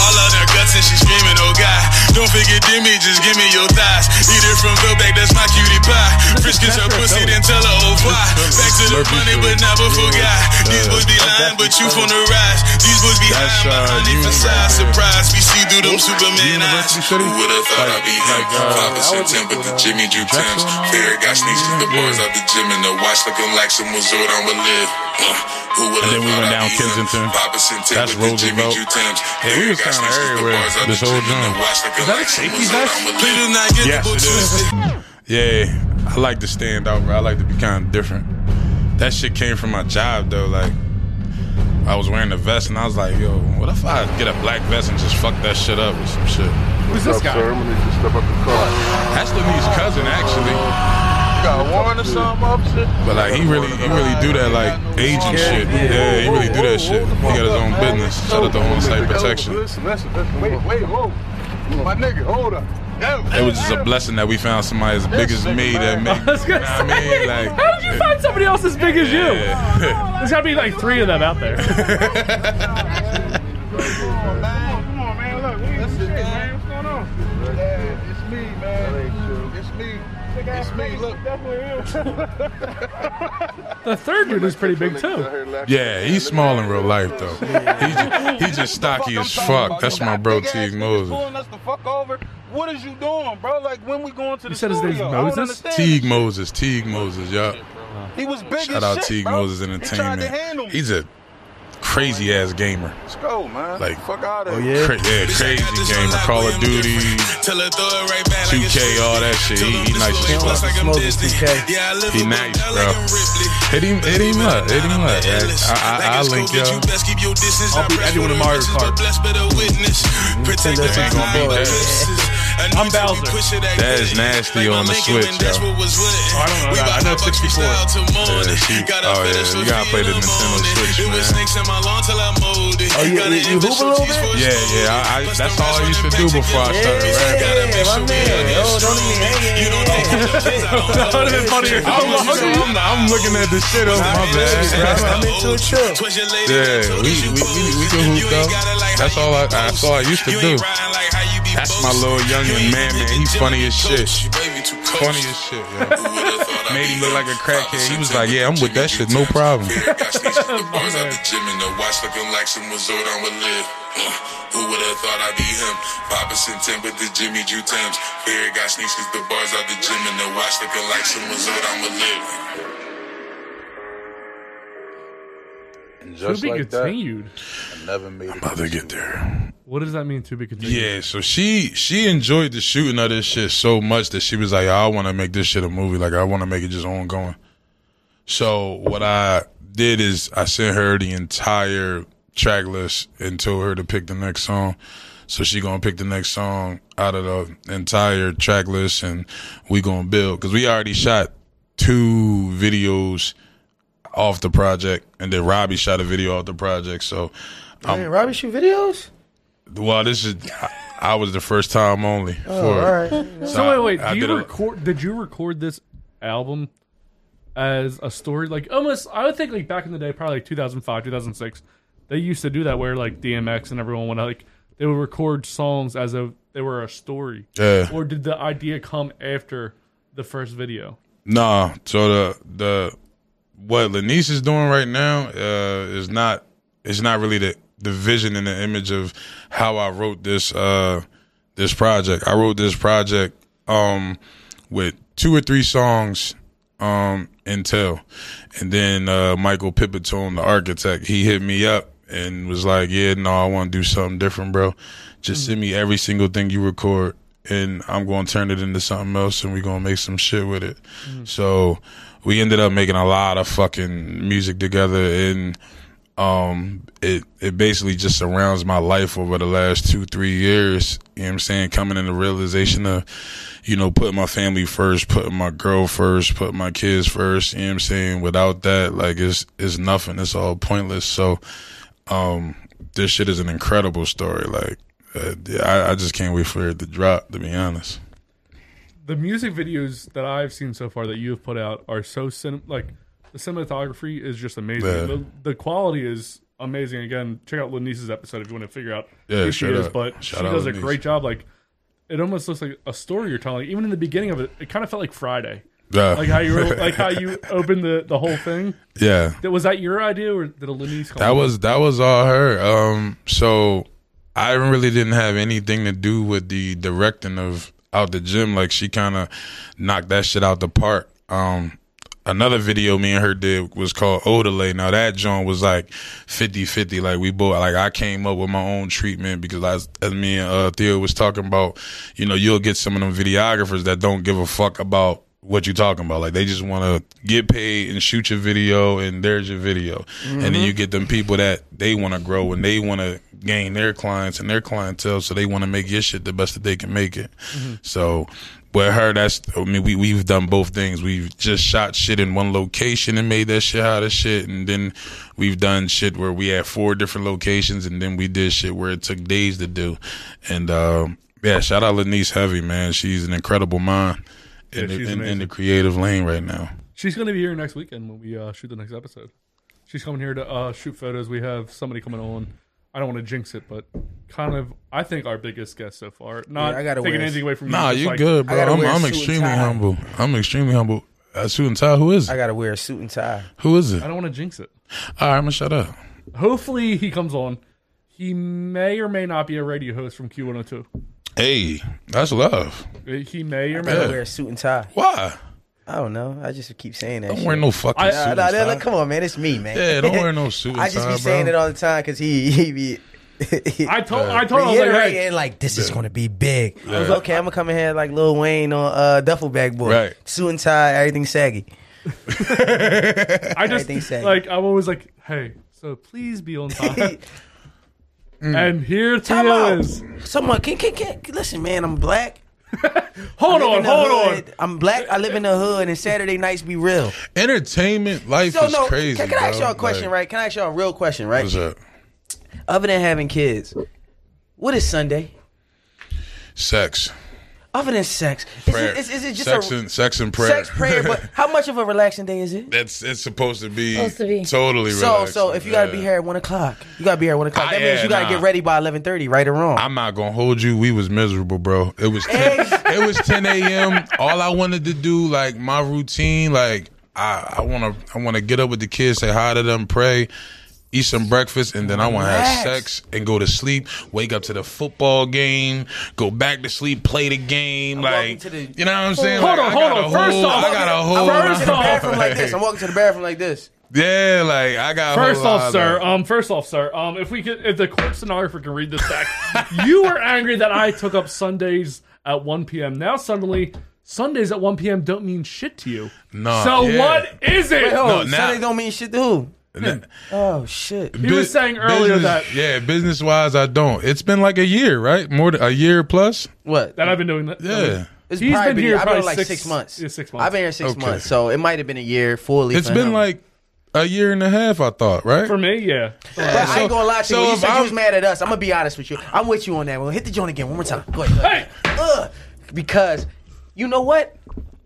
S8: All of their guts and she screaming, oh God. Don't forget Demi, just give me your thighs. Eat it from Quebec, that's my cutie pie. Frisk is her pussy, then tell her oh why. Back to the money, but never forgot. These boys be lying, but you from the rise. These boys be
S1: That's,
S8: hiding
S1: uh,
S8: behind they
S1: you,
S8: facade.
S1: right?
S8: Surprise, we see through them Superman eyes.
S1: University City?
S8: Who would've thought I'd be him?
S1: Like, uh,
S8: Five percent ten, but the Jimmy Drew Tims. Fair got sneaks, the boys out the gym, and the watch looking like some resort I would live. Uh, Who
S1: And
S8: would've
S1: then we
S8: thought
S1: went
S8: I'd
S1: down
S8: be him?
S1: Kensington.
S8: Five percent ten,
S1: That's
S8: but the Jimmy
S1: Roosevelt.
S8: Drew Tims.
S1: Yeah, we was
S8: Fair got
S1: kinda
S8: sneaks, the
S1: everywhere
S8: boys out the
S1: this whole
S8: gym, and the
S1: joint.
S8: watch looking
S4: Is that a
S8: like some
S4: safety
S8: resort
S4: vest?
S8: I would live. Please do not get
S1: Yes,
S8: the
S1: it
S8: books
S1: is. Yeah, I like to stand out, bro. I like to be kind of different. That shit came from my job, though. Like, I was wearing a vest, and I was like, yo, what if I get a black vest and just fuck that shit up or some shit?
S4: Who's this guy?
S9: I'm gonna need you to step up the car.
S1: That's Lenny's cousin, actually.
S9: Got a warrant or something, officer?
S1: But like, he really, he really do that like agent shit. Yeah, he really do that shit. He got his own business. Shout out to On Site Protection.
S9: Listen, listen, listen. Wait, wait, whoa. My nigga, hold up.
S1: It was just a blessing that we found somebody as big as me that make.
S4: I was gonna
S1: Nah, I mean,
S4: say,
S1: like-
S4: how did you find somebody else as big as you?
S1: Yeah.
S4: There's gotta be like three of them out there.
S9: It's me, man. It's me. It's me. Look.
S4: The third dude is pretty big too.
S1: Yeah, he's small in real life though. He just, he just stocky as fuck. That's my bro Teague Moses.
S9: Pulling us the fuck over. What is you doing, bro? Like when we going to the
S4: You said his name's
S9: studio? I don't
S4: Moses?
S9: understand.
S1: Teague Moses, Teague Moses, y'all.
S9: He was big
S1: Shout
S9: as
S1: out
S9: shit,
S1: Teague
S9: bro.
S1: Moses
S9: He tried to
S1: Entertainment.
S9: handle me. Oh,
S1: He's a crazy ass gamer.
S9: Let's go, man.
S1: Like-
S9: fuck Oh, out of here.
S1: Cra- yeah, crazy gamer. Call of Duty, 2K, all that shit. He, he nice as fuck. He nice, bro. Hit him, hit him up, hit him up. I, I, I'll link y'all.
S8: I'll
S4: be- I do want a Mario Kart.
S8: Protect the
S1: Nintendo 64.
S8: back of my business.
S4: I'm Bowser.
S8: That
S1: is nasty on the Switch,
S8: That's
S1: yo.
S8: what was lit.
S4: I don't know that. I know 64.
S1: Yeah, she- oh, yeah, you gotta play the Nintendo Switch,
S8: It was
S1: man.
S8: snakes in my lawn till I molded.
S2: Oh, you- you- you hoop a little bit?
S1: Yeah, yeah. I, I, that's all I used to do before I started rapping.
S2: Yeah, my man. Oh, don't even hang it.
S4: That would have been funnier.
S1: I'm, looking- I'm- I'm looking at the shit over my
S2: I'm,
S1: bag.
S2: I'm into a trip.
S1: Yeah, we, we, we, we can hoop though. That's all I that's all I used to do. That's my little youngin' man, man. He funny as shit. Funny as shit, yo. Made him look like a crackhead. He was like, "Yeah, I'm with that shit, no problem."
S8: Bars out the gym in the watch looking like some resort on a live. Who would have thought I'd be him? Papa sent 10 with the Jimmy Jew Tims. Fair got sneaks 'cause the bars out the gym in the watch looking like some resort on a live.
S10: And
S4: To
S10: just
S4: be
S10: like that,
S4: continued.
S10: I never made it.
S1: Mother, get there.
S4: What does that mean? To be continued.
S1: Yeah, so she she enjoyed the shooting of this shit so much that she was like, I want to make this shit a movie. Like I want to make it just ongoing. So what I did is I sent her the entire track list and told her to pick the next song. So she gonna pick the next song out of the entire track list, and we gonna build because we already shot two videos off the project, and then Robbie shot a video off the project. So
S2: Man, Robbie shoot videos?
S1: well, this is. I, I was the first time only. for it.
S2: Oh, All right.
S1: So, I-
S4: So wait, wait.
S1: I
S4: Do
S1: did a-
S4: you record? Did you record this album as a story? Like almost, I would think like back in the day, probably like 2005, 2006. They used to do that where like DMX and everyone would like they would record songs as if they were a story.
S1: Yeah.
S4: Or did the idea come after the first video?
S1: Nah. So the the what Lanice is doing right now uh, is not it's not really the the vision and the image of how I wrote this uh, this project. I wrote this project um, with two or three songs um, Intel, and then uh, Michael Pipitone, the architect, he hit me up and was like, "Yeah, no, I want to do something different, bro. Just send me every single thing you record." And I'm gonna turn it into something else, and we're gonna make some shit with it. So we ended up making a lot of fucking music together, and um it it basically just surrounds my life over the last two three years you know what i'm saying coming in the realization of you know putting my family first putting my girl first putting my kids first you know what i'm saying without that like it's it's nothing it's all pointless so um this shit is an incredible story like uh, I, I just can't wait for it to drop to be honest
S4: the music videos that I've seen so far that you have put out are so cin- like the cinematography is just amazing.
S1: Yeah.
S4: The, the quality is amazing. Again, check out Lanice's episode if you want to figure out
S1: Yeah,
S4: who she
S1: shout
S4: is.
S1: out-
S4: But
S1: shout
S4: she
S1: out
S4: does a
S1: Lanice.
S4: great job. Like it almost looks like a story you're telling. Even in the beginning of it, it kind of felt like Friday.
S1: yeah
S4: Like how you were, like how you opened the, the whole thing.
S1: yeah
S4: That was that your idea or did a Lanice come?
S1: That was that was all her. Um, so I really didn't have anything to do with the directing of out the gym. Like she kind of knocked that shit out the park. Um, another video me and her did was called Odelay. Now that joint was like 50-50. Like we both like I came up with my own treatment because I, was- as me and uh, Theo was talking about, you know, you'll get some of them videographers that don't give a fuck about what you talking about. Like they just want to get paid and shoot your video and there's your video. And then you get them people that they want to grow and they want to gain their clients and their clientele. So they want to make your shit the best that they can make it. So with her, that's, I mean, we, we've done both things. We've just shot shit in one location and made that shit out of shit. And then we've done shit where we had four different locations and then we did shit where it took days to do. And, um, yeah, shout out Lanice Heavy, man. She's an incredible mind in,
S4: Yeah, she's
S1: the, in, in
S4: amazing.
S1: the creative lane right now.
S4: She's going to be here next weekend when we uh, shoot the next episode. She's coming here to uh, shoot photos. We have somebody coming on. I don't want to jinx it, but kind of, I think our biggest guest so far. Not
S2: Yeah, I gotta
S4: taking
S2: wear-
S4: anything away from
S1: Nah,
S4: you. just
S1: you
S4: like-
S1: good, bro.
S2: gotta
S1: I'm,
S2: wear a
S1: I'm
S2: suit and
S1: extremely
S2: tie.
S1: humble. I'm extremely humble. I suit and tie. Who is
S2: I
S1: it?
S2: got to wear a suit and tie.
S1: Who is it?
S4: I
S1: All
S4: don't want to jinx it.
S1: right, I'm gonna shut up.
S4: Hopefully he comes on. He may or may not be a radio host from Q102.
S1: Hey, that's love.
S4: Uh, He may or
S2: I
S4: may
S2: got
S1: Yeah.
S2: to wear a suit and tie.
S1: Why?
S2: I don't know. I just keep saying that
S1: Don't
S2: shit.
S1: wear no fucking
S4: I-
S1: suit.
S2: Nah,
S1: and
S2: nah, nah, nah,
S1: tie.
S2: come on, man. It's me, man.
S1: Yeah, don't wear no suit and
S2: I just
S1: tie,
S2: be saying
S1: bro.
S2: it all the time because he, he be.
S4: I told, I told him, I was like,
S2: Reiterating,
S4: hey,
S2: like this is gonna be big. I was
S1: Yeah.
S2: like, okay, I'm gonna come in here like Lil Wayne on uh, Duffel Bag Boy,
S1: Right.
S2: suit and tie, everything saggy.
S4: I just,
S2: everything said.
S4: like, I'm always like, hey, so please be on time. and here
S2: Time
S4: Theo
S2: out.
S4: is.
S2: Someone can, can can listen, man. I'm black. I
S4: Hold
S2: live
S4: on,
S2: in the
S4: hold on.
S2: hood. I'm black. I live in the hood, and Saturday nights be real.
S1: Entertainment life
S2: so
S1: is
S2: no,
S1: crazy.
S2: Can, can I ask
S1: bro.
S2: y'all a question,
S1: Like,
S2: right? Can I ask y'all a real question, right?
S1: What's up?
S2: Other than having kids, what is Sunday?
S1: Sex,
S2: Other than sex, is
S1: prayer,
S2: it, is, is it just
S1: sex,
S2: a
S1: and, sex and prayer.
S2: sex prayer? But how much of a relaxing day is it?
S1: that's it's supposed to be,
S2: Supposed to be.
S1: totally.
S2: So,
S1: relaxing.
S2: so if you gotta
S1: Yeah.
S2: be here at one o'clock, you gotta be here at one o'clock.
S1: Ah,
S2: That
S1: yeah,
S2: means you gotta
S1: nah.
S2: get ready by eleven thirty, right or wrong.
S1: I'm not gonna hold you. We was miserable, bro. It was 10, it was 10 a.m. All I wanted to do, like my routine, like I I wanna I wanna get up with the kids, say hi to them, pray, eat some breakfast, and then I wanna have sex and go to sleep. Wake up to the football game, go back to sleep, play the game, like you know what I'm saying?
S2: Hold
S1: Like,
S2: on,
S1: I
S2: hold
S1: got
S2: on.
S1: a
S2: First
S1: whole-
S2: off,
S1: I got a
S2: I'm
S1: whole.
S2: walking to the
S1: lot,
S2: bathroom like this. I'm
S1: like-
S2: walking to the bathroom like this.
S1: Yeah, like I got. a whole
S4: First off,
S1: lot
S4: sir.
S1: of-
S4: Um, first off, sir. Um, if we could, if the court stenographer can read this back, you were angry that I took up Sundays at 1 p.m. Now suddenly, Sundays at 1 p.m. don't mean shit to you.
S1: No,
S4: So
S1: yeah.
S4: what is it?
S1: Wait, hold No, on. now-
S2: Sunday don't mean shit to who?
S1: Nah.
S2: Oh shit!
S4: He was saying earlier
S1: business-
S4: that
S1: yeah, business wise, I don't. It's been like a year, right? More than a year plus.
S2: What?
S4: that I've been doing that.
S1: Yeah.
S2: It's
S4: He's
S2: probably
S4: been here
S2: I've
S4: probably
S2: been like
S4: six-
S2: six, months.
S4: yeah, six
S2: I've been here six
S1: Okay.
S2: months, so it might have been a year fully.
S1: It's
S2: for
S1: been
S2: him.
S1: like a year and a half, I thought, right?
S4: For me, yeah.
S2: But I
S1: So-
S2: ain't gonna lie to
S1: so
S2: you. You
S1: if
S2: said you
S1: I'm-
S2: was mad at us. I'm gonna be honest with you. I'm with you on that one. Hit the joint again one more time. Go ahead. Go ahead. Ugh. Because you know what?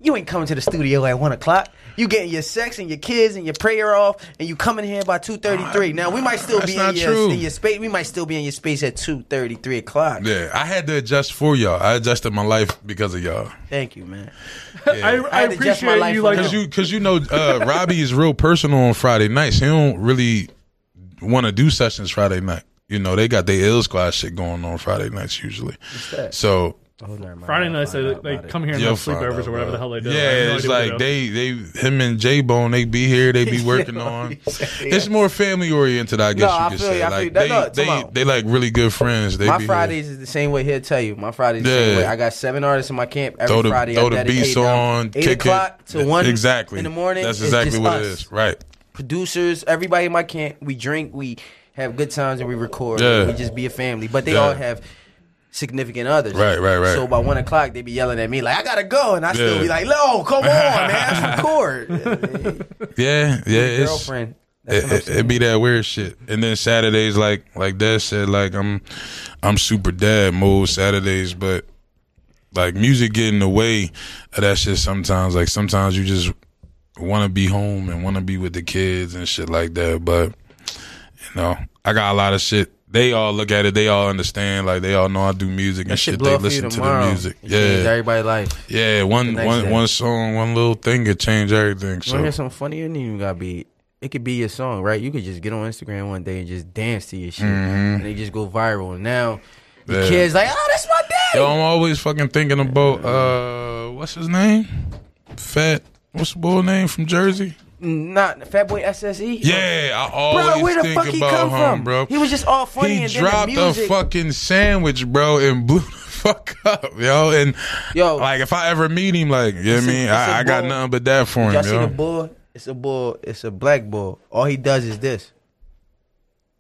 S2: You ain't coming to the studio at one o'clock. You getting your sex and your kids and your prayer off, and you coming here by two thirty three. Now we might still
S1: That's
S2: be
S1: not
S2: in your,
S1: true.
S2: in your space. We might still be in your space at two thirty three o'clock.
S1: Yeah, I had to adjust for y'all. I adjusted my life because of y'all.
S2: Thank you, man.
S4: I, I,
S2: I had to adjust my
S4: appreciate
S2: life
S4: you
S2: for
S4: like
S1: Cause you, cause you know, uh, Robbie is real personal on Friday nights. He don't really want to do sessions Friday night. You know, they got their ill squad shit going on Friday nights usually. So
S4: Friday nights. They, they come here and
S1: You'll
S4: have
S1: find
S4: sleepovers
S1: out,
S4: or whatever
S1: bro.
S4: the hell they do. I have
S1: Yeah,
S4: no
S1: it's
S4: idea what
S1: like
S4: do.
S1: they, they, him and J Bone, they be here, they be working on. It's more family oriented, I guess
S2: No, I
S1: you could
S2: feel
S1: say.
S2: you, I feel
S1: like
S2: you. No,
S1: they,
S2: no, come
S1: they,
S2: on.
S1: they like really good friends. They
S2: my
S1: be
S2: Fridays is the same way. He'll tell you. My Fridays is the
S1: Yeah.
S2: same way. I got seven artists in my camp every
S1: Throw the-
S2: Friday.
S1: throw
S2: I
S1: the
S2: dedicate
S1: beats
S2: them.
S1: on,
S2: eight
S1: kick it.
S2: o'clock to one
S1: Exactly.
S2: in the morning.
S1: That's
S2: It's
S1: exactly
S2: just
S1: what it
S2: us.
S1: is, right.
S2: Producers, everybody in my camp. We drink. We have good times and we record.
S1: Yeah.
S2: We just be a family. But they
S1: Yeah.
S2: all have significant others.
S1: Right, right, right.
S2: So by one o'clock they be yelling at me like I gotta go, and I still
S1: Yeah.
S2: be like, No, come on, man, let's record.
S1: Yeah, yeah. It's,
S2: girlfriend.
S1: It, it, it be that weird shit. And then Saturdays, like like Dad said, like I'm I'm super dad mode Saturdays, but like music get in the way of that shit sometimes. Like sometimes you just want to be home and want to be with the kids and shit like that. But you know, I got a lot of shit. They all look at it. They all understand. Like they all know I do music and
S2: That
S1: shit.
S2: shit
S1: They
S2: blow up for you
S1: listen to the
S2: tomorrow.
S1: music.
S2: It changes
S1: Yeah,
S2: everybody's life.
S1: yeah. One
S2: next
S1: one
S2: day.
S1: one song, one little thing could change everything.
S2: You want to
S1: So
S2: hear something funny? It ain't even gotta be. It could be your song, right? You could just get on Instagram one day and just dance to your shit,
S1: Mhm.
S2: and they just go viral. And now the
S1: Yeah.
S2: kids like, oh, that's my daddy.
S1: Yo, I'm always fucking thinking about uh, what's his name? Fat. What's the boy name from Jersey?
S2: Not Fatboy SSE.
S1: Yeah, I always
S2: bro, where the
S1: think
S2: fuck
S1: about
S2: he come
S1: him,
S2: from,
S1: bro.
S2: He was just all funny
S1: he
S2: and
S1: dropped
S2: then the music.
S1: a fucking sandwich, bro, and blew the fuck up, yo. And
S2: yo,
S1: like if I ever meet him, like you know what I mean,
S2: it's a
S1: I, I got
S2: boy.
S1: nothing but that for
S2: Y'all
S1: him,
S2: see the
S1: yo.
S2: bull? It's a bull. It's a black bull. All he does is this.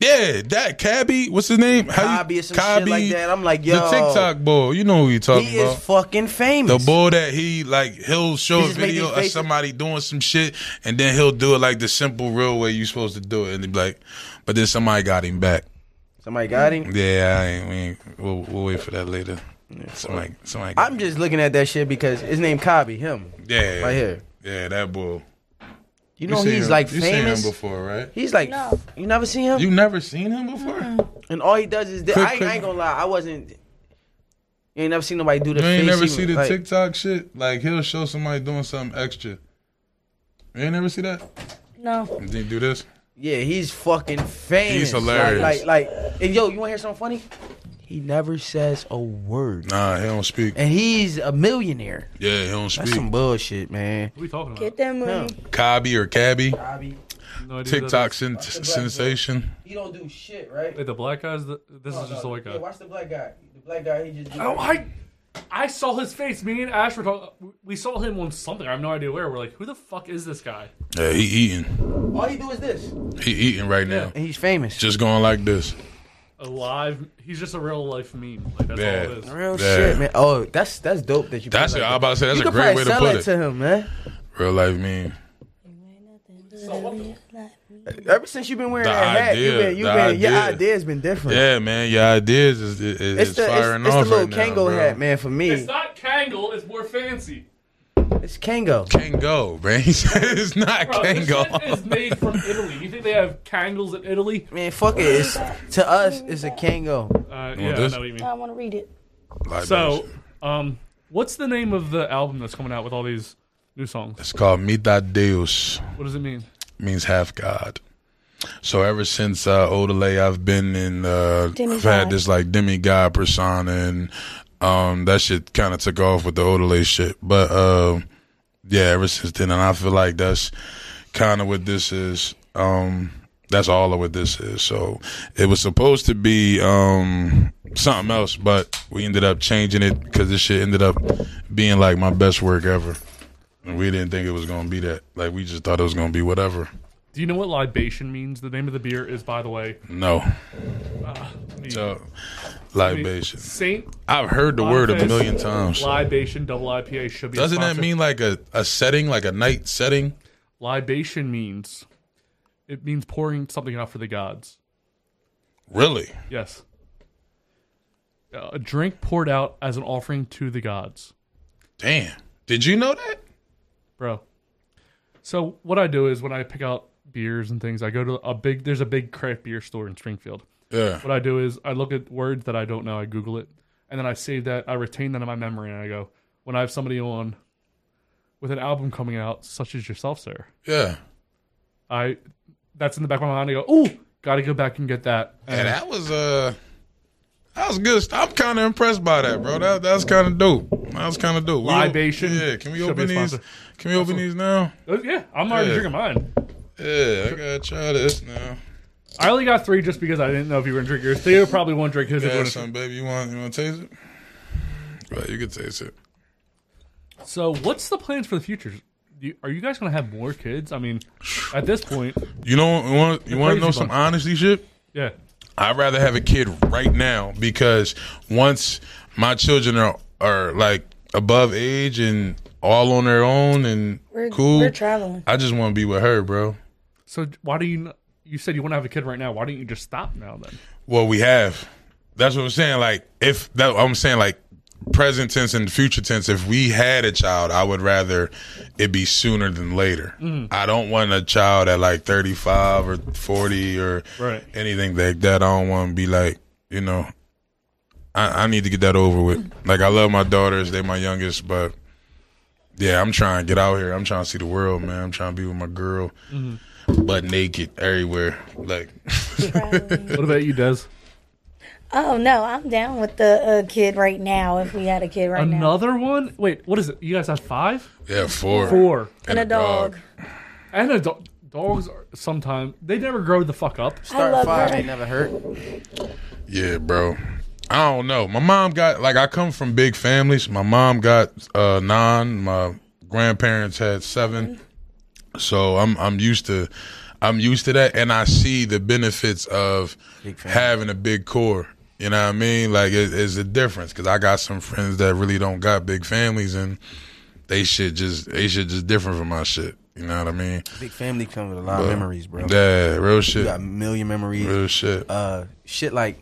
S1: Yeah, that Cabby, what's his name? How
S2: Cobby or some shit like that. I'm like, yo,
S1: the TikTok boy. You know who you talking
S2: He
S1: about?
S2: is fucking
S1: The
S2: famous.
S1: boy that he like, he'll show
S2: He
S1: a
S2: just make
S1: video
S2: these
S1: of
S2: faces.
S1: somebody doing some shit, and then he'll do it like the simple, real way you supposed to do it, and they be like, but then somebody got him back.
S2: Somebody got him.
S1: Yeah, I ain't. We ain't we'll, we'll wait for that later. Somebody, somebody. Got,
S2: I'm just looking at that shit because his name Cobby. Him.
S1: yeah,
S2: Right here.
S1: Yeah, that boy.
S2: You know
S1: seen
S2: he's
S1: him-
S2: like
S1: you seen him
S2: famous.
S1: before, right?
S2: He's like, you never seen him?
S1: You never seen him before?
S2: And all he does is that.
S1: Click,
S2: I, ain't-
S1: click.
S2: I ain't gonna lie, I wasn't. You ain't never seen nobody do the.
S1: You ain't
S2: face
S1: never
S2: even,
S1: see the
S2: like,
S1: TikTok shit. Like he'll show somebody doing something extra. You ain't never see that.
S6: No.
S1: Did he do this?
S2: Yeah, he's fucking famous.
S1: He's hilarious.
S2: Like, like, like- and yo, you want to hear something funny? He never says a word,
S1: Nah, he don't speak.
S2: and he's a millionaire.
S1: Yeah, he don't
S2: That's
S1: speak.
S2: some bullshit, man.
S4: What are you talking about?
S6: Get that money.
S1: Cobby or Cabby,
S4: No idea who that
S1: TikTok
S4: is.
S1: sen- sensation.
S2: He don't do shit, right?
S4: Wait, the black guys. The, this is just the white guy.
S2: the black guy. The black guy, he just.
S4: Oh, I, I saw his face. Me and Ash were talking. We saw him on something. I have no idea where. We're like, who the fuck is this guy?
S1: Yeah, he eating.
S2: all he do is this,
S1: He eating right now.
S2: and he's famous.
S1: Just going like this.
S4: I a live. He's just a real life meme. Like that's all it is.
S2: Real shit, man. Oh, that's that's dope that you.
S1: That's
S2: put
S1: it.
S2: like
S1: I was about to say, that's
S2: you
S1: a
S2: could
S1: great
S2: probably
S1: way to
S2: sell
S1: put
S2: that
S1: it.
S2: to him, man.
S1: Real life meme.
S2: Ever since you've been wearing
S1: The
S2: that hat,
S1: idea,
S2: you've been, you've
S1: the
S2: been your
S1: idea.
S2: idea's been different.
S1: Yeah, man. Your ideas is, is, is
S2: It's the,
S1: firing
S2: it's, it's
S1: off
S2: the little
S1: right now,
S2: Kango
S1: bro.
S2: hat, man. For me,
S4: It's not Kangle. It's more fancy.
S2: it's Kango.
S1: Kango, man. He said it's not
S4: Bro, this
S1: Kango.
S4: shit is made from Italy. You think they have Kangles in Italy?
S2: Man, fuck it. It's, to us, it's a Kango.
S4: Uh,
S1: You
S4: yeah,
S1: want
S4: I
S1: this?
S4: know what you mean.
S6: I want to read it.
S1: Like,
S4: So, um, what's the name of the album that's coming out with all these new songs?
S1: it's called Mitad Deus.
S4: What does it mean?
S1: means half God. So ever since uh, Odelay, I've been in. Uh, I've had
S6: Demigod.
S1: this like demigod persona, and um, that shit kind of took off with the Odelay shit. But uh, yeah, ever since then, and I feel like that's kind of what this is. Um, that's all of what this is. So it was supposed to be um, something else, but we ended up changing it because this shit ended up being like my best work ever. And we didn't think it was gonna be that. Like we just thought it was gonna be whatever.
S4: Do you know what libation means? The name of the beer is, by the way,
S1: No.
S4: the-
S1: Ah, So,
S4: the
S1: libation.
S4: Saint.
S1: I've heard the word a
S4: Boniface
S1: million times.
S4: Libation double IPA should be. a
S1: Doesn't that
S4: sponsor.
S1: mean like a, a setting, like a night setting?
S4: libation means? It means pouring something out for the gods.
S1: Really?
S4: Yes. Uh, a drink poured out as an offering to the gods.
S1: Damn. Did you know that?
S4: bro. So what I do is when I pick out beers and things, I go to a big. There's a big craft beer store in Springfield.
S1: Yeah.
S4: What I do is I look at words that I don't know. I Google it, and then I save that. I retain that in my memory, and I go when I have somebody on with an album coming out, such as yourself, sir.
S1: Yeah.
S4: I that's in the back of my mind. I go, ooh, got to go back and get that.
S1: And
S4: And
S1: that was uh that was good. I'm kind of impressed by that, bro. That that's kind of dope. That was kind of dope. We o-
S4: Libation
S1: yeah. Can we
S4: should be
S1: open
S4: a
S1: these?
S4: sponsor.
S1: Can we open these now?
S4: Uh, yeah, I'm already
S1: Yeah.
S4: drinking mine.
S1: Yeah. I gotta try this now.
S4: I only got three just because I didn't know if you were gonna drink yours. Theo probably won't drink his. if
S1: Yeah,
S4: he wouldn't-
S1: something, baby. You want you want to taste it? Right. You can taste it.
S4: So, what's the plans for the future? You- Are you guys going to have more kids? I mean, at this point,
S1: You know, you want you want to
S4: crazy
S1: know some
S4: bunch.
S1: honesty shit?
S4: yeah.
S1: I'd rather have a kid right now because once my children are are like above age and all on their own and
S6: We're,
S1: cool,
S6: we're traveling.
S1: I just want to be with her, bro.
S4: So, why do you? n- You said you want to have a kid right now. Why don't you just stop now then?
S1: Well, we have. That's what I'm saying. Like if that, I'm saying like present tense and future tense. If we had a child, I would rather it be sooner than later. I don't want a child at like 35 or 40 or
S4: Right.
S1: anything like that. I don't want to be like you know. I, I need to get that over with. Like I love my daughters; they my youngest, but yeah, I'm trying to get out here. I'm trying to see the world, man. I'm trying to be with my girl, butt naked everywhere. Like
S6: Traveling.
S4: What about you, Des?
S6: oh no, I'm down with the uh, kid right now. If we had a kid right now,
S4: Another one? Wait, what is it? You guys have five,
S1: yeah, four.
S4: four,
S6: and a dog.
S4: and a dog. Dogs are sometimes they never grow the fuck up.
S6: I love
S2: Start five
S6: her.
S2: ain't never hurt.
S1: Yeah, bro. I don't know. My mom got like I come from big families. My mom got uh nine, my grandparents had seven. So I'm I'm used to I'm used to that and I see the benefits of having a big core. You know what I mean? Like it, it's a difference cuz I got some friends that really don't got big families and they shit just they shit just different from my shit. You know what I mean?
S2: Big family comes with a lot of memories, bro.
S1: Yeah, real
S2: You
S1: shit.
S2: got a million memories.
S1: Real shit.
S2: uh shit like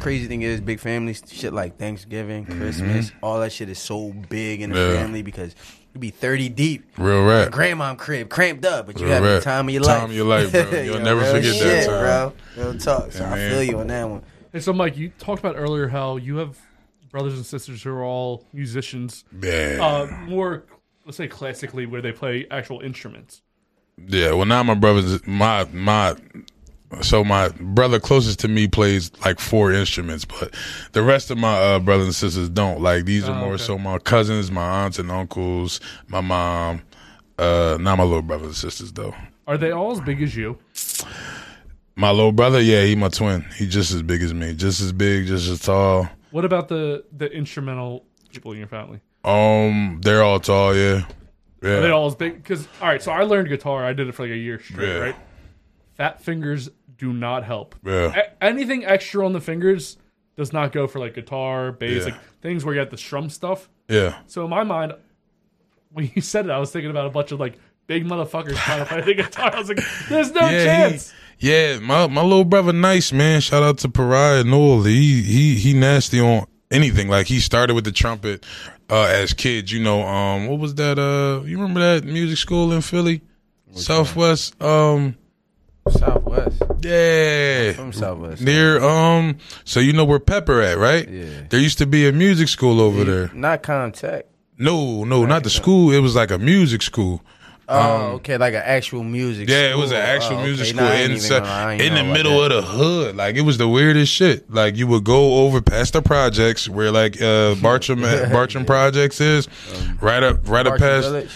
S2: crazy thing is big families shit like Thanksgiving, Christmas, all that shit is so big in the
S1: Mm-hmm. Yeah.
S2: family because you be thirty deep,
S1: Real rap.
S2: grandma crib cramped up, but you
S1: Real
S2: have the
S1: rap.
S2: time of your life.
S1: Time of your life, bro. You'll
S2: Yo,
S1: never
S2: real
S1: forget that
S2: shit,
S1: time.
S2: bro. Real talk. So
S1: Yeah,
S2: I
S1: man.
S2: feel you on that one.
S4: And so, Mike, you talked about earlier how you have brothers and sisters who are all musicians,
S1: Yeah.
S4: uh, more let's say classically, where they play actual instruments.
S1: Yeah, well, now my brother's my my. So my brother closest to me plays like four instruments, but the rest of my uh, brothers and sisters don't. Like these are
S4: Oh,
S1: more
S4: okay.
S1: so my cousins, my aunts and uncles, my mom. Uh, not my little brothers and sisters though.
S4: Are they all as big as you?
S1: My little brother, yeah, he my twin. He just as big as me, just as big, just as tall.
S4: What about the the instrumental people in your family?
S1: Um, they're all tall, yeah, yeah.
S4: Are they all as big? Because all right, so I learned guitar. I did it for like a year straight,
S1: Yeah.
S4: right? Fat fingers do not help.
S1: Yeah.
S4: A- anything extra on the fingers does not go for like guitar, bass,
S1: Yeah.
S4: like things where you have the strum stuff.
S1: Yeah.
S4: So in my mind, when you said it, I was thinking about a bunch of like big motherfuckers trying to play the guitar. I was like, there's no
S1: he-
S4: chance.
S1: yeah, my my little brother, nice man. Shout out to Pariah Noel. He he he nasty on anything. Like he started with the trumpet uh, as kids. You know, um, what was that? Uh, you remember that music school in Philly, Southwest? Um,
S2: Southwest.
S1: Yeah.
S2: From Southwest.
S1: near um. So you know where Pepper at, right? Yeah. There used to be a music school over there.
S2: Not contact.
S1: No, no, not the school. It was like a music school.
S2: Oh, okay, like an actual music.
S1: Um, Yeah, it was an
S2: school.
S1: actual
S2: Oh,
S1: music
S2: okay.
S1: school
S2: Nah, I ain't
S1: in,
S2: even
S1: so-
S2: gonna lie, I ain't
S1: in the
S2: know about
S1: middle
S2: that.
S1: of the hood. Like it was the weirdest shit. Like you would go over past the projects where like uh Bartram Bartram Projects is, right up right up
S2: Um, Bartram
S1: past
S2: Village?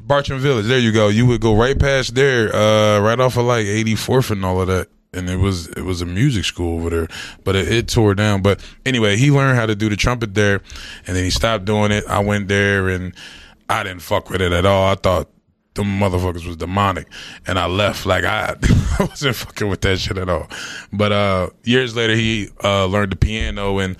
S1: Bartram Village. There you go. You would go right past there, uh right off of like 84th and all of that. And it was it was a music school over there, but it, it tore down. But anyway, he learned how to do the trumpet there, and then he stopped doing it. I went there and I didn't fuck with it at all. I thought them motherfuckers was demonic and I left like I, I wasn't fucking with that shit at all. But uh years later he uh learned the piano and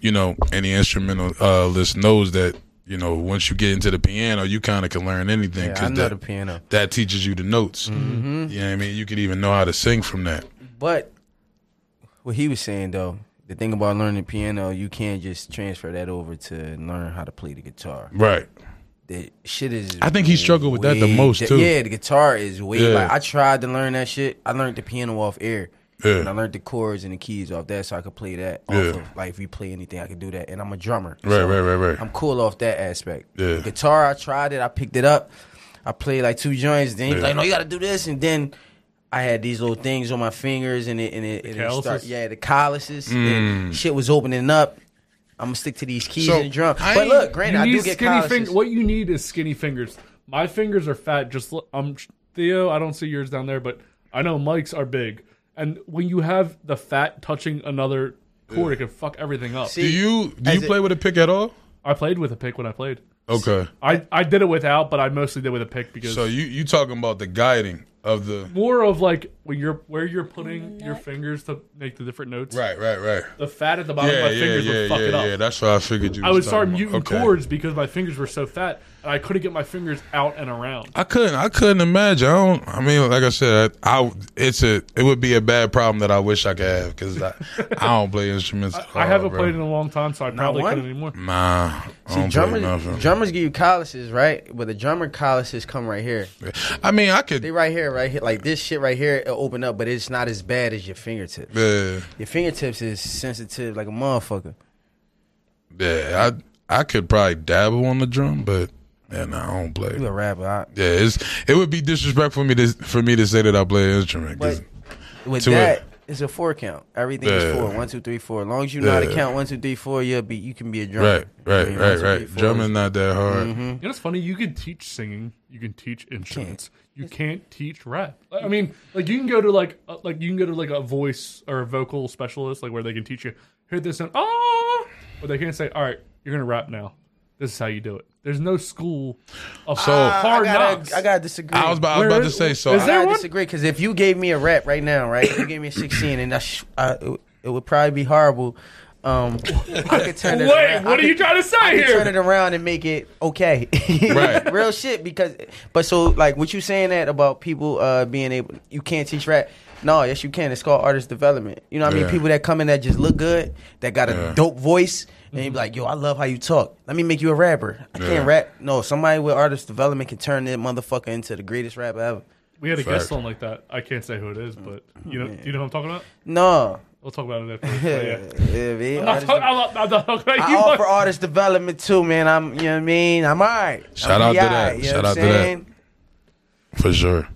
S1: you know any instrumental uh list knows that you know once you get into the piano you kind of can learn anything
S2: Yeah, I know
S1: that,
S2: the piano.
S1: that teaches you the notes. Mm-hmm. You know what I mean? You could even know how to sing from that.
S2: But what he was saying though, the thing about learning piano, you can't just transfer that over to learn how to play the guitar.
S1: Right.
S2: The shit is.
S1: I think he struggled with that the
S2: way
S1: most,
S2: di-
S1: too.
S2: Yeah, the guitar is way.
S1: Yeah.
S2: Like I tried to learn that shit. I learned the piano off air.
S1: Yeah.
S2: And I learned the chords and the keys off that, so I could play that. Off
S1: Yeah.
S2: of, like if you play anything, I could do that. And I'm a drummer.
S1: Right,
S2: so
S1: right, right, right.
S2: I'm cool off that aspect.
S1: Yeah.
S2: The guitar, I tried it. I picked it up. I played like two joints. Then he was
S1: Yeah.
S2: like, "No, you got to do this," and then. I had these little things on my fingers and it and it, and it start,
S4: calluses?
S2: yeah the calluses and
S4: Mm.
S2: shit was opening up. I'm gonna stick to these keys
S4: So,
S2: and the drum.
S4: I
S2: But
S4: ain't-
S2: look, granted,
S4: you
S2: I
S4: need
S2: do get
S4: skinny
S2: calluses.
S4: fingers. What you need is skinny fingers. My fingers are fat. Just look, I'm Theo. I don't see yours down there, but I know Mike's are big. And when you have the fat touching another chord, it can fuck everything up.
S1: do you do you play with a pick at all?
S4: I played with a pick when I played.
S1: Okay.
S4: I, I did it without, but I mostly did with a pick because
S1: So you you talking about the guiding of the
S4: more of like when you're where you're putting your fingers to make the different notes.
S1: Right, right, right.
S4: The fat at the bottom of my fingers
S1: yeah,
S4: would fuck
S1: yeah,
S4: it up.
S1: yeah. That's what I figured you.
S4: I
S1: was
S4: would start
S1: talking about.
S4: muting
S1: Okay.
S4: chords because my fingers were so fat, and I couldn't get my fingers out and around.
S1: I couldn't. I couldn't imagine. I don't. I mean, like I said, I, I- it's a. It would be a bad problem that I wish I could have because I, I don't play instruments. at
S4: I
S1: all,
S4: haven't
S1: Oh, bro.
S4: played in a long time, so I probably
S2: one?
S4: couldn't anymore.
S1: Nah, I
S2: See,
S1: don't play nothing.
S2: drummers, drummers give you calluses, right? But the drummer calluses come right here.
S1: I mean, I could.
S2: They right here, right here. Like this shit right here, it'll open up, but it's not as bad as your fingertips.
S1: Yeah.
S2: Your fingertips is sensitive like a motherfucker.
S1: yeah, I I could probably dabble on the drum, but yeah, nah, I don't play.
S2: You a rapper. I,
S1: Yeah, it's it would be disrespectful for me to for me to say that I play an instrument. 'cause-
S2: with
S1: to a-
S2: that, it's a four count. Everything is
S1: Yeah.
S2: four. One, two, three, four. As long as you know how to
S1: Yeah.
S2: count one, two, three, four, you'll be you can be a drummer.
S1: Right, right,
S2: I mean,
S1: right,
S2: one, two,
S1: right.
S2: three, four
S1: Drumming
S2: is-
S1: not that hard.
S2: Mhm.
S4: You know, it's funny. You can teach singing. You can teach instruments. You can't teach rap. I mean, like you can go to like uh, like you can go to like a voice or a vocal specialist, like where they can teach you hear this sound ah, but they can't say, all right, you're gonna rap now. This is how you do it. There's no school of
S2: So-
S4: hard
S2: Ah, I gotta-
S4: knocks.
S2: I gotta disagree. I was about- I was
S4: Where
S2: about
S1: to
S4: is-
S1: say, so
S4: Is
S2: I
S4: there
S2: gotta
S4: one?
S2: disagree because if you gave me a rap right now, right? If you gave me a sixteen, and I, sh- I it, would probably be horrible. Um, I could turn it.
S4: Wait,
S2: around. I
S4: what are you
S2: could-
S4: trying to say
S2: I could
S4: here?
S2: Turn it around and make it okay.
S4: Right.
S2: real shit. Because, but so like what you saying that about people uh being able, you can't teach rap. No, yes you can. It's called artist development. You know what I
S7: Yeah.
S2: mean? People that come in that just look good, that got a
S7: Yeah.
S2: dope voice, and you be like, yo, I love how you talk. Let me make you a rapper. I
S7: Yeah.
S2: can't rap. No, somebody with artist development can turn that motherfucker into the greatest rapper ever.
S4: We had a guest on like that. I can't say who it is, but you know, do you know what I'm talking about?
S2: No.
S4: We'll talk about it after. but Oh, yeah.
S2: Yeah, man.
S4: I'm not
S2: Artist
S4: talking- I'm not- I'm not talking about
S2: I
S4: you.
S2: offer artist development too, man. I'm, you know what I mean. I'm all right.
S1: Shout
S2: I'm
S1: out to
S2: all
S1: that.
S2: you know
S1: Shout
S2: what
S1: out to
S2: I'm
S1: that.
S2: saying?
S1: For sure.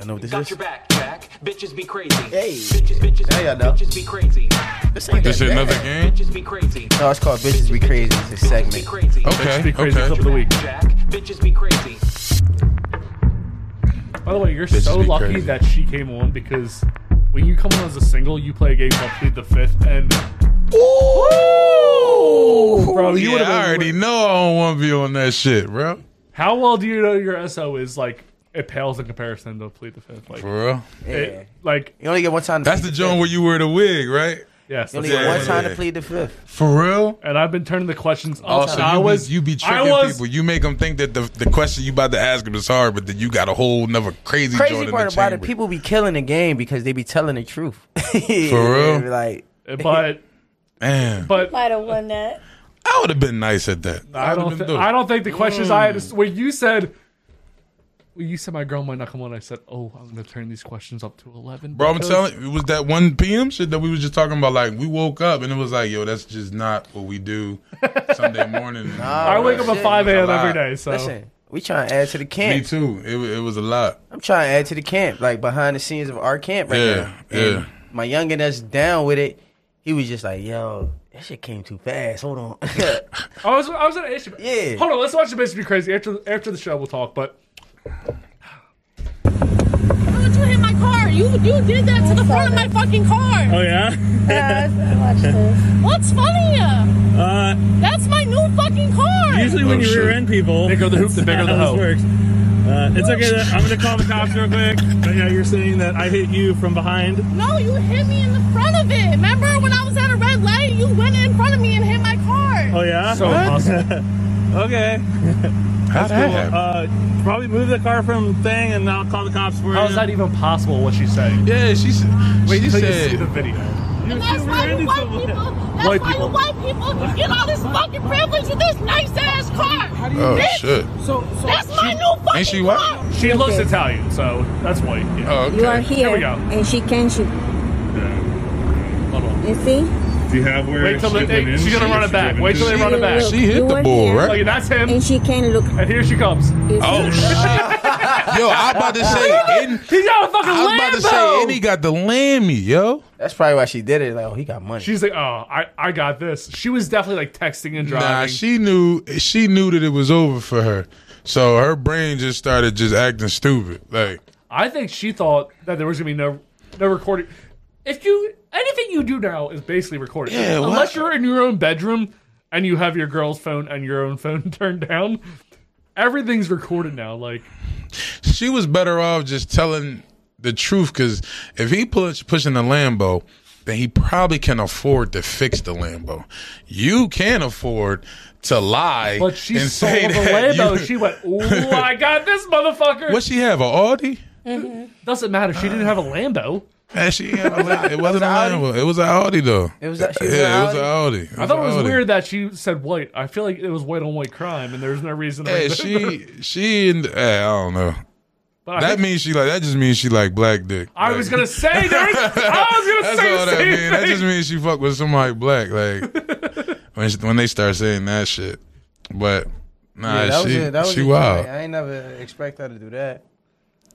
S2: I know what this
S11: Got
S2: is.
S11: your back, Jack. Bitches be crazy. Hey. Bitches, bitches, bitches be crazy. This
S2: ain't This that another
S1: game?
S11: Bitches be crazy.
S2: No, it's called Bitches Be Crazy. It's a segment.
S4: Bitches Be Crazy Clip of the Week.
S11: Jack. Bitches be crazy.
S4: By the way, you're
S11: Bitches
S4: so
S11: be
S4: lucky
S11: crazy.
S4: that she came on because when you come on as a single, you play a game called Plead the Fifth, and bro, you
S1: Yeah,
S4: would have
S1: I already know I don't want to be on that shit, bro.
S4: How well do you know your SO is like it pales in comparison to plead the fifth. Like
S1: For real?
S4: it-
S1: Yeah.
S4: like
S2: you only get one time.
S1: That's the joint where you wear the wig, right? You
S4: Yes, that's
S1: only get
S4: it.
S1: one time to Yeah. plead the fifth. For real?
S4: And I've been turning the questions. Up.
S1: Also,
S4: I
S1: Oh, you,
S4: was
S1: be, you be
S4: I
S1: tricking
S4: was
S1: people. You make them think that the, the question you about to ask them is hard, but then you got a whole another crazy,
S2: Crazy
S1: joint
S2: part
S1: in the
S2: about
S1: chamber.
S2: it, people be killing the game because they be telling the truth. For
S1: real?
S2: like,
S4: but
S1: Man,
S4: but
S6: might have won that.
S1: I would have been nice at that.
S4: I don't. thi- I don't think the questions I had.
S1: Hmm.
S4: Where you said, well, you said my girl might not come on. I said, oh, I'm gonna turn these questions up to eleven.
S1: Bro, I'm
S4: because-
S1: telling you, it was that 1 p.m. shit that we was just talking about. Like, we woke up and it was like, yo, that's just not what we do Sunday morning.
S4: I wake up at
S1: Shit,
S4: 5
S1: it was
S4: a.m.
S1: a
S4: every
S1: lot.
S4: day. So
S2: Listen, we trying to add to the camp.
S1: Me too. It, wa- it was a lot.
S2: I'm trying to add to the camp, like behind the scenes of our camp right
S1: Yeah,
S2: now.
S1: yeah.
S2: My youngin that's down with it, he was just like, "Yo, that shit came too fast. Hold on."
S4: I was I was at an issue. Yeah. Hold on, let's watch the bitch be crazy after after the show. We'll talk. But
S12: But you hit my car. You you did that to the front of my fucking car.
S13: Oh yeah.
S12: What's funny?
S13: Uh,
S12: That's my new fucking car.
S13: usually
S1: Oh,
S13: when you rear end people, bigger the hoop, the bigger the hoe. Works. Uh, it's okay. That I'm gonna call the cops real quick. But yeah, you're saying that I hit you from behind.
S12: No, you hit me in the front of it. Remember when I was at a red light? You went in front of me and hit my car.
S13: Oh yeah.
S12: So
S13: okay.
S1: How'd
S13: That's
S1: that
S13: cool. Uh, probably move the car from thing, and I'll call the cops for
S4: How is that even possible? What she's saying?
S1: Yeah, she said.
S4: Wait
S13: she
S4: till you
S13: said-
S4: see the video.
S12: And that's why you white people. That's
S4: White
S12: why
S4: people.
S12: you white people get all this fucking privilege with this nice ass car.
S1: Oh,
S12: Bitch,
S1: shit.
S12: So, that's my new fucking
S1: Ain't she white?
S12: car.
S4: She looks Italian, so that's white. Yeah.
S1: Oh,
S14: You are
S4: Here
S14: here,
S4: we go.
S14: and she can shoot.
S1: Oh.
S4: Hold on.
S14: You see?
S13: Do you have where?
S4: Wait till the,
S13: she's been in?
S4: she's gonna
S13: She-
S4: run it
S13: she's
S4: back.
S13: driven
S4: Wait till
S13: to?
S4: they run it back.
S14: Look, you are here,
S4: Look, that's him.
S14: And she can look.
S4: And here she comes.
S1: Oh, shit. Yo, I'm about to say. In,
S4: he got a fucking
S1: I was about to
S4: Lambo.
S1: say, and he got the Lammy, yo.
S2: That's probably why she did it. Like, oh, he got money.
S4: She's like, oh, I, I got this. She was definitely like texting and driving.
S1: Nah, she knew she knew that it was over for her. So her brain just started just acting stupid. Like
S4: I think she thought that there was gonna be no no recording. If you anything you do now is basically recorded.
S1: Yeah, what?
S4: Unless you're in your own bedroom and you have your girl's phone and your own phone turned down, everything's recorded now. Like
S1: she was better off just telling the truth because if he push pushing the Lambo, then he probably can afford to fix the Lambo. You can afford to lie
S4: but she
S1: and
S4: saw the
S1: say that
S4: Lambo.
S1: you-
S4: She went, "Oh, I got this motherfucker."
S1: what she have an Audi?
S4: Doesn't matter. She didn't have a Lambo.
S1: Eh, she had a Lam- it wasn't a Lambo. It was an Audi though.
S4: It was a-
S1: yeah,
S4: she was an
S1: it was an
S4: Audi?
S1: Audi.
S4: I thought it was
S1: an Audi.
S4: weird that she said white. I feel like it was white on white crime, and there's no reason. to
S1: Yeah,
S4: make that-
S1: she she and eh, I don't know.
S4: But I
S1: that
S4: think-
S1: means she like that just means she like black dick.
S4: I was gonna say there is, I was gonna
S1: That's
S4: say
S1: all
S4: the
S1: that
S4: same
S1: means. That
S4: thing.
S1: just means she fuck with somebody black. Like when she, when they start saying that shit, but nah,
S2: Yeah, that was
S1: Ah, she
S2: it. That was
S1: she
S2: it.
S1: wild.
S2: Like, I ain't never expect her to do that.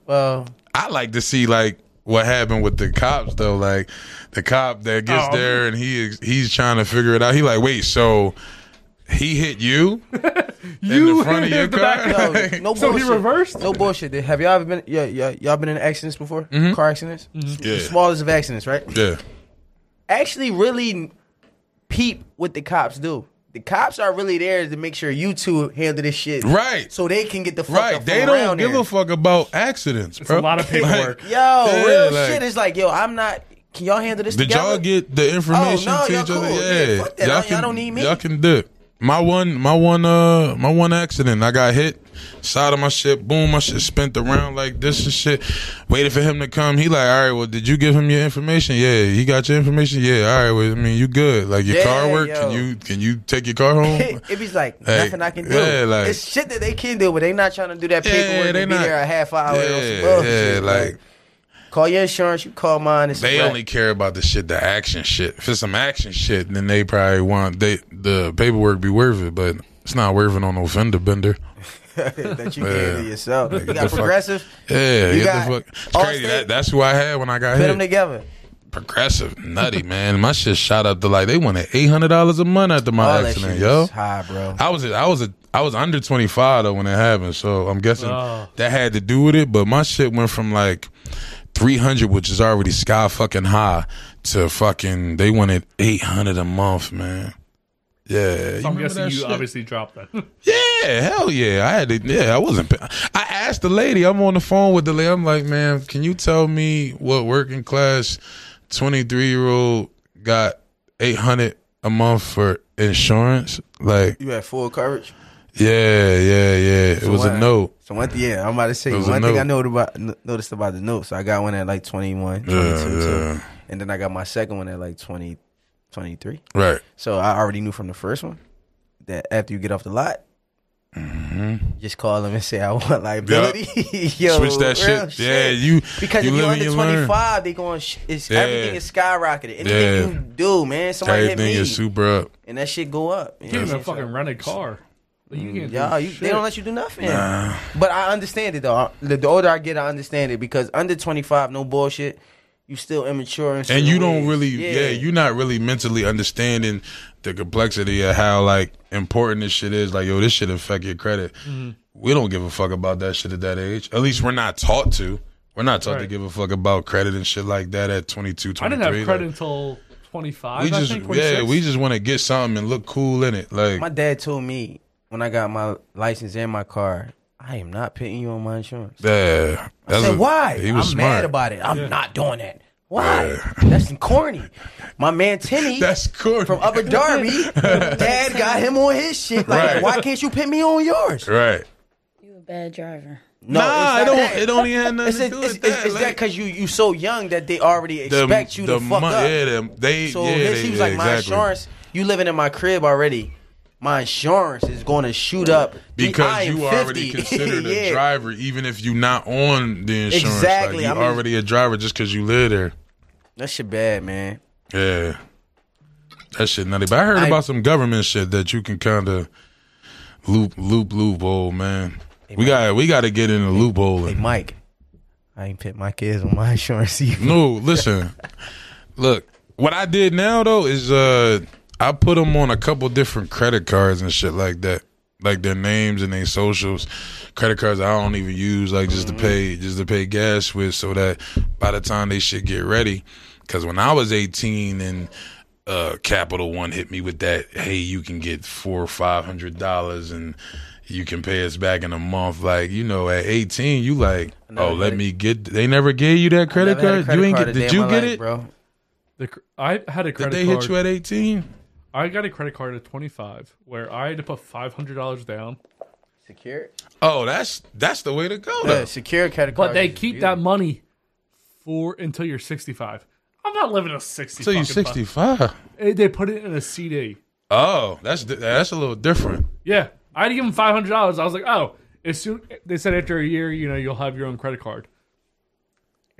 S2: Well,
S1: I like to see like what happened with the cops though. Like the cop that gets
S2: Oh.
S1: there and he he's trying to figure it out. He like wait so. He hit you in the front of your car.
S2: No, no bullshit. reversed. No bullshit. Did- Have y'all ever been? Yeah, yeah, y'all been in accidents before?
S1: Mhm.
S2: Car accidents.
S1: Mhm.
S2: The
S1: Yeah.
S2: smallest of accidents, right?
S1: Yeah.
S2: Actually, really peep what the cops do. The cops are really there to make sure you two handle this shit,
S1: Right.
S2: So they can get the fuck
S1: Right,
S2: up
S1: they
S2: from
S1: don't
S2: around
S1: give
S2: there.
S1: a fuck about accidents, bro.
S4: a lot of paperwork.
S2: Yo,
S1: Like, yeah,
S2: real
S1: like,
S2: shit. It's like, yo, I'm not. Can y'all handle this?
S1: Did
S2: together?
S1: y'all get the information
S2: Oh, no,
S1: to
S2: y'all
S1: each other?
S2: cool.
S1: Yeah,
S2: Yeah, fuck that. Y'all- y'all
S1: can,
S2: don't need me.
S1: Y'all can dip. My one, my one, uh, my one accident. I got hit, side of my shit. Boom, my shit spent around like this and shit. Waited for him to come. He like, all right, well, did you give him your information? Yeah, he got your information. Yeah, all right, well, I mean, you good? Like your
S2: Yeah,
S1: car work? Can
S2: yo.
S1: you can you take your car home?
S2: it be like
S1: Like,
S2: nothing I can do.
S1: yeah, like-
S2: it's shit that they can do, but they not trying to do that
S1: Yeah,
S2: paperwork.
S1: they
S2: they be
S1: not-
S2: there a half hour. or some
S1: yeah,
S2: bullshit.
S1: yeah, like.
S2: call your insurance. You call mine. It's a
S1: They
S2: wrap.
S1: only care about the shit, the action shit. If it's some action shit, then they probably want they the paperwork be worth it, but it's not worth it on no fender bender.
S2: that you
S1: Yeah.
S2: can do yourself.
S1: Like,
S2: You
S1: get
S2: got
S1: the fuck-
S2: progressive.
S1: Yeah,
S2: you
S1: get
S2: got
S1: the fuck. It's crazy. That, that's who I had when I got
S2: Put
S1: hit.
S2: them together.
S1: Progressive, nutty man. My shit shot up to like they wanted eight hundred dollars a month after my
S2: All that
S1: accident,
S2: shit
S1: yo.
S2: is high, bro.
S1: I was I was a I was under twenty five though when it happened, so I'm guessing
S2: Oh.
S1: that had to do with it. But my shit went from like three hundred, which is already sky fucking high, to fucking they wanted eight hundred a month, man. Yeah, you
S4: So I'm
S1: remember
S4: guessing
S1: that
S4: you
S1: shit?
S4: obviously dropped that.
S1: Yeah, hell yeah. I had to, yeah, I wasn't. pa- I asked the lady, I'm on the phone with the lady. I'm like, man, can you tell me what working class 23 year old got 800 a month for insurance? Like,
S2: You had full coverage.
S1: yeah, yeah, yeah. It
S2: So
S1: was a
S2: one-
S1: note.
S2: So one thing, yeah, I'm about to say
S1: It was a
S2: one thing I
S1: note.
S2: noted about, n- noticed about the note. So I got one at like 21,
S1: Yeah,
S2: 22,
S1: yeah.
S2: too. and then I got my second one at like 20, 23.
S1: Right.
S2: So I already knew from the first one that after you get off the lot, just call them and say I want liability. Yo,
S1: Mm-hmm. Switch that
S2: real
S1: shit. Yeah, you-
S2: because
S1: you
S2: if
S1: live
S2: you're
S1: and
S2: under
S1: you learn.
S2: 25, they going sh- it's
S1: Yeah.
S2: everything is skyrocketed. Anything
S1: Yeah.
S2: you do, man, somebody
S1: Everything
S2: hit me,
S1: is super up.
S2: and that shit go up. You know
S4: Can't
S2: what I'm
S4: even
S2: saying?
S4: fucking rent a car.
S1: Mm,
S4: Like, you can't do
S2: Yeah, you, they
S4: shit.
S2: don't let you do nothing.
S4: Nah.
S2: But I understand it though. The, the older I get, I understand it because under twenty five, no bullshit. You still immature and
S1: and you don't really yeah. you're not really mentally understanding the complexity of how like important this shit is like yo this shit affect your credit
S2: Mm-hmm.
S3: Mhm.
S1: we don't give a fuck about that shit at that age at least we're not taught to we're not taught to give a fuck about credit and shit like that at 22 23
S4: I didn't have
S1: Like,
S4: credit until 25.
S1: we
S4: I
S1: just
S4: think,
S1: yeah
S4: 26.
S1: we just want to get something and look cool in it like
S2: My dad told me when I got my license and my car, I am not putting you on my insurance.
S1: yeah
S2: I
S1: that's
S2: said,
S1: a-
S2: why?
S1: he was
S2: I'm
S1: smart.
S2: mad about it. I'm not doing that. Why? That's corny. My man Timmy That's
S1: corny.
S2: from Upper Darby, dad got him on his shit. Like,
S1: Right.
S2: why can't you put me on yours?
S1: right
S6: You a bad driver.
S2: No,
S1: Nah,
S2: it's
S1: it don't-
S2: not that.
S1: it don't even have nothing
S2: it's
S1: to
S2: a-
S1: do
S2: it's,
S1: with
S2: it's,
S1: that,
S2: It's
S1: like-
S2: that because you you so young that they already expect you to fuck
S1: mo-
S2: up.
S1: yeah them, they
S2: so
S1: yeah,
S2: his, he was
S1: yeah,
S2: like, my
S1: exactly.
S2: insurance. You living in my crib already. My insurance is going to shoot up I
S1: because
S2: am
S1: you already
S2: 50.
S1: considered a
S2: Yeah.
S1: driver even if you're not on the insurance Like,
S2: Exactly,
S1: you
S2: I mean-
S1: already a driver just because you live there
S2: That shit bad, man.
S1: Yeah. That shit nutty. But I heard
S2: I-
S1: about some government shit that you can kind of loop, loop, loophole, man. we got we got to get in the loophole. Hey,
S2: Mike. I ain't put my kids on my insurance either.
S1: No, listen. Look, what I did now though is uh I put them on a couple different credit cards and shit like that. Like their names and their socials, credit cards I don't even use, like just
S2: Mm-hmm.
S1: to pay, just to pay gas with, so that by the time they shit get ready, because when I was eighteen and uh Capital One hit me with that, hey, you can get four or five hundred dollars and you can pay us back in a month. Like you know, at eighteen, you like, oh, let me get. They never gave you that credit
S2: never had a
S1: card. you
S2: credit
S1: ain't
S2: card
S1: get.
S2: a day
S1: Did
S2: in
S1: you
S2: my
S1: get
S2: life,
S1: it?
S2: bro?
S4: The cr- I had a credit
S1: they
S4: card.
S1: hit you at 18?
S4: I got a credit card at 25 where I had to put $500 down.
S2: Secure?
S1: Oh, that's that's the way to go.
S2: Yeah,
S1: Though.
S2: secure credit
S4: But
S2: card
S4: they
S2: is
S4: keep
S2: beautiful.
S4: that money for until you're 65. I'm not living a 60.
S1: Till you
S4: fucking buck.
S1: 65.
S4: Eh, They put it in a CD.
S1: Oh, that's di- that's a little different.
S4: Yeah, I had to give them five hundred dollars. I was like, oh, as soon they said after a year, you know, you'll have your own credit card.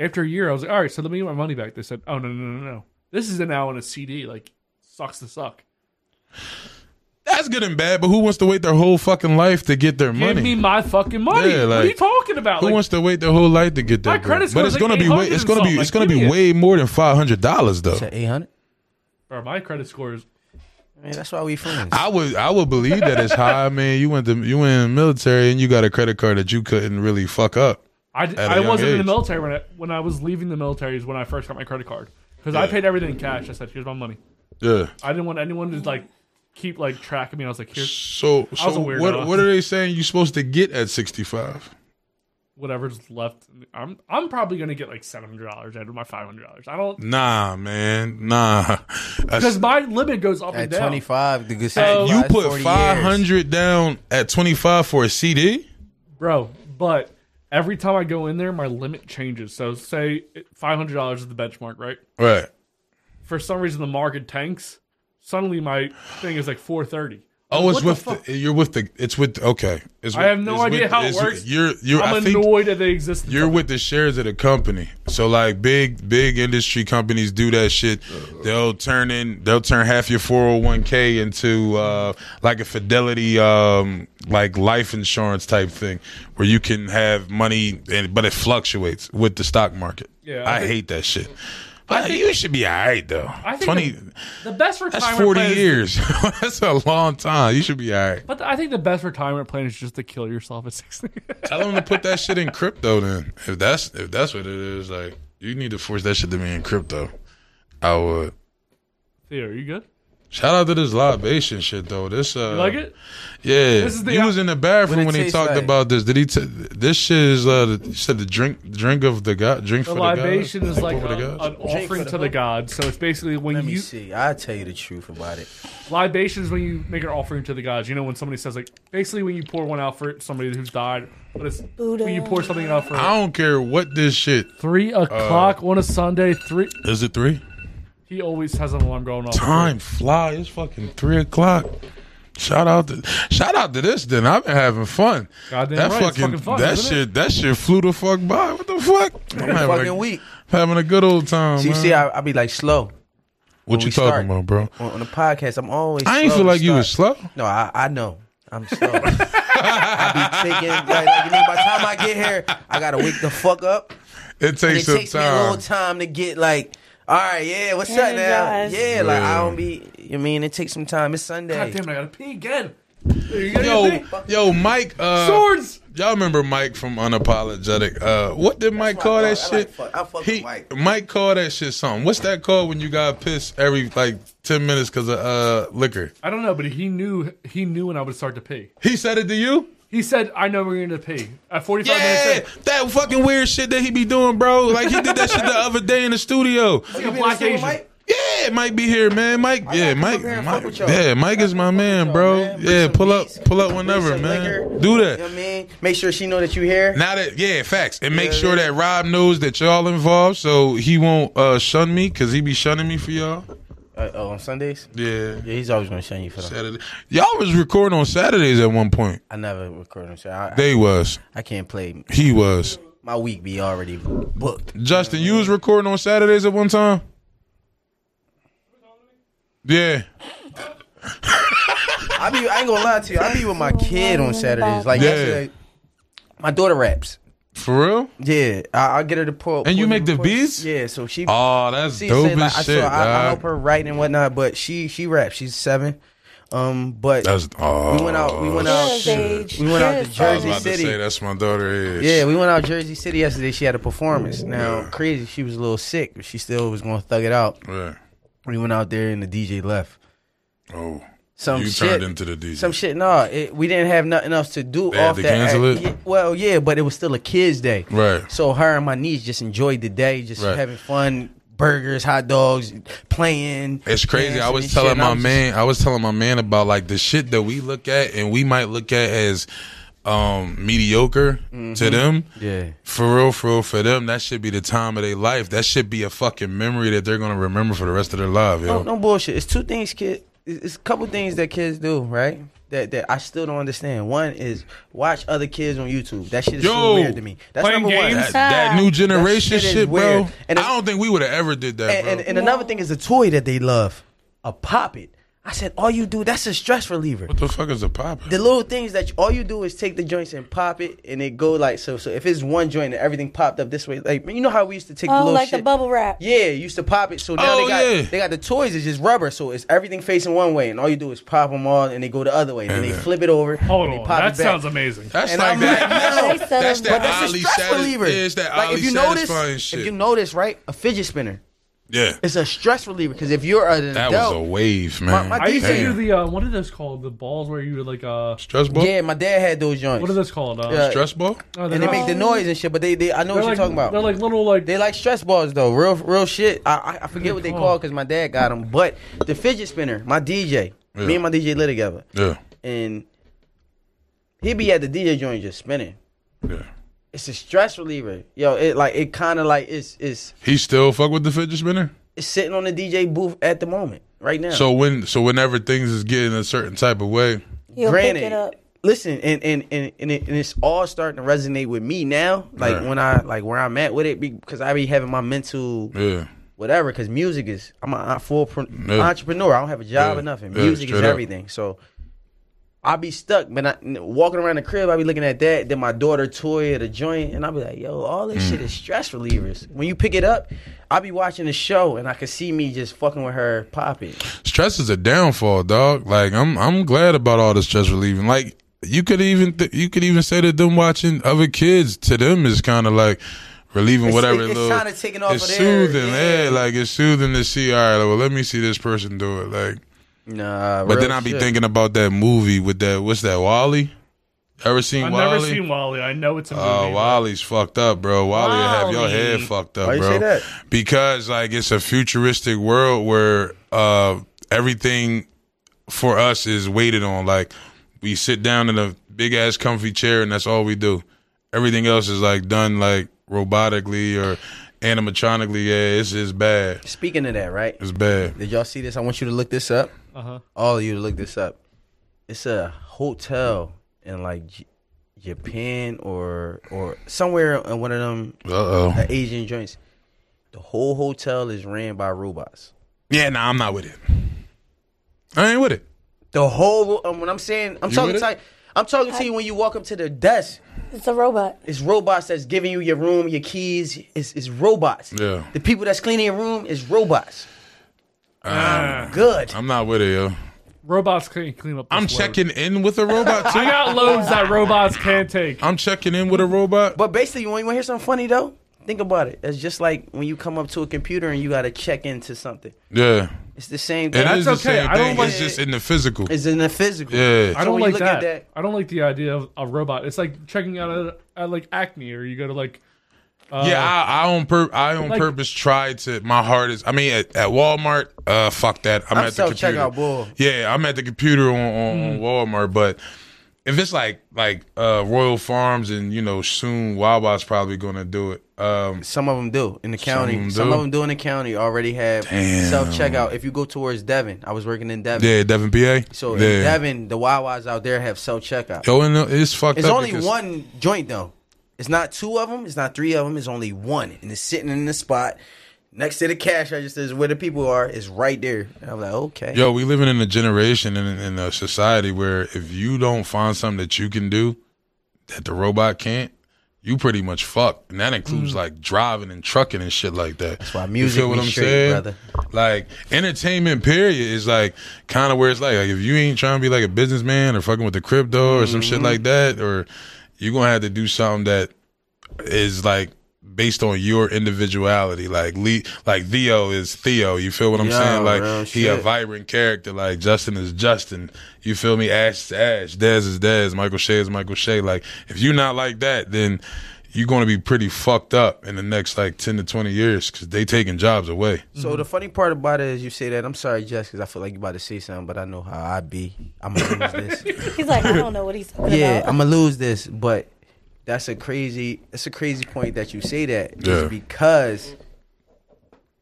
S4: After a year, I was like, all right, so let me get my money back. They said, oh no no no no, no. this is now on a CD. Like, sucks to suck.
S1: That's good and bad. But who wants to wait their whole fucking life to get their
S4: Give
S1: money?
S4: me my fucking money.
S1: Yeah,
S4: what are you
S1: like,
S4: talking about?
S1: who
S4: Like,
S1: wants to wait their whole life to get
S4: My
S1: their?
S4: credit
S1: but
S4: score's
S1: it's
S4: like
S1: gonna be way,
S4: 800
S1: it's gonna be
S4: and
S1: it's gonna
S4: something.
S1: be
S4: Give
S1: way
S4: me
S1: more than five hundred dollars though.
S2: Eight hundred.
S4: bro, my credit score is
S2: Man, that's why we friends.
S1: I would I would believe that it's high, man. You went to you went in the military and you got a credit card that you couldn't really fuck up.
S4: I,
S1: at
S4: d-
S1: a
S4: I
S1: young
S4: wasn't in the
S1: age.
S4: military when I, when I was leaving the military is when I first got my credit card because I
S1: Yeah.
S4: paid everything in cash. I said, "Here's my money."
S1: Yeah.
S4: I didn't want anyone to like keep like track of me. I was like, "Here's
S1: So
S4: I was
S1: so
S4: a weirdo.
S1: what what are they saying you supposed to get at sixty five?
S4: whatever's left. I'm I'm probably gonna get like seven hundred dollars out of my five hundred dollars. I don't
S1: Nah, man, nah. That's-
S4: because my limit goes up and
S2: At
S4: down.
S2: 25, the good
S4: So-
S1: you
S4: Last
S1: put
S4: 40
S1: five hundred down at twenty five for a CD.
S4: bro. But every time I go in there, my limit changes. So say five hundred dollars is the benchmark, right?
S1: Right.
S4: For some reason, the market tanks. Suddenly, my thing is like four thirty.
S1: Oh, it's with the, you're with the it's with okay. It's
S4: I
S1: with-
S4: have no
S1: it's
S4: idea
S1: with-
S4: how it
S1: it's-
S4: works.
S1: You're you're
S4: I'm
S1: I think
S4: annoyed that they exist.
S1: you're with the shares of the company. So like big big industry companies do that shit.
S4: Uh-huh.
S1: They'll turn in they'll turn half your 401k into uh like a fidelity um like life insurance type thing where you can have money and but it fluctuates with the stock market.
S4: Yeah,
S1: I,
S4: I think-
S1: hate that shit. But you should be all right though.
S4: I think
S1: 20
S4: the, the best retirement
S1: that's 40
S4: plan is-
S1: years. that's a long time. You should be all right.
S4: but I think the best retirement plan is just to kill yourself at sixty.
S1: Tell them to put that shit in crypto then. If that's if that's what it is, like you need to force that shit to be in crypto. I would.
S4: Theo, are you good?
S1: Shout out to this libation shit though. This uh,
S4: You like it?
S1: Yeah,
S4: This is the-
S1: he was in the
S4: What
S1: bathroom
S4: it
S1: when he
S4: tastes
S1: talked
S4: like.
S1: about this. Did he? T- this shit is uh, the- he said the drink, drink of the god, drink
S4: The
S1: for the god.
S4: libation is like
S1: over the
S4: a-
S1: gods?
S4: an offering to the gods. So it's basically when
S2: Let
S4: you
S2: me see. I tell you the truth about it.
S4: libation is when you make an offering to the gods. You know when somebody says like basically when you pour one out for somebody who's died, but it's when you pour something out for.
S1: I don't care what this shit.
S4: Three o'clock on a Sunday. Three.
S1: Is it three?
S4: He always has an alarm going off.
S1: Time fly. It's fucking three o'clock. Shout out to shout out to this. Then I've been having fun.
S4: Goddamn
S1: that
S4: right, it's
S1: fucking,
S4: fucking fun,
S1: that
S4: isn't
S1: shit that shit flew the fuck by. What the fuck? I'm
S2: Been a
S1: having
S2: fucking
S1: a,
S2: week.
S1: Having a good old time.
S2: See,
S1: man.
S2: see, I, I be like slow.
S1: What
S2: when
S1: you
S2: we
S1: talking about, bro?
S2: On, on the podcast, I'm always.
S1: I ain't
S2: slow
S1: feel
S2: to
S1: like you was slow.
S2: No, I, I know. I'm slow. I be thinking, like, like, you know, by the time I get here, I gotta wake the fuck up.
S1: It takes
S2: and it
S1: some
S2: takes me a long
S1: time.
S2: time to get like, all right, yeah, what's up now?
S4: Energized.
S2: Yeah, like I
S1: Yeah.
S2: don't be. You mean it takes some time? It's Sunday.
S4: God damn it! I gotta pee again.
S1: Yo, yo, Mike. Uh,
S4: Swords.
S1: Y'all remember Mike from Unapologetic? Uh, what did Mike call that shit?
S2: I fuck
S1: he, Mike. called that shit something. What's that called when you got pissed every like ten minutes because of uh liquor?
S4: I don't know, but he knew he knew when I would start to pee.
S1: He said it to you.
S4: He said, "I know we're gonna pee at 45
S1: Yeah,
S4: minutes."
S1: that fucking weird shit that he be doing, bro. Like he did that shit the other day in the studio.
S4: Like a black Asian.
S1: Yeah, Mike be here, man. Mike, yeah, Mike, Mike-
S2: with y'all.
S1: yeah, Mike is my man, bro. Yeah, pull up, pull up whenever,
S2: some liquor.
S1: man. Do
S2: You know
S1: that.
S2: what I mean? Make sure she know that you here.
S1: Now that yeah, facts, and make sure that Rob knows that y'all involved, so he won't uh, shun me because he be shunning me for y'all.
S2: Uh, oh, on Sundays.
S1: Yeah,
S2: yeah, he's always gonna shun you for that.
S1: Saturday. Y'all was recording on Saturdays at one point.
S2: I never record on Saturday. I-
S1: They
S2: I-
S1: was.
S2: I can't play.
S1: He was.
S2: My week be already booked.
S1: Justin, you was recording on Saturdays at one time. Yeah.
S2: I be. I ain't gonna lie to you. I be with my kid on Saturdays. Like
S1: Yeah.
S2: yesterday, my daughter raps.
S1: For real?
S2: Yeah, I, I get her to pull.
S1: And you make the
S2: beats. Yeah, so she.
S1: Oh, that's
S2: she
S1: dope
S2: said,
S1: as
S2: like, I,
S1: shit,
S2: so I, I
S1: dog.
S2: help her write and whatnot, but she she raps. She's seven. Um, but
S1: That's oh.
S2: we went out. We went out.
S6: She is
S2: We went out to
S1: I was
S2: Jersey
S1: about
S2: City.
S1: to say that's my daughter is.
S2: Yeah, we went out Jersey City yesterday. She had a performance. Now, crazy, she was a little sick, but she still was going to thug it out.
S1: Right.
S2: We went out there and the DJ left.
S1: Oh.
S2: Some
S1: You
S2: shit,
S1: turned into the DJ.
S2: Some shit. No, it, we didn't have nothing else to do
S1: They had
S2: off
S1: to
S2: that.
S1: cancel it?
S2: yeah, well, yeah, but it was still a kids' day.
S1: Right.
S2: So her and my niece just enjoyed the day, just
S1: Right.
S2: having fun, burgers, hot dogs, playing.
S1: It's crazy. I
S2: dancing and
S1: was
S2: shit,
S1: telling
S2: and
S1: my
S2: I'm just-
S1: man, I was telling my man about like the shit that we look at and we might look at as um mediocre to
S2: Mhm.
S1: them.
S2: Yeah.
S1: For real, for real, for them, that should be the time of their life. That should be a fucking memory that they're gonna remember for the rest of their life, yo.
S2: Oh, No, no bullshit. It's two things, kid. It's it's a couple things that kids do, right? That that I still don't understand. One is watch other kids on YouTube. That shit is so weird to me. That's
S1: playing
S2: number one.
S1: games? That, that new generation
S2: That
S1: shit,
S2: is
S1: bro.
S2: weird. And
S1: I don't think we would have ever did that,
S2: And,
S1: bro.
S2: and, and another thing is a toy that they love, a pop it. I said, all you do that's a stress reliever. What
S1: the fuck is a pop?
S2: The little things that you, all you do is take the joints and pop it, and it go like so. So if it's one joint and everything popped up this way, like you know how we used to take the
S6: Oh,
S2: little
S6: like
S2: shit?
S6: the bubble wrap.
S2: Yeah, used to pop it. So now
S6: Oh,
S2: they got
S6: yeah.
S2: they got the toys. It's just rubber, so it's everything facing one way, and all you do is pop them all, and they go the other way, and they
S1: Yeah.
S2: flip it over. Hold
S4: on, that sounds amazing.
S1: That's
S2: and
S1: like
S2: I'm
S1: that-
S2: Like, no,
S1: that's that
S2: but that's a
S1: oddly
S2: stress
S1: satis-
S2: reliever.
S1: yeah, it's that
S2: like
S1: oddly
S2: if you notice,
S1: satisfying shit.
S2: if you notice, right, a fidget spinner.
S1: Yeah.
S2: It's a stress reliever because if you're an
S1: That was
S2: adult,
S1: a wave,
S2: My-
S1: man.
S2: my
S4: I used to
S1: Damn.
S4: do the uh, what are those called? The balls where you would like uh
S1: stress ball.
S2: Yeah, my dad had those joints.
S4: What are those called? Uh,
S2: Yeah.
S1: Stress ball?
S4: Oh,
S2: and
S4: they're
S2: they make the
S4: not-
S2: noise and shit, but they, they I know
S4: They're
S2: what you're
S4: like-
S2: talking about.
S4: they're like little like
S2: they like stress balls though, real real shit. I I, I forget what they call because my dad got them. But the fidget spinner, my DJ,
S1: Yeah.
S2: me and my DJ live together,
S1: Yeah.
S2: and he be at the DJ joint just spinning.
S1: Yeah.
S2: It's a stress reliever, yo. It like it kind of like it's it's
S1: He still fuck with the fidget spinner?
S2: it's sitting on the DJ booth at the moment right now.
S1: So when so whenever things is getting a certain type of way,
S2: He'll
S6: pick
S2: Granted,
S6: it up.
S2: listen, and and and and, it, and it's all starting to resonate with me now. Like
S1: Right.
S2: when I like where I'm at with it, because I be having my mental
S1: yeah.
S2: whatever. Because music is I'm a full pro-
S1: Yeah.
S2: entrepreneur. I don't have a job
S1: Yeah.
S2: or nothing.
S1: Yeah,
S2: music is
S1: straight up.
S2: everything. So I be stuck, but I, walking around the crib, I be looking at that. Then my daughter toy at a joint, and I be like, "Yo, all this
S1: Mm.
S2: shit is stress relievers." When you pick it up, I be watching the show, and I can see me just fucking with her popping.
S1: stress is a downfall, dog. Like I'm I'm glad about all the stress relieving. Like you could even th- you could even say that them watching other kids to them is kind of like relieving
S2: It's-
S1: whatever
S2: it's
S1: little
S2: kinda taking off
S1: it's
S2: of their-
S1: soothing yeah. like it's soothing to see all right well let me see this person do it like
S2: Nah,
S1: But then I be thinking about that movie with that. What's that? Wally. Ever seen
S4: I've
S1: Wally?
S4: never seen Wally. I know it's a movie.
S1: Oh, Wally's fucked up, bro. Wally, have your
S4: Wally.
S1: head fucked up,
S4: Why you
S1: bro.
S4: say that?
S1: Because like it's a futuristic world where uh, everything for us is waited on. Like we sit down in a big ass comfy chair and that's all we do. Everything else is like done like robotically or animatronically. Yeah, it's it's bad.
S2: Speaking of that, right?
S1: It's bad.
S2: Did y'all see this? I want you to look this up.
S4: Uh-huh.
S2: All of you to look this up. It's a hotel in like J- Japan or or somewhere in one of them
S1: Uh-oh.
S2: uh, Asian joints. The whole hotel is ran by robots.
S1: Yeah, nah, I'm not with it. I ain't with it.
S2: The whole um, when I'm saying I'm
S1: You
S2: talking
S1: with
S2: to I'm talking to you when you walk up to the desk.
S6: It's a robot.
S2: It's robots that's giving you your room, your keys. It's it's robots.
S1: Yeah.
S2: The people that's cleaning your room is robots.
S1: Um,
S2: Good.
S1: I'm not with it, yo.
S4: Robots can't clean up. This
S1: I'm
S4: load.
S1: checking in with a robot too.
S4: I got loads that robots can't take.
S1: I'm checking in with a robot.
S2: But basically, you want to hear something funny though? Think about it. It's just like when you come up to a computer and you got to check into something.
S1: Yeah.
S2: It's the same
S1: It
S2: thing.
S1: is the same thing. It's just in the physical.
S2: It's in the physical.
S1: Yeah.
S4: I don't
S2: when you
S4: like
S2: look at
S4: that. I don't like the idea of a robot. It's like checking out at, at like Acme or you go to like. Uh,
S1: yeah, I, I on pur- I on
S4: like-
S1: purpose tried to. My heart is. I mean, at, at Walmart, uh, fuck that. I'm,
S2: I'm
S1: at the computer.
S2: self-checkout bull.
S1: Yeah, I'm at the computer on, on, on
S2: Mm.
S1: Walmart. But if it's like like uh, Royal Farms and you know soon Wawa's probably gonna do it. Um,
S2: some of them do in the county. Some, of them do in the county already have
S1: Damn.
S2: self checkout. If you go towards Devon, I was working in Devon.
S1: Yeah, Devon, PA.
S2: So
S1: yeah.
S2: in Devon, the Wawas out there have self checkout.
S1: Yo, and uh, it's fucked
S2: It's
S1: up.
S2: only
S1: because-
S2: one joint though. It's not two of them. It's not three of them. It's only one, and it's sitting in the spot next to the cash register is where the people are. It's right there. And I'm like, okay.
S1: Yo, we living in a generation and in a society where if you don't find something that you can do that the robot can't, you pretty much fucked. And that includes
S2: Mm.
S1: like driving and trucking and shit like that. That's why
S2: music be straight, brother.
S1: Like entertainment period is like kind of where it's like, like if you ain't trying to be like a businessman or fucking with the crypto or some shit
S2: Mhm.
S1: like that, or you're gonna have to do something that is like based on your individuality. Like Le- like Theo is Theo. You feel what I'm
S2: Yeah,
S1: saying? Like
S2: real
S1: he a
S2: shit.
S1: vibrant character. Like Justin is Justin. You feel me? Ash is Ash. Dez is Dez. Michael Shea is Michael Shea. Like if you're not like that, then you're gonna be pretty fucked up in the next like ten to twenty years because they taking jobs away.
S2: So the funny part about it is you say that. I'm sorry, Jess, because I feel like you about to say something, but I know how I be. I'm gonna lose this.
S6: He's like, I don't know what he's talking
S2: yeah,
S6: about.
S2: I'm gonna lose this, but that's a crazy. It's a crazy point that you say that is
S1: Yeah.
S2: because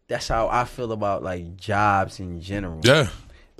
S2: that's how I feel about like jobs in general.
S1: Yeah.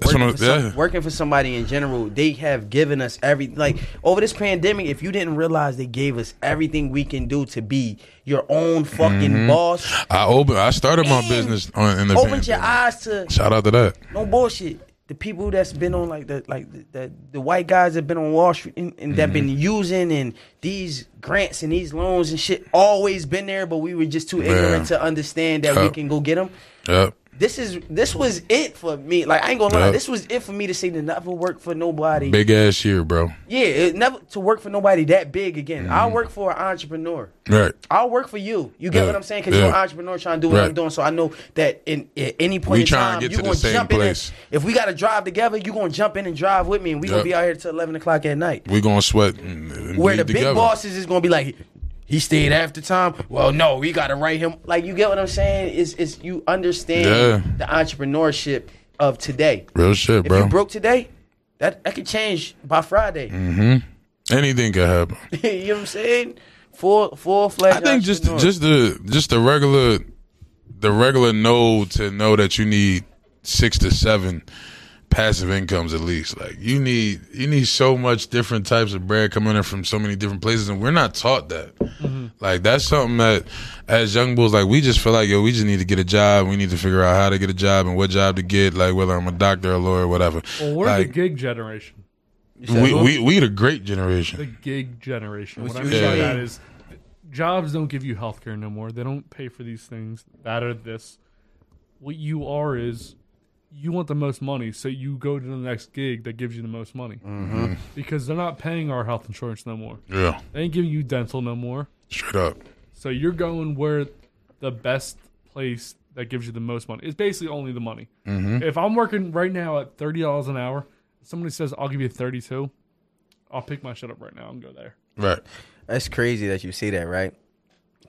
S1: That's
S2: working,
S1: what I'm-
S2: for some-
S1: yeah.
S2: working for somebody in general, they have given us everything. Like over this pandemic, if you didn't realize they gave us everything we can do to be your own fucking
S1: Mhm.
S2: boss,
S1: I open. I started my business on, in the
S2: opened
S1: pandemic.
S2: your eyes to
S1: Shout out to that.
S2: no bullshit. The people that's been on like the like the, the, the white guys that been on Wall Street and, and that been using and these grants and these loans and shit always been there, but we were just too
S1: Yeah.
S2: ignorant to understand that we
S1: Yep.
S2: can go get them.
S1: Yep.
S2: This is this was it for me. Like I ain't gonna lie,
S1: Yep.
S2: this was it for me to say to never work for nobody.
S1: Big ass year, bro.
S2: Yeah, it never to work for nobody that big again. I'll work for an entrepreneur.
S1: Right.
S2: I'll work for you. You get
S1: Yeah,
S2: what I'm saying? Because
S1: yeah.
S2: you're an entrepreneur trying to do what I'm
S1: Right.
S2: doing. So I know that in at any point
S1: We
S2: in
S1: trying to
S2: time,
S1: get
S2: you're
S1: to the
S2: gonna
S1: same
S2: jump
S1: place.
S2: in. And, if we got to drive together, you're gonna jump in and drive with me, and we
S1: Yep.
S2: gonna be out here till eleven o'clock at night.
S1: We gonna sweat. And, and
S2: Where
S1: bleed
S2: the big
S1: together.
S2: bosses is gonna be like, he stayed after time. Well, no, we gotta write him. Like you get what I'm saying? Is is you understand
S1: Yeah.
S2: the entrepreneurship of today?
S1: Real shit,
S2: If
S1: bro.
S2: you broke today, that that could change by Friday.
S1: Mm-hmm. Anything could happen.
S2: you know what I'm saying? Full full fledged.
S1: I think just just the just the regular the regular know to know that you need six to seven passive incomes at least. Like you need you need so much different types of bread coming in from so many different places, and we're not taught that. Like that's something that as young bulls, like we just feel like yo, we just need to get a job. We need to figure out how to get a job and what job to get. Like whether I'm a doctor, a lawyer, whatever.
S4: Well, we're
S1: like,
S4: the gig generation.
S1: we, we we the great generation.
S4: The gig generation.
S1: What's
S4: What I
S1: your
S4: mean by
S1: gig?
S4: that is jobs don't give you health care no more. They don't pay for these things, that or this. What you are is you want the most money, so you go to the next gig that gives you the most money.
S1: Mhm.
S4: Because they're not paying our health insurance no more.
S1: Yeah.
S4: They ain't giving you dental no more.
S1: Straight up.
S4: So you're going where the best place that gives you the most money. It's basically only the money.
S1: Mhm.
S4: If I'm working right now at thirty dollars an hour, somebody says I'll give you thirty two, I'll pick my shit up right now and go there.
S1: Right.
S2: That's crazy that you see that, right?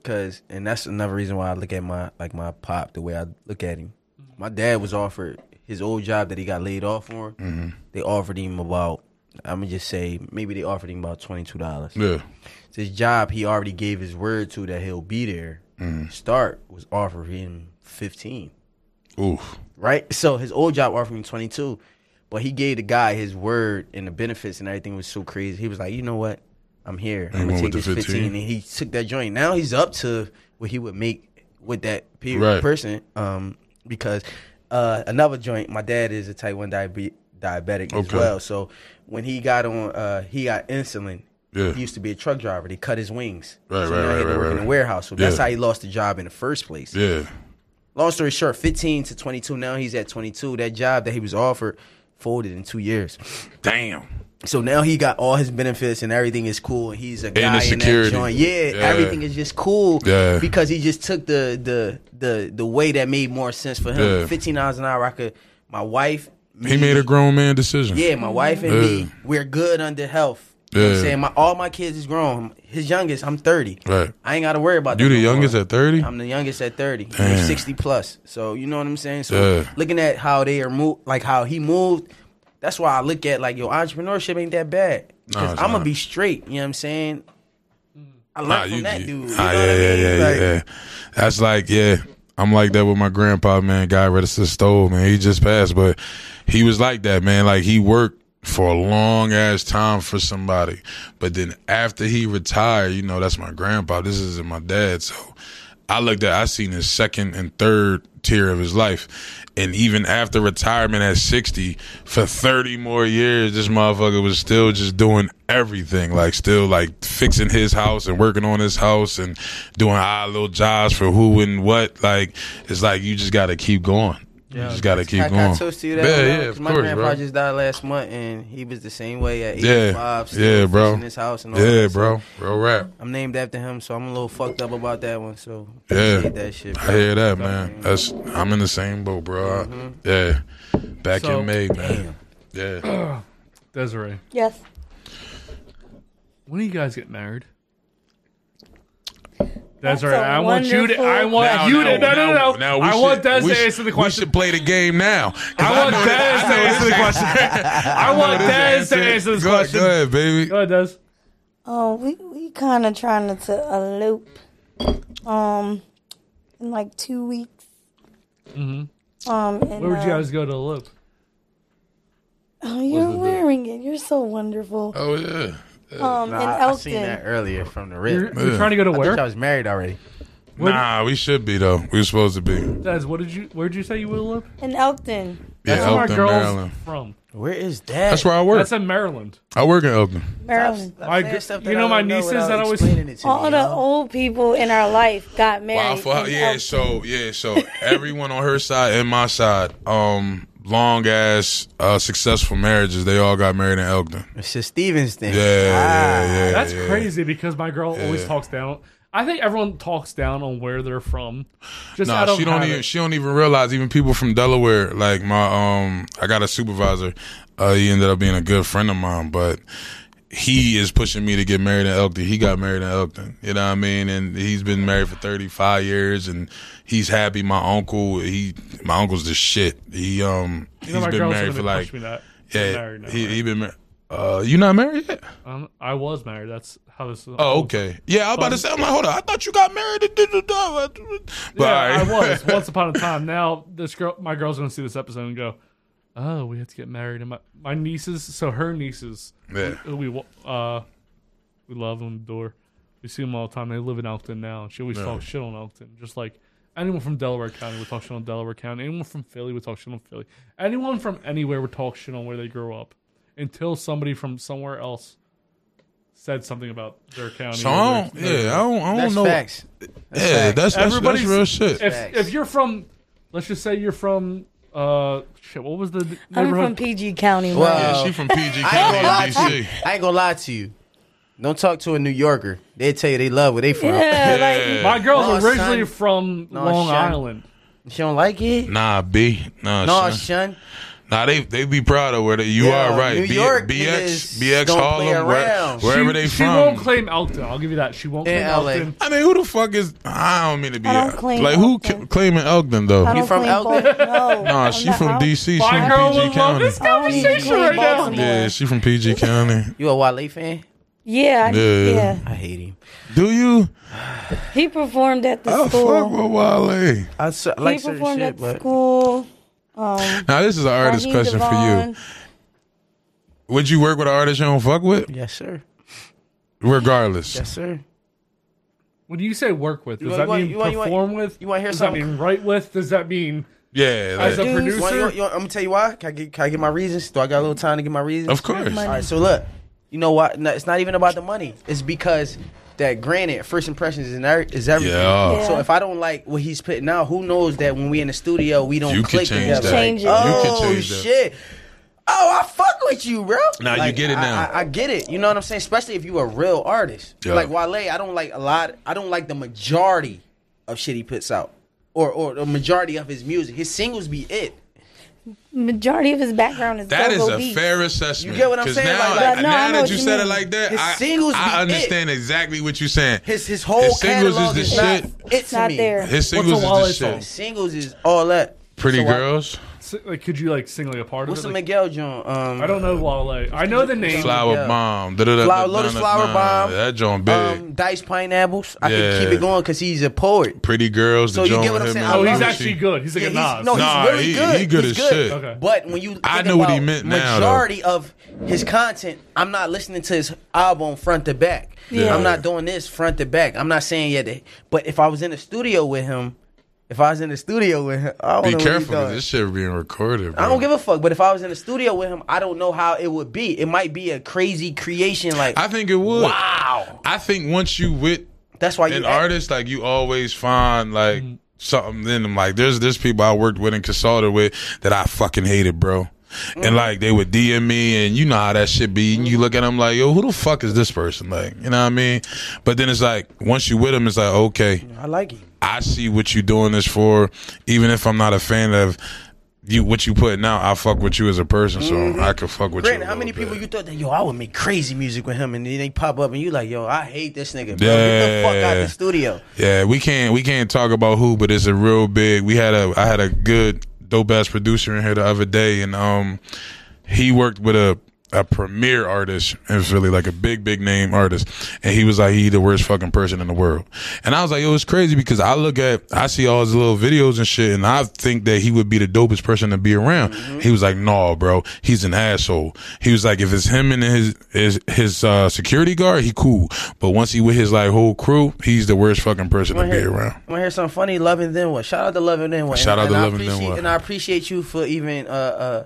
S2: Cause and that's another reason why I look at my like my pop the way I look at him. My dad was offered his old job that he got laid off for.
S1: Mhm.
S2: They offered him about I'm gonna just say maybe they offered him about twenty two dollars.
S1: Yeah.
S2: This job he already gave his word to that he'll be there.
S1: Mhm.
S2: Start was offered him fifteen.
S1: Oof.
S2: Right? So his old job offered him 22, but he gave the guy his word and the benefits and everything was so crazy. He was like, you know what? I'm here.
S1: And
S2: I'm going
S1: went
S2: to take
S1: with
S2: this
S1: the
S2: 15.
S1: 15.
S2: And he took that joint. Now he's up to what he would make with that pe-
S1: Right.
S2: person um, because uh, another joint, my dad is a type 1 diabe- diabetic as
S1: Okay.
S2: well. So when he got on, uh, he got insulin.
S1: Yeah.
S2: He used to be a truck driver. They cut his wings.
S1: Right,
S2: so
S1: right,
S2: now he
S1: right,
S2: had to
S1: right,
S2: work
S1: right,
S2: in a
S1: right.
S2: warehouse. So that's
S1: Yeah.
S2: how he lost the job in the first place.
S1: Yeah.
S2: Long story short, 15 to 22. Now he's at 22. That job that he was offered folded in two years.
S1: Damn.
S2: So now he got all his benefits and everything is cool. And he's a
S1: the
S2: guy in that
S1: security.
S2: joint. Yeah,
S1: Yeah.
S2: everything is just cool
S1: Yeah.
S2: because he just took the the the the way that made more sense for him.
S1: Yeah.
S2: 15 dollars an hour. I could my wife.
S1: He made a grown man decision.
S2: Yeah, my wife and
S1: Yeah.
S2: me, we're good under health. You know what I'm
S1: Yeah.
S2: saying? My, all my kids is grown. His youngest, I'm 30.
S1: Right.
S2: I ain't got to worry about
S1: You
S2: that
S1: the
S2: no
S1: youngest
S2: more.
S1: at 30?
S2: I'm the youngest at 30. You're
S1: Damn.
S2: 60 plus. So, you know what I'm saying? So,
S1: Yeah.
S2: looking at how they are moved, like how he moved, that's why I look at like, yo, entrepreneurship ain't that bad. Because
S1: it's
S2: I'm going
S1: not.
S2: to be straight. You know what I'm saying? I learned
S1: Nah,
S2: from
S1: you-
S2: that dude. You
S1: Ah,
S2: know
S1: yeah,
S2: what I
S1: yeah,
S2: mean?
S1: yeah,
S2: Like,
S1: yeah, yeah. That's like, yeah. I'm like that with my grandpa, man. Guy registered stove, man. He just passed, but he was like that, man. Like he worked for a long ass time for somebody, but then after he retired, you know, that's my grandpa. This isn't my dad, so I looked at. I seen his second and third tier of his life, and even after retirement at 60, for 30 more years, this motherfucker was still just doing everything, like still like fixing his house and working on his house and doing odd little jobs for who and what. Like it's like you just got to keep going. you just got to keep
S2: I,
S1: going.
S2: I toast to you that
S1: yeah,
S2: one,
S1: yeah,
S2: man, 'cause
S1: of
S2: my
S1: course,
S2: grandpa
S1: bro.
S2: just died last month, and he was the same way at 85.
S1: Yeah,
S2: still
S1: yeah, bro.
S2: fixing His house and all
S1: Yeah,
S2: that, so
S1: bro. Real rap.
S2: I'm named after him, so I'm a little fucked up about that one. So
S1: Yeah,
S2: appreciate that shit.
S1: I hear that, man. That's I'm in the same boat, bro. I-
S2: Mm-hmm.
S1: yeah, back
S4: So-
S1: in May, man. Yeah.
S4: Desiree,
S6: Yes.
S4: when do you guys get married?
S6: That's
S4: Desiree,
S6: a
S4: I want you to.
S6: wonderful
S4: I want
S1: Now,
S4: Oh, you
S1: now,
S4: to. No, no, no.
S1: now,
S4: no.
S1: now we
S4: I
S1: should-
S4: want Des
S1: we
S4: to
S1: should-
S4: answer the question.
S1: We should play the game now. 'Cause
S4: I want
S1: know that-
S4: Dez
S1: I
S4: to
S1: know
S4: answer the
S1: this
S4: question. I
S1: know
S4: want
S1: this
S4: Dez to
S1: answer.
S4: answer this
S1: Go-
S4: question.
S1: Go ahead, baby.
S4: Go ahead, Des.
S6: Oh, we we kind of trying to, to elope. Um, in like two weeks.
S4: Mm-hmm.
S6: Um, and,
S4: Where would you
S6: uh,
S4: guys go to loop?
S6: Oh, you're wearing it. You're so wonderful.
S1: Oh yeah.
S6: Um,
S2: Nah,
S6: in
S2: I, I
S6: Elkton.
S2: seen that earlier from the
S4: You're,
S2: rip.
S4: you're trying to go to
S2: I
S4: where?
S2: thought I was married already.
S1: Nah, we should be though. We were supposed to be.
S4: Des, what did you? Where'd you say you would loop?
S6: In Elkton,
S1: Yeah,
S4: That's where our
S1: Elkton,
S4: girls
S1: Maryland.
S4: from.
S2: Where is that?
S1: That's where I work.
S4: That's in Maryland.
S1: I work in Elkton.
S6: Maryland.
S4: My, gr- you know my nieces that always.
S6: All the old people in our life got
S1: Wow,
S6: married.
S1: for her-
S6: in
S1: yeah,
S6: Elkton.
S1: so yeah, so everyone on her side and my side, um, long ass uh, successful marriages, they all got married in Elkton.
S2: It's a Stevens thing.
S1: Yeah, yeah, yeah.
S4: That's
S1: yeah.
S4: crazy because my girl always
S1: Yeah.
S4: talks down. I think everyone talks down on where they're from. Just
S1: No,
S4: out of
S1: she don't
S4: habit.
S1: even she don't even realize even people from Delaware like my um I got a supervisor uh he ended up being a good friend of mine but he is pushing me to get married in Elkton. He got married in Elkton. You know what I mean? And he's been married for 35 years and he's happy my uncle he my uncle's the shit. He um
S4: You know,
S1: he's
S4: my
S1: been
S4: girls
S1: married
S4: have
S1: for
S4: been
S1: like
S4: pushing me that. She's
S1: Yeah.
S4: married now,
S1: He he been married uh, you not married yet?
S4: Um, I was married. That's how this.
S1: Oh, okay. Yeah, I was about to say. I'm like, hold on. I thought you got married. to- to- to- to- But
S4: yeah,
S1: all right.
S4: I was once upon a time. Now this girl, my girl's gonna see this episode and go, "Oh, we have to get married." And my, my nieces, so her nieces,
S1: Yeah.
S4: who we wa- uh, we love and adore. We see them all the time. They live in Elkton now. She always
S1: Yeah.
S4: talks shit on Elkton, just like anyone from Delaware County would talk shit on Delaware County. Anyone from Philly would talk shit on Philly. Anyone from anywhere would talk shit on where they grew up, until somebody from somewhere else said something about their county.
S1: So
S4: or
S1: I don't,
S4: their- their-
S1: yeah, I don't, I don't
S2: That's
S1: know.
S2: facts. That's
S1: yeah,
S2: facts.
S1: That's, that's that's
S4: Everybody's-
S1: real shit.
S4: If, if you're from, let's just say you're from, uh, shit, what was the d-
S6: I'm
S4: neighborhood?
S6: from PG County.
S2: Wow.
S6: man.
S4: uh,
S1: yeah, she from PG
S2: I ain't, gonna
S1: County,
S2: lie to
S1: DC.
S2: you. I ain't gonna lie to you. Don't talk to a New Yorker. They tell you they love where they from.
S6: Yeah, like-
S4: My girl's
S2: No, son.
S4: originally from
S2: No,
S4: Long
S2: son.
S4: Island.
S2: She don't like it.
S1: Nah, B. Nah,
S2: No,
S1: son.
S2: son.
S1: Nah, they they be proud of where they, you
S2: Yeah,
S1: are right.
S2: New
S1: B- BX,
S2: York niggas
S1: BX
S2: don't play
S1: Harlem, where,
S2: around.
S1: wherever
S4: she,
S1: they
S4: she
S1: from.
S4: won't claim Elkton. I'll give you that. She won't
S1: In
S4: claim
S1: LA.
S4: Elkton.
S1: I mean, who the fuck is? I don't mean to be
S4: I don't
S1: a-
S4: claim
S1: like who ca- claiming Elkton though.
S4: I don't You from claim Elkton?
S6: But no,
S1: Nah, she from DC. She
S4: My
S1: from
S4: girl
S1: PG
S4: would love
S1: County.
S4: this conversation
S6: claim
S4: right now.
S6: Baltimore.
S1: Yeah, she from PG County.
S2: You a Wale fan?
S6: Yeah, I,
S1: Yeah.
S6: yeah,
S2: I hate him.
S1: Do you?
S6: He performed at
S4: Oh,
S6: the
S1: I fuck with
S6: school.
S1: Wale.
S2: I so,
S6: He
S2: like certain
S6: performed
S2: shit,
S6: at the
S2: but
S6: school. Um,
S1: Now this is an artist
S6: Raheem
S1: question
S6: Devon.
S1: for you. Would you work with an artist you don't fuck with?
S2: yes, sir.
S1: Regardless.
S2: Yes, sir.
S4: When you say work with, does
S2: You
S4: that
S2: want-
S4: mean
S2: you want- you want-
S4: perform with?
S2: you wanna hear
S4: does
S2: something?
S4: that mean write with? Does that mean
S1: Yeah,
S4: As
S1: like-
S4: a producer?
S2: You want- you want- I'm gonna tell you why. Can I get, can I get my reasons? Do I got a little time to get my reasons?
S1: Of course. Money.
S2: All right. So look, you know what? No, it's not even about the money. It's because that granted, first impressions is in every- is everything.
S1: Yeah. Yeah.
S2: So if I don't like what he's putting out, who knows that when we in the studio we don't
S1: You can
S2: click
S1: change
S2: together?
S1: that. Change it. You
S2: oh
S1: can change that.
S2: shit. Oh, I fuck with you, bro.
S1: Nah, you get it
S2: I-
S1: now.
S2: I, I get it. You know what I'm saying? Especially if you a real artist.
S1: Yeah.
S2: Like Wale, I don't like a lot. I don't like the majority of shit he puts out, or or the majority of his music. His singles be it.
S6: Majority of his background is
S1: That is
S6: go-go
S1: a
S6: beats.
S1: fair assessment.
S2: You get what I'm
S1: 'Cause
S2: saying?
S1: Now,
S2: Like,
S1: now
S2: no, I know
S1: that
S2: what
S1: you
S2: you
S1: said it
S2: mean.
S1: like that,
S2: His
S1: I,
S2: singles be
S1: I
S2: it.
S1: understand exactly what you're saying.
S2: His his whole
S1: His singles
S2: catalog
S1: is
S2: is,
S1: the
S2: not
S1: shit.
S2: It to
S6: not
S2: me.
S6: there.
S1: His singles is the shit.
S2: Singles is all that.
S1: Pretty
S2: So I-
S1: girls,
S4: si- like? Could you like sing like a part
S2: What's
S4: of
S2: the
S4: it? Like,
S2: Miguel joint? Um,
S4: I don't know Wale. I know the name.
S1: flower
S2: Yeah.
S1: bomb, da, da, da,
S2: Flower-
S1: da,
S2: Lotus
S1: da,
S2: Flower
S1: da,
S2: Bomb.
S1: That joint big.
S2: Um, Dice pineapples. I
S1: Yeah.
S2: can keep it going because he's a poet.
S1: Pretty girls, the
S2: so you
S1: joint
S2: get what
S1: with
S2: I'm
S1: him
S2: saying? Oh,
S1: and
S2: I
S4: Oh,
S2: love
S1: Lil
S2: it.
S1: Uzi.
S2: Yeah, he's- No,
S1: Nah,
S2: he's really
S1: he-
S2: good.
S1: he good
S2: he's
S1: as shit.
S2: good.
S1: Okay.
S2: But when you,
S1: I
S2: think
S1: know what he
S2: about
S1: meant now, though.
S2: Majority of his content, I'm not listening to his album front to back.
S1: Yeah.
S2: I'm not doing this front to back. I'm not saying yet. That, but if I was in the studio with him, if I was in the studio with him, I don't
S1: Be
S2: know what he
S1: careful, 'cause
S2: doing.
S1: this shit being recorded. Bro.
S2: I don't give a fuck. But if I was in the studio with him, I don't know how it would be. It might be a crazy creation. Like
S1: I think it would.
S2: Wow.
S1: I think once you with
S2: that's why you
S1: an
S2: act-
S1: artist, like you always find like
S2: Mm-hmm.
S1: something in them. Like there's there's people I worked with and consulted with that I fucking hated, bro.
S2: Mm-hmm.
S1: And like they would DM me, and you know how that shit be. And you look at them like, yo, who the fuck is this person? Like, you know what I mean? But then it's like once you with them, it's like okay,
S2: I like it.
S1: I see what you doing this for, even if I'm not a fan of you what you putting out. I fuck with you as a person, so I can fuck with
S2: Mm-hmm. Granted,
S1: you.
S2: how many people you thought that yo, I would make crazy music with him, and then they pop up and you like, yo, I hate this nigga. Bro. Get the fuck out
S1: Yeah.
S2: the studio.
S1: Yeah, we can't we can't talk about who, but it's a real big. We had a I had a good dope ass producer in here the other day, and um, he worked with a a premier artist in Philly, like a big big name artist, and he was like he the worst fucking person in the world, and I was like yo, it's crazy because I look at I see all his little videos and shit, and I think that he would be the dopest person to be around. He was like, no, bro, he's an asshole. He was like, if it's him and his his his uh, security guard, he cool, but once he with his like whole crew, he's the worst fucking person to
S2: Wanna
S1: be
S2: hear-
S1: around.
S2: Wanna hear something funny? Love and then what? Shout out to Love and then what?
S1: Shout out
S2: and,
S1: to
S2: and I
S1: Love and Then
S2: appreciate-
S1: What.
S2: And I appreciate you for even uh uh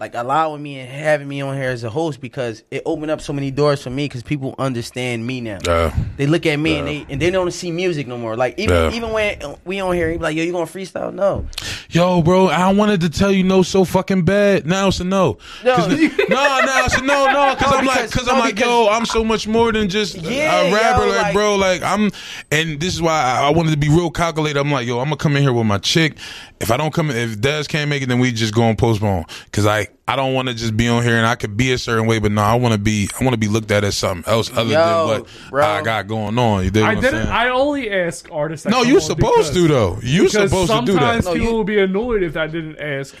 S2: like allowing me and having me on here as a host because it opened up so many doors for me because people understand me now.
S1: Yeah.
S2: They look at me and
S1: Yeah.
S2: they and they don't see music no more. Like even
S1: Yeah.
S2: even when we on here, he be like, yo, you gonna freestyle? No.
S1: Yo, bro, I wanted to tell you no so fucking bad. Now it's a no.
S2: No.
S1: 'Cause n- no, no, it's a no, no. Because
S2: No,
S1: I'm like,
S2: because-
S1: because
S2: no,
S1: I'm like, yo, I'm so much more than just
S2: Yeah,
S1: a rapper,
S2: yo,
S1: like,
S2: like-
S1: bro. Like I'm, and this is why I, I wanted to be real calculated. I'm like, yo, I'm gonna come in here with my chick. If I don't come, in, if Dez can't make it, then we just go and postpone. Because I, I don't want to just be on here and I could be a certain way, but no, I want to be, I want to be looked at as something else other
S4: Yo,
S1: than what I got going on. You dig
S4: I
S1: what I'm
S4: didn't.
S1: saying?
S4: I only ask artists. that
S1: No,
S4: come
S1: you
S4: on
S1: supposed
S4: because-
S1: to, though. You
S4: because
S1: supposed to do that.
S4: Sometimes
S1: No,
S4: people
S1: you-
S4: will be annoyed if I didn't ask.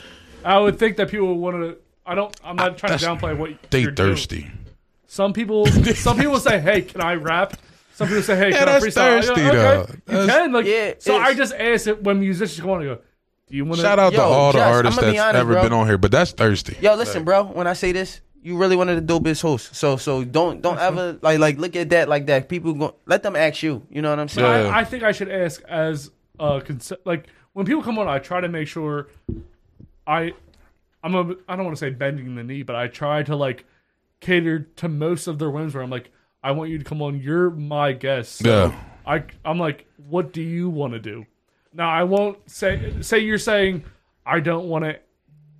S4: I would think that people would want to. I don't. I'm not trying to
S1: that's-
S4: downplay what
S1: They
S4: you're doing.
S1: thirsty.
S4: Some people, some people say, "Hey, can I rap?" Some people say, "Hey,
S1: Yeah,
S4: can
S1: that's
S4: I freestyle?" I go,
S1: thirsty, though.
S4: okay, you
S1: That's-
S4: can. Like,
S1: Yeah,
S4: so
S1: it's-
S4: I just ask it when musicians come on. I go, "Do you want
S1: Shout out to all the
S2: Josh,
S1: artists
S2: I'ma
S1: that's
S2: be honest,
S1: ever
S2: bro.
S1: been on here, but that's thirsty.
S2: Yo, listen, bro. When I say this, you really one of the dopest hosts. So, so don't don't ever like like look at that like that. People go let them ask you. You know what I'm
S4: So
S2: saying?
S4: I, I think I should ask as a cons- like when people come on, I try to make sure I I'm a I don't want to say bending the knee, but I try to like cater to most of their whims. Where I'm like, I want you to come on. You're my guest. So
S1: Yeah.
S4: I I'm like, what do you want to do? Now I won't say say you're saying I don't want to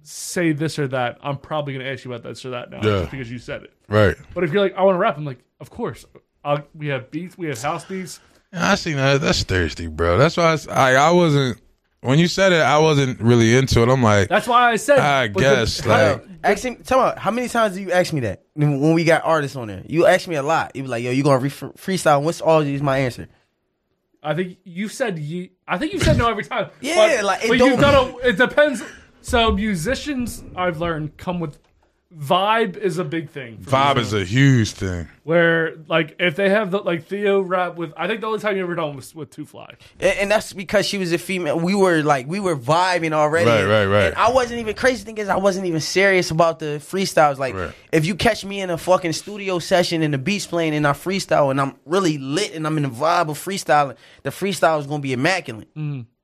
S4: say this or that. I'm probably going to ask you about this or that now
S1: Yeah.
S4: just because you said it.
S1: Right.
S4: But if you're like, I want to rap, I'm like, of course. I'll, we have beats. We have house beats.
S1: I seen that. That's thirsty, bro. That's why I, s- I, I wasn't. when you said it, I wasn't really into it. I'm like,
S4: That's why I said.
S1: I guess like
S2: ask him, tell me, how many times do you ask me that when we got artists on there? You asked me a lot. You be like, yo, you gonna re- freestyle? What's all is my answer?
S4: I think you said you. I think you said no every time.
S2: Yeah,
S4: but,
S2: like, it
S4: but you've
S2: don't-
S4: done a. It depends. So musicians, I've learned, come with vibe is a big thing. for
S1: vibe
S4: me.
S1: is a huge thing.
S4: where like if they have the like Theo rap with. I think the only time you ever done was with Two Fly.
S2: And, and that's because she was a female. We were like, we were vibing already.
S4: Right, right, right.
S2: And I wasn't even crazy. Thing is, I wasn't even serious about the freestyles. Like, if you catch me in a fucking studio session and the beats playing and I freestyle and I'm really lit and I'm in the vibe of freestyling, the freestyle is gonna be immaculate.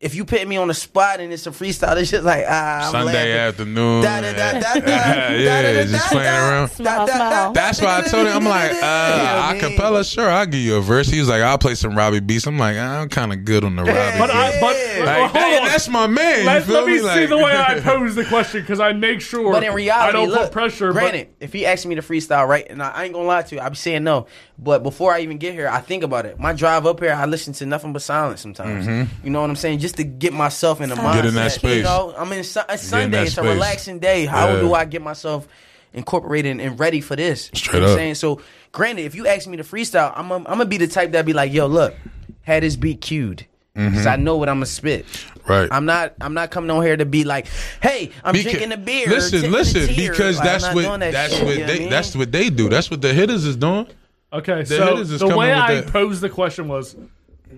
S2: If you put me on the spot and it's a freestyle, it's just like ah, I'm
S1: Sunday
S2: laughing.
S1: afternoon.
S2: Da, da, da, da, da.
S1: yeah, just playing around.
S2: Da, da, da.
S1: That's why I told him, I'm like, uh, acapella, sure, I'll give you a verse. He was like, I'll play some Robbie beats. I'm like, "Ah, I'm kind of good on the Robbie
S4: But I, but
S1: Like,
S4: hold on.
S1: that's my man. you
S4: Let,
S1: feel
S4: let me,
S1: me?
S4: see
S1: Like-
S4: the way I pose the question because I make sure.
S2: But in reality,
S4: I don't
S2: look,
S4: put pressure. but-
S2: Granted, if he asks me to freestyle, right, and I, I ain't gonna lie to you, I'm saying no. But before I even get here, I think about it. My drive up here, I listen to nothing but silence sometimes.
S1: Mhm.
S4: Mm-hmm.
S2: You know what I'm saying? Just to get myself in the mindset.
S1: Get in that
S2: You
S1: space.
S2: know, I'm in su- it's Sunday.
S1: that
S2: It's a
S1: space.
S2: relaxing day. How
S1: Yeah.
S2: do I get myself incorporated and- and ready for this?
S1: Straight
S2: I'm
S1: up.
S2: saying? So, granted, if you ask me to freestyle, I'm i I'm gonna be the type that be like, yo, look, had this beat cued. Cause
S1: Mhm.
S2: I know what I'm gonna spit.
S1: Right.
S2: I'm not. I'm not coming on here to be like, "Hey, I'm
S1: Beca-
S2: drinking a beer."
S1: Listen,
S2: tipping a
S1: listen,
S2: tear.
S1: because
S2: Like, I'm
S1: that's
S2: not
S1: what
S2: doing that
S1: that's
S2: shit,
S1: what
S2: you know
S1: they
S2: I mean?
S1: that's what they do. That's what the hitters is doing.
S4: Okay,
S1: The
S4: so
S1: hitters is
S4: the
S1: coming
S4: way
S1: with
S4: I
S1: that.
S4: posed the question was,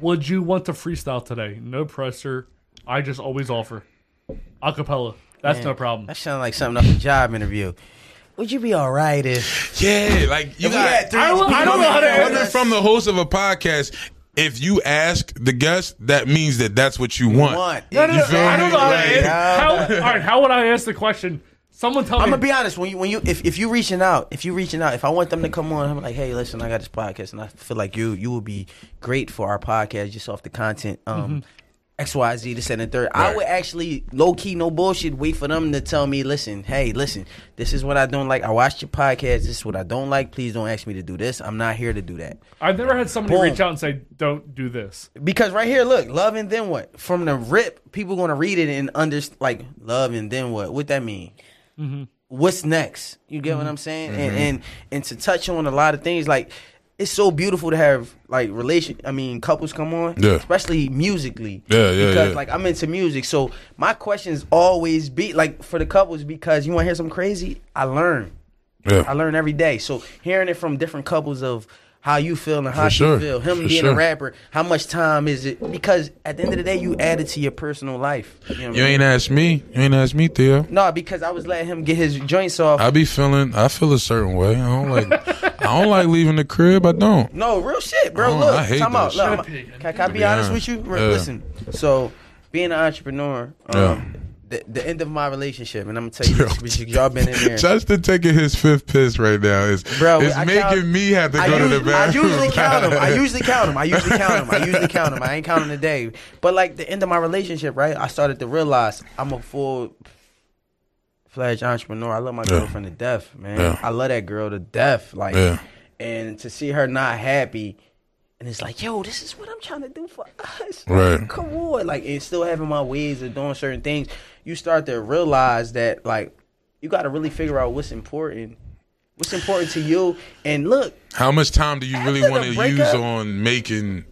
S4: would you want to freestyle today? No pressure. I just always offer acapella. That's
S2: Man,
S4: no problem.
S2: That sounds like something off a job interview. Would you be all right if?
S1: Yeah, like you
S2: If we
S1: got.
S2: had three I don't- I don't know how to
S1: Coming
S2: answer.
S1: from the host of a podcast. If you ask the guest, that means that that's what you want.
S4: No, no,
S1: You
S4: no,
S1: feel
S4: I
S1: me?
S4: don't know how to
S1: Like-
S4: answer. How, all right, how would I ask the question? Someone tell
S2: I'm
S4: me.
S2: gonna be honest. When you when you if, if you reaching out, if you reaching out, if I want them to come on, I'm like, hey, listen, I got this podcast, and I feel like you you will be great for our podcast just off the content. Um,
S7: Mhm.
S2: X, Y, Z, this and the third. I
S7: Right.
S2: would actually low key, no bullshit, wait for them to tell me, listen, hey, listen, this is what I don't like. I watched your podcast. This is what I don't like. Please don't ask me to do this. I'm not here to do that.
S4: I've never had somebody
S2: Boom.
S4: reach out and say, "Don't do this."
S2: Because right here, look, love and then what? From the rip, people gonna read it and understand. Like love and then what? What that mean? What's next? You get what I'm saying? And,
S1: Mm-hmm.
S7: Mhm.
S2: and and to touch on a lot of things, like it's so beautiful to have like relation. I mean, couples come on,
S1: Yeah.
S2: Especially musically,
S1: Yeah, yeah,
S2: Because
S1: yeah.
S2: like I'm into music, so my questions always be like for the couples because you want to hear something crazy. I learn.
S1: Yeah.
S2: I learn every day. So hearing it from different couples of how you feel and how
S1: For
S2: she
S1: sure.
S2: feel, him
S1: For
S2: being a
S1: sure.
S2: rapper, how much time is it? Because at the end of the day, you add it to your personal life. You, know what I
S1: You
S2: mean?
S1: ain't asked me. You ain't asked me, Theo.
S2: No, because I was letting him get his joints off.
S1: I be feeling. I feel a certain way. I don't like. I don't like leaving the crib. I don't.
S2: no, real shit, bro.
S1: Oh,
S2: look,
S1: I hate
S2: time
S1: that
S2: out. Look,
S1: shit.
S2: I'm- can, can I
S1: To
S2: be
S1: be
S2: honest
S1: honest.
S2: with you?
S1: Yeah.
S2: Listen, so being an entrepreneur, um,
S1: Yeah.
S2: the, the end of my relationship, and I'm gonna tell you this, because y'all been in there.
S1: Justin taking his fifth piss right now is
S2: Bro,
S1: is
S2: I
S1: making
S2: count-
S1: me have to
S2: I
S1: go to
S2: usually,
S1: the bathroom.
S2: I usually count them. I usually count them. I usually count them. I usually count them. I ain't counting today. But like the end of my relationship, right? I started to realize I'm a full fledged entrepreneur. I love my
S7: Yeah.
S2: girlfriend to death, man.
S7: Yeah.
S2: I love that girl to death. Like,
S7: Yeah.
S2: and to see her not happy, and it's like, yo, this is what I'm trying to do for us.
S7: Right.
S2: Come on, like, and still having my ways of doing certain things. You start to realize that, like, you got to really figure out what's important. What's important to you? And look,
S1: How much time do you really
S2: After
S1: want
S2: the
S1: to
S2: breakup-
S1: use on making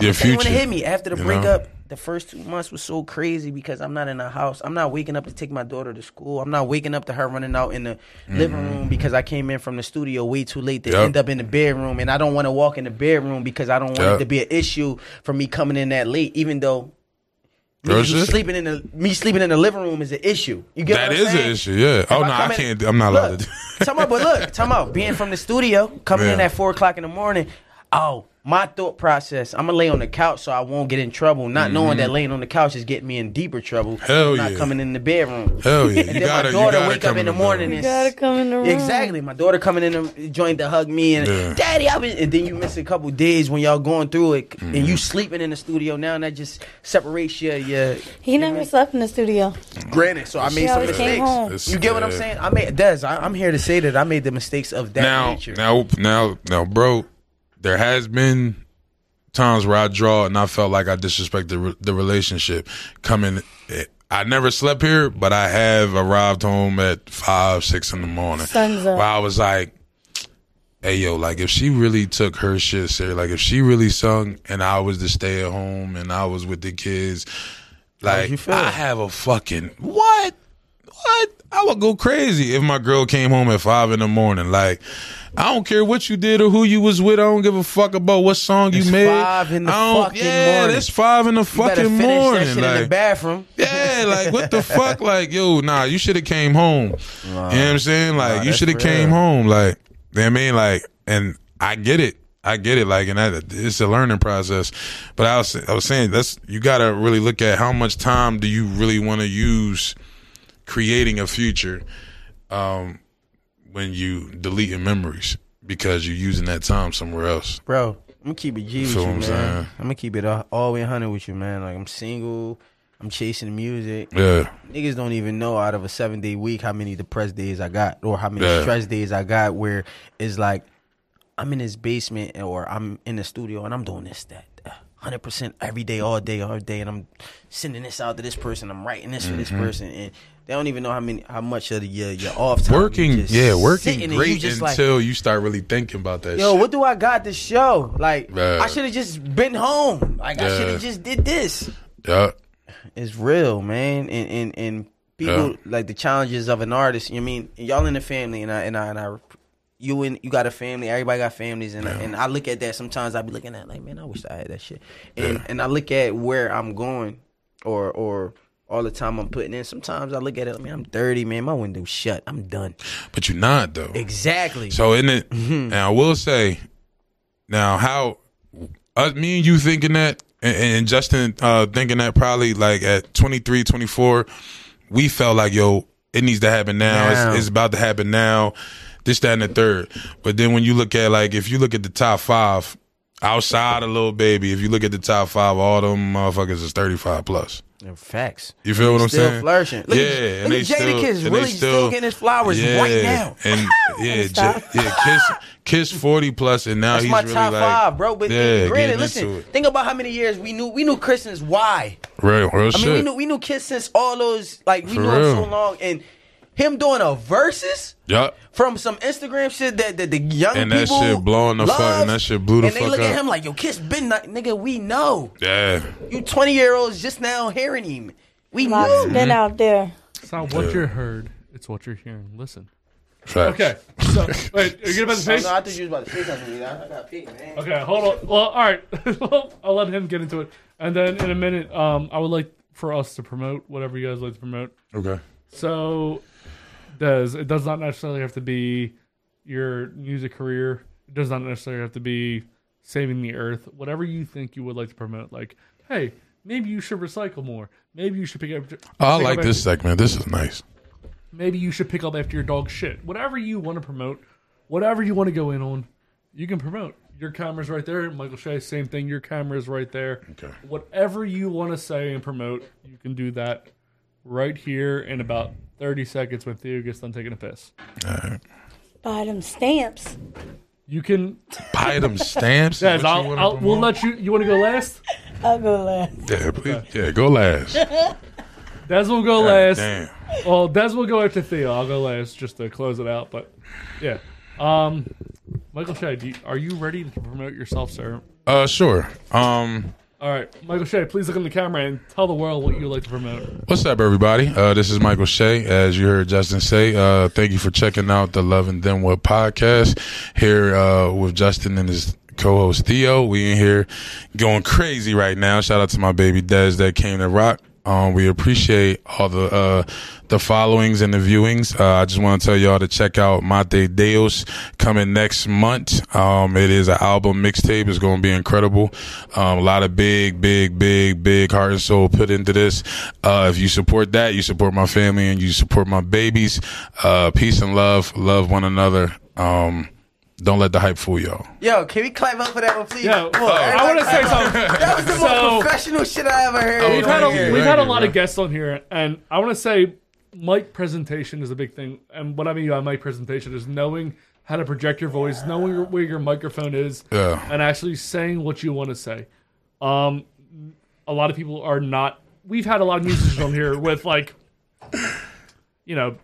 S1: your
S2: They want
S1: future?
S2: to hit me after the
S1: you know?
S2: breakup. The first two months was so crazy because I'm not in the house. I'm not waking up to take my daughter to school. I'm not waking up to her running out in the living
S1: Mm-hmm.
S2: room because I came in from the studio way too late to
S7: Yep.
S2: end up in the bedroom. And I don't want to walk in the bedroom because I don't want
S7: Yep.
S2: it to be an issue for me coming in that late, even though. Me
S1: Real shit.
S2: sleeping in the me sleeping in the living room is an issue. You get
S1: That
S2: what I'm
S1: is an
S2: saying?
S1: issue, yeah.
S2: If
S1: Oh, no, I
S2: come in-
S1: can't do- I'm not allowed to do-
S2: Talking about, but look, talking about being from the studio, coming in
S1: Yeah.
S2: at four o'clock in the morning. Oh, my thought process: I'm gonna lay on the couch so I won't get in trouble. Not knowing
S1: Mhm.
S2: that laying on the couch is getting me in deeper trouble.
S1: Hell
S2: not
S1: yeah.
S2: coming in the bedroom.
S1: Hell yeah.
S2: And
S1: You
S2: then
S1: gotta-
S2: my
S1: you
S2: daughter
S1: gotta
S2: wake
S1: come
S2: up in
S1: in
S2: the
S1: the
S2: morning.
S1: room.
S2: and
S6: You gotta come in the room.
S2: Exactly. My daughter coming in the joint to hug me and
S1: Yeah.
S2: daddy. I was, and then you miss a couple days when y'all going through it, and
S1: Mm-hmm.
S2: you sleeping in the studio now, and that just separates you. your
S6: He never
S1: Mm-hmm.
S6: slept in the studio.
S2: Granted, so I
S6: She
S2: made some
S6: always came home.
S2: mistakes.
S1: It's-
S2: You get what I'm
S1: yeah.
S2: saying? I made Des. I, I'm here to say that I made the mistakes of that
S1: now,
S2: nature.
S1: now, now, now, bro. There has been times where I draw and I felt like I disrespected the, re- the relationship. Coming, eh, I never slept here, but I have arrived home at five, six in the morning.
S6: Sun's up.
S1: Where I was like, hey yo, like if she really took her shit serious, like if she really sung and I was to stay at home and I was with the kids, like I have a fucking what? What? I would go crazy if my girl came home at five in the morning. Like, I don't care what you did or who you was with. I don't give a fuck about what song you
S2: It's
S1: made.
S2: five in the
S1: I don't-
S2: fucking
S1: yeah,
S2: morning.
S1: it's five in the
S2: You better
S1: fucking
S2: finish that
S1: morning.
S2: shit in the
S1: like-
S2: bathroom.
S1: yeah, like what the fuck? Like, yo, nah, you should have came home. you know what I'm saying? Like, you
S2: that's
S1: should have
S2: real.
S1: came home. Like, you know what I mean, like, and I get it. I get it. Like, and that, it's a learning process. But I was, I was saying that's you got to really look at how much time do you really want to use creating a future um, when you deleting memories because you're using that time somewhere else.
S2: bro. I'm gonna keep it G with
S1: Feel
S2: you,
S1: what I'm
S2: man.
S1: saying?
S2: I'm gonna keep it all, all the way 100 with you, man. Like I'm single, I'm chasing music.
S1: Yeah.
S2: niggas don't even know out of a seven day week how many depressed days I got or how many
S1: Yeah.
S2: stress days I got. Where it's like I'm in this basement or I'm in the studio and I'm doing this that. uh, Hundred percent every day, all day, all day, and I'm sending this out to this person. I'm writing this for this
S1: Mhm.
S2: person, and they don't even know how many, how much of your your off time. you
S1: Working,
S2: just
S1: yeah,
S2: sitting
S1: working
S2: and you
S1: great
S2: just
S1: until
S2: like-
S1: you start really thinking about that.
S2: Yo,
S1: shit.
S2: what do I got to show? Like,
S1: Yeah.
S2: I should have just been home. Like, I
S1: Yeah.
S2: should have just did this.
S1: Yeah.
S2: It's real, man. And and and people
S1: Yeah.
S2: like the challenges of an artist. You know what I mean y'all in the family, and I and I and I, you and you got a family. Everybody got families, and I, and I look at that sometimes. I be looking at like, man, I wish I had that shit. And and I look at where I'm going, or or. All the time I'm putting in. Sometimes I look at it. I mean, I'm 30, man. My window's shut. I'm done.
S1: But you're not though.
S2: Exactly.
S1: So in it, and I will say, now how us, me and you thinking that, and, and Justin uh, thinking that probably like at 23, 24, we felt like yo, it needs to happen now.
S2: Now.
S1: It's, it's about to happen now. This, that, and the third. But then when you look at like if you look at the top five outside of little baby, if you look at the top five, all them motherfuckers is thirty five plus.
S2: And facts.
S1: You feel
S2: And
S1: what
S2: he
S1: I'm
S2: still
S1: saying?
S2: flourishing. Look at-
S1: yeah,
S2: look
S1: and
S2: at
S1: they still,
S2: Jadakiss
S1: and they
S2: really still getting his flowers
S1: yeah,
S2: right now.
S1: And yeah, J- yeah, Kiss, Kiss forty plus, and now
S2: That's
S1: he's
S2: my
S1: really
S2: top
S1: like,
S2: five, bro. But
S1: yeah,
S2: granted,
S1: getting into
S2: listen,
S1: it.
S2: think about how many years we knew we knew Chris since why.
S1: real, real
S2: I
S1: shit.
S2: mean, we knew we knew Kiss since all those like we
S1: For
S2: knew him so
S1: real.
S2: long, and him doing a versus
S1: Yup.
S2: from some Instagram shit that, that the young
S1: And that
S2: people
S1: shit blowing the fuck-
S2: loves,
S1: and that shit blew the
S2: and they
S1: fuck
S2: look
S1: up.
S2: at him like, yo, Kiss been not, nigga. We know
S1: Yeah,
S2: you twenty year olds just now hearing him. We
S6: Lots
S2: know
S1: Mm-hmm.
S6: been out there.
S4: It's not what
S1: Yeah.
S4: you heard; it's what you're hearing. Listen.
S1: Facts.
S4: Okay. So wait, are you gonna about the
S2: Oh,
S4: face?
S2: no, I thought you was about to say something. I got paid, man.
S4: Okay, hold on. Well, all right. Well, I'll let him get into it, and then in a minute, um, I would like for us to promote whatever you guys like to promote.
S1: Okay.
S4: So, does it does not necessarily have to be your music career? It does not necessarily have to be saving the earth. Whatever you think you would like to promote, like, hey, maybe you should recycle more. Maybe you should pick up.
S1: Oh, I
S4: pick
S1: like
S4: up
S1: this
S4: after-
S1: segment. This is nice.
S4: maybe you should pick up after your dog's shit. Whatever you want to promote, whatever you want to go in on, you can promote. Your camera's right there. Michael Shea, same thing. Your camera's right there.
S1: Okay.
S4: Whatever you want to say and promote, you can do that right here in about 30 seconds when Theo gets done taking a piss.
S6: Buy them stamps.
S4: You can
S1: buy them stamps.
S4: Yes,
S1: What you
S4: I'll,
S1: wanna
S4: I'll, we'll let you. You want to go last?
S6: I'll go last.
S1: Yeah, please. yeah, go last.
S4: Des will go
S1: God
S4: last.
S1: damn.
S4: Well, Des will go after Theo. I'll go last just to close it out. But yeah, um, Michael Shea, do you, are you ready to promote yourself, sir?
S1: Uh, sure. Um.
S4: All right, Michael Shea, please look in the camera and tell the world what you would like to promote.
S1: What's up, everybody? Uh, this is Michael Shea. As you heard Justin say, uh, thank you for checking out the Love and Then What podcast here uh, with Justin and his co-host Theo. We in here going crazy right now. Shout out to my baby Des that came to rock. Um, we appreciate all the uh, the followings and the viewings. Uh, I just want to tell y'all to check out Mate Deus coming next month. Um, it is an album mixtape. It's going to be incredible. Um, a lot of big, big, big, big heart and soul put into this. Uh, if you support that, you support my family and you support my babies. Uh, peace and love. Love one another. Um, don't let the hype fool y'all.
S2: Yo, can we clap up for that one, please?
S4: Yo,
S2: Come on,
S4: oh, I
S2: everybody
S4: wanna say
S2: clap up.
S4: something.
S2: That was the
S4: So-
S2: most professional shit I ever
S1: Oh,
S2: heard.
S4: we've had a,
S2: Right
S4: we've
S2: here.
S4: had a lot of guests on here, and I want to say mic presentation is a big thing. And what I mean by mic presentation is knowing how to project your voice, knowing your, where your microphone is,
S1: Yeah.
S4: and actually saying what you want to say. Um, a lot of people are not. We've had a lot of musicians on here with like, you know,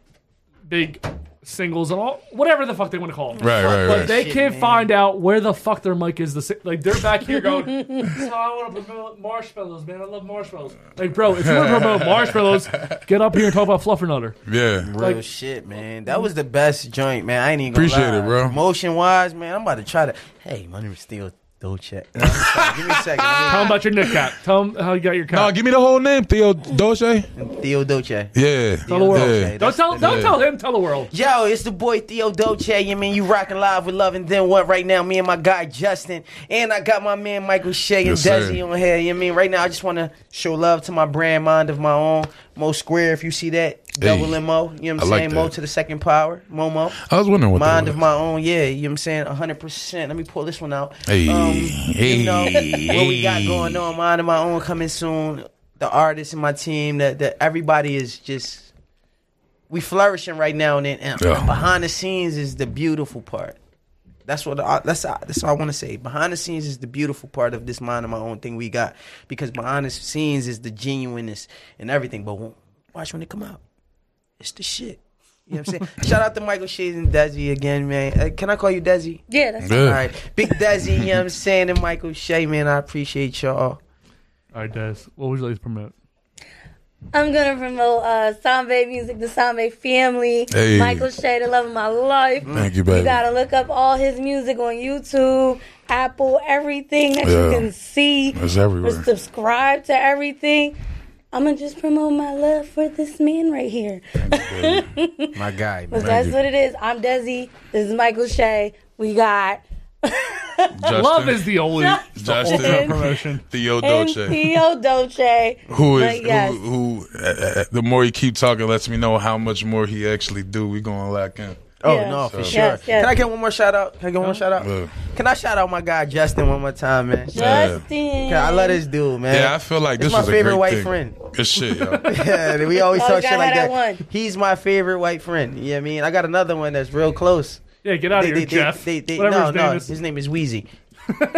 S4: big singles and all whatever the fuck they want to call them.
S1: Right, right,
S4: But
S1: right.
S4: they
S1: Shit,
S4: can't
S1: man.
S4: find out where the fuck their mic is. The si- like they're back here going, "So I want to promote marshmallows, man. I love marshmallows." Like, bro, if you want to promote marshmallows, get up here and talk about Fluffernutter.
S1: Yeah.
S4: Like-
S2: Real shit, man. That was the best joint, man. I ain't even gonna
S1: Appreciate it, bro.
S2: Motion wise, man, I'm about to try to. Hey, my name is Steel Dolce. I'm sorry, Give me a second.
S4: Tell them about your nip cap. Tell them how you got your cap.
S1: No, Uh, give me the whole name, Theo Doce.
S2: Theo Doce.
S1: Yeah.
S2: Tell the world.
S1: Yeah.
S4: Don't tell, don't
S1: Yeah.
S4: tell him. Tell the world.
S2: Yo, it's the boy Theo Doce. You mean you rocking live with Love and Then What right now? Me and my guy Justin, and I got my man Michael Shea and
S15: Yes, sir.
S2: Desi on here. You mean right now? I just want to show love to my brand mind of my own, Mo Square. If you see that double
S1: Hey,
S2: mo, you know what I'm
S1: I like
S2: saying? Mo
S1: that.
S2: to the second power, Momo.
S1: I was wondering what that
S2: mind of
S1: was.
S2: my own. Yeah, you know what I'm saying? 100. percent Let me pull this one out.
S1: Hey,
S2: Um,
S1: hey,
S2: you know what we got
S1: hey.
S2: going on. Mind of my own coming soon. The artists in my team, that that everybody is just we flourishing right now, and, and
S1: Yeah.
S2: behind the scenes is the beautiful part. That's what I, that's uh, that's what I want to say. Behind the scenes is the beautiful part of this mind of my own thing we got because behind the scenes is the genuineness and everything. But when- watch when it come out, it's the shit. You know what I'm saying? Shout out to Michael Shades and Desi again, man. Uh, can I call you Desi?
S6: Yeah, that's
S2: all
S6: Yeah.
S2: right. Big Desi, you know what I'm saying? And Michael Shea, man, I appreciate y'all.
S4: All right, Des. What would you like to promote?
S6: I'm gonna promote uh Sambe music, the Sambe family,
S4: Hey.
S6: Michael Shea, the love of my life.
S1: Thank you, baby.
S6: You gotta look up all his music on YouTube, Apple, everything that you
S1: Yeah.
S6: can see.
S1: It's everywhere.
S6: Subscribe to everything. I'm gonna just promote my love for this man right here.
S2: My guy,
S6: But that's what it is. I'm Desi. This is Michael Shea. We got
S1: Justin.
S4: Love is the only
S1: Justin.
S4: the ultimate promotion.
S1: Theo Doce.
S6: Theo Dolce.
S1: Who is
S6: But yes.
S1: who? who uh, uh, the more you keep talking, lets me know how much more he actually do. We going to lock in.
S2: Oh no, for sure. Can I get one more shout out? Can I get one more shout out?
S1: Yeah.
S2: Can I shout out my guy Justin one more time, man?
S1: Justin.
S2: I love this dude, man.
S1: Yeah, I feel like
S2: This
S1: this,
S2: my
S1: was
S2: favorite
S1: a great
S2: white
S1: thing.
S2: friend.
S1: Good shit, yo.
S2: yeah, we always
S6: Oh,
S2: talk
S6: we
S2: shit
S6: gotta
S2: like
S6: have
S2: that.
S6: that
S2: He's my favorite white friend. You know what I mean? I got another one that's real close.
S4: Yeah, get out
S2: They-
S4: of here,
S2: they- they-
S4: Jeff.
S2: They, they,
S4: Whatever
S2: no,
S4: his name
S2: no,
S4: is.
S2: his name is Wheezy.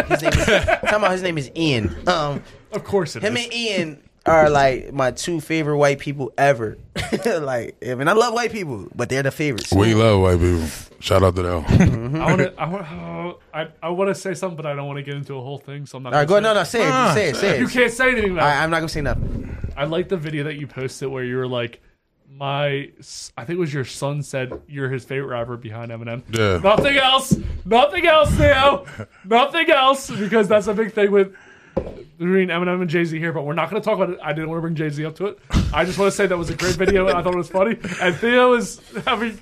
S2: His name is, talking about his name is Ian. Um,
S4: of course it
S2: him
S4: is.
S2: and Ian are like my two favorite white people ever. like, I mean, I love white people, but they're the favorites.
S1: We love white people. Shout out to them.
S4: I want to. I want. Oh, I, I want to say something, but I don't want to get into a whole thing, so I'm not.
S2: All right,
S4: gonna
S2: go- no, no, say it,
S4: Ah.
S2: say it, say it.
S4: You can't say anything. About
S2: I'm not gonna say nothing.
S4: I like the video that you posted where you were like, "My, s- I think it was your son said you're his favorite rapper behind Eminem."
S1: Yeah.
S4: Nothing else. Nothing else, Theo. nothing else, because that's a big thing with between Eminem and Jay Z here. But we're not going to talk about it. I didn't want to bring Jay Z up to it. I just want to say that was a great video. and I thought it was funny, and Theo is having.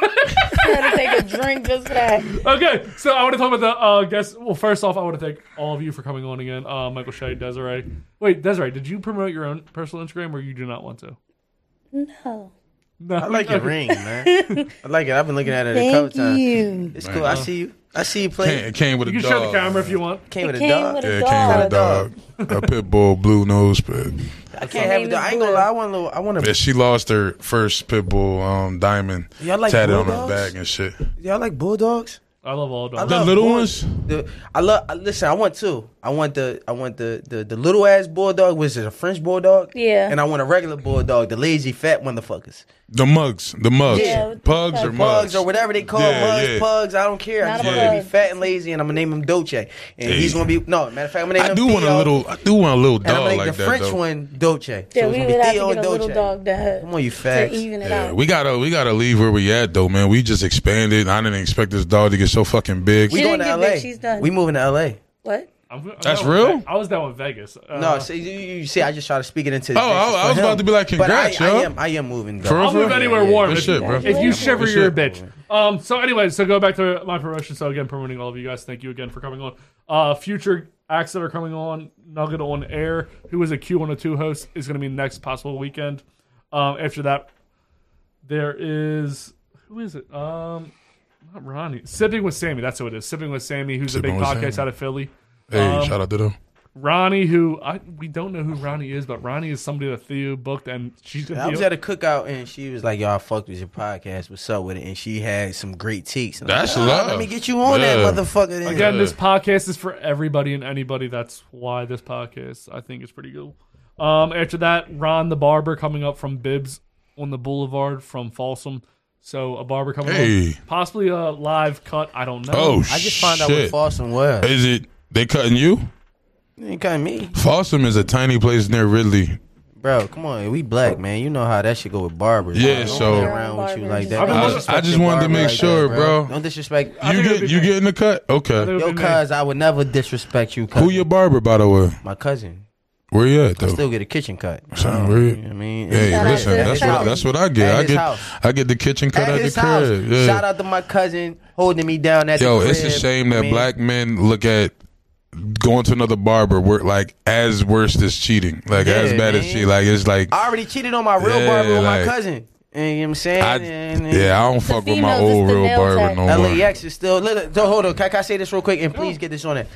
S6: gotta take a drink just for that.
S4: Okay, so I want to talk about the uh, guest. Well, first off, I want to thank all of you for coming on again. Uh, Michael Shea, Desiree. Wait, Desiree, did you promote your own personal Instagram, or you do not want to?
S6: No.
S4: No.
S2: I like your
S4: Okay.
S2: ring, man. I like it. I've been looking at it a
S6: Thank
S2: couple times.
S6: you.
S2: It's cool. I
S4: Right.
S2: see you. I see you playing.
S1: Came- it came with a
S4: You can show the
S1: dog.
S4: camera if you want.
S2: Came with a
S6: came
S2: dog.
S6: with
S1: Yeah,
S6: a
S1: it came with a
S6: dog.
S1: dog. a pit bull, blue nose pit.
S2: I can't have a dog. I ain't gonna lie. I want a little. I want
S1: Yeah,
S2: a.
S1: she lost her first pit bull um, diamond
S2: Y'all like
S1: tatted on her
S2: bulldogs?
S1: back and shit.
S2: Y'all like bulldogs?
S4: I love all
S2: I
S4: dogs.
S2: love
S1: little
S2: bull-
S1: ones?
S2: The, I love. I- Listen, I want two. I want the. I want the the, the little ass bulldog, which is a French bulldog.
S6: Yeah.
S2: And I want a regular bulldog, the lazy fat motherfuckers.
S1: The mugs, the mugs,
S2: Yeah,
S6: with the
S1: pugs or
S2: Pugs
S1: mugs
S2: or whatever they call
S1: Yeah,
S2: mugs,
S1: yeah.
S2: pugs. I don't care. I
S6: Not
S2: just
S6: a
S2: want him to
S6: pug.
S2: be fat and lazy, and I'm gonna name him Doce. And he's gonna be no. Matter of fact, I'm gonna name
S1: I
S2: him.
S1: do want a
S2: Theo,
S1: little. I do want a little
S2: And I'm gonna
S1: dog
S2: name
S1: like
S2: the
S1: that.
S2: French
S1: though.
S2: one Doce. So
S6: Yeah,
S2: it's
S6: we
S2: gonna
S6: would
S2: be
S6: have to
S2: Theo
S6: get
S2: and
S6: a little
S2: Doce.
S6: dog to,
S2: Come on, you
S6: to
S2: fags.
S6: even it
S1: Yeah,
S6: out.
S1: we gotta we gotta leave where we at though, man. We just expanded. I didn't expect this dog to get so fucking big.
S2: We
S6: She
S2: going to
S6: didn't get big,
S2: LA.
S6: she's done.
S2: We moving to LA.
S6: what?
S4: I'm, I'm
S1: That's
S4: down with
S1: real?
S4: Ve- I was down with Vegas. Uh,
S2: no, see, you, you see, I just try to speak it into.
S1: Uh-huh. Oh, I- I was about to be like, congrats,
S2: but I,
S1: yo.
S2: I am, I am moving. Though.
S1: For real,
S4: I'll
S1: for
S4: move
S1: real?
S4: anywhere warm.
S1: Good
S4: if,
S1: shit,
S4: you-
S1: bro.
S4: if you shiver,
S1: Good
S4: you're a
S1: shit.
S4: bitch. Um. So, anyways, so go back to my promotion. So again, promoting all of you guys. Thank you again for coming on. Uh, future acts that are coming on Nugget on Air, who is a Q102 host, is going to be next possible weekend. Um, after that, there is who is it? Um, not Ronnie. Sipping with Sammy. That's who it is. Sipping with Sammy, who's
S1: Sipping
S4: a big
S1: with
S4: podcast
S1: Sammy.
S4: out of Philly.
S1: Hey,
S4: Um,
S1: shout out to them.
S4: Ronnie, who I we don't know who Ronnie is, but Ronnie is somebody that Theo booked, and she's
S2: I was at a cookout and she was like, "Y'all fucked with your podcast. What's up with it?" And she had some great takes. And I'm
S1: That's
S2: like, "Ah,
S1: love.
S2: Let me get you on
S1: Yeah.
S2: that motherfucker. Then.
S4: Again, this podcast is for everybody and anybody. That's why this podcast I think is pretty cool. Um, after that, Ron the barber coming up from Bibbs on the Boulevard from Folsom. So a barber coming
S1: Hey.
S4: up, possibly a live cut. I don't know.
S1: Oh,
S2: I just found out what
S1: shit.
S2: Folsom was.
S1: Is it they cutting you?
S2: You ain't cutting me,
S1: Folsom is a tiny place near Ridley.
S2: bro. Come on, we black man. You know how that should go with barbers.
S1: Yeah,
S2: Don't
S1: so-
S2: play around with you like that.
S1: I-
S2: Don't
S1: I
S2: disrespect
S1: just
S2: your
S1: wanted to
S2: barber
S1: make
S2: like
S1: sure,
S2: that,
S1: bro.
S2: Don't disrespect.
S1: You get you getting the cut? Okay.
S2: Yo, cuz I would never disrespect you. Cuz
S1: Who your barber, by the way?
S2: my cousin.
S1: Where you at though?
S2: Still get a kitchen cut.
S1: Sound weird. I
S2: mean,
S1: hey,
S2: Shout out
S1: listen,
S2: to
S1: that's
S2: his
S1: what
S2: house.
S1: that's what I get.
S2: At
S1: I
S2: his
S1: get
S2: house.
S1: I get the kitchen cut
S2: At
S1: at,
S2: his
S1: the
S2: house.
S1: crib. Yeah.
S2: Shout out to my cousin holding me down at
S1: Yo,
S2: the crib.
S1: it's a shame that
S2: man.
S1: black men look at going to another barber work like as worst as cheating, like as
S2: Yeah,
S1: bad as
S2: man.
S1: cheating. Like it's like
S2: I already cheated on my real
S1: Yeah,
S2: barber with
S1: like-
S2: my cousin. And you know what I'm saying?
S1: I-
S2: And- and-
S1: yeah, I don't fuck with my old real barber no more.
S2: LAX is still. Look, so hold on. Can, can I say this real quick? And please get this on it.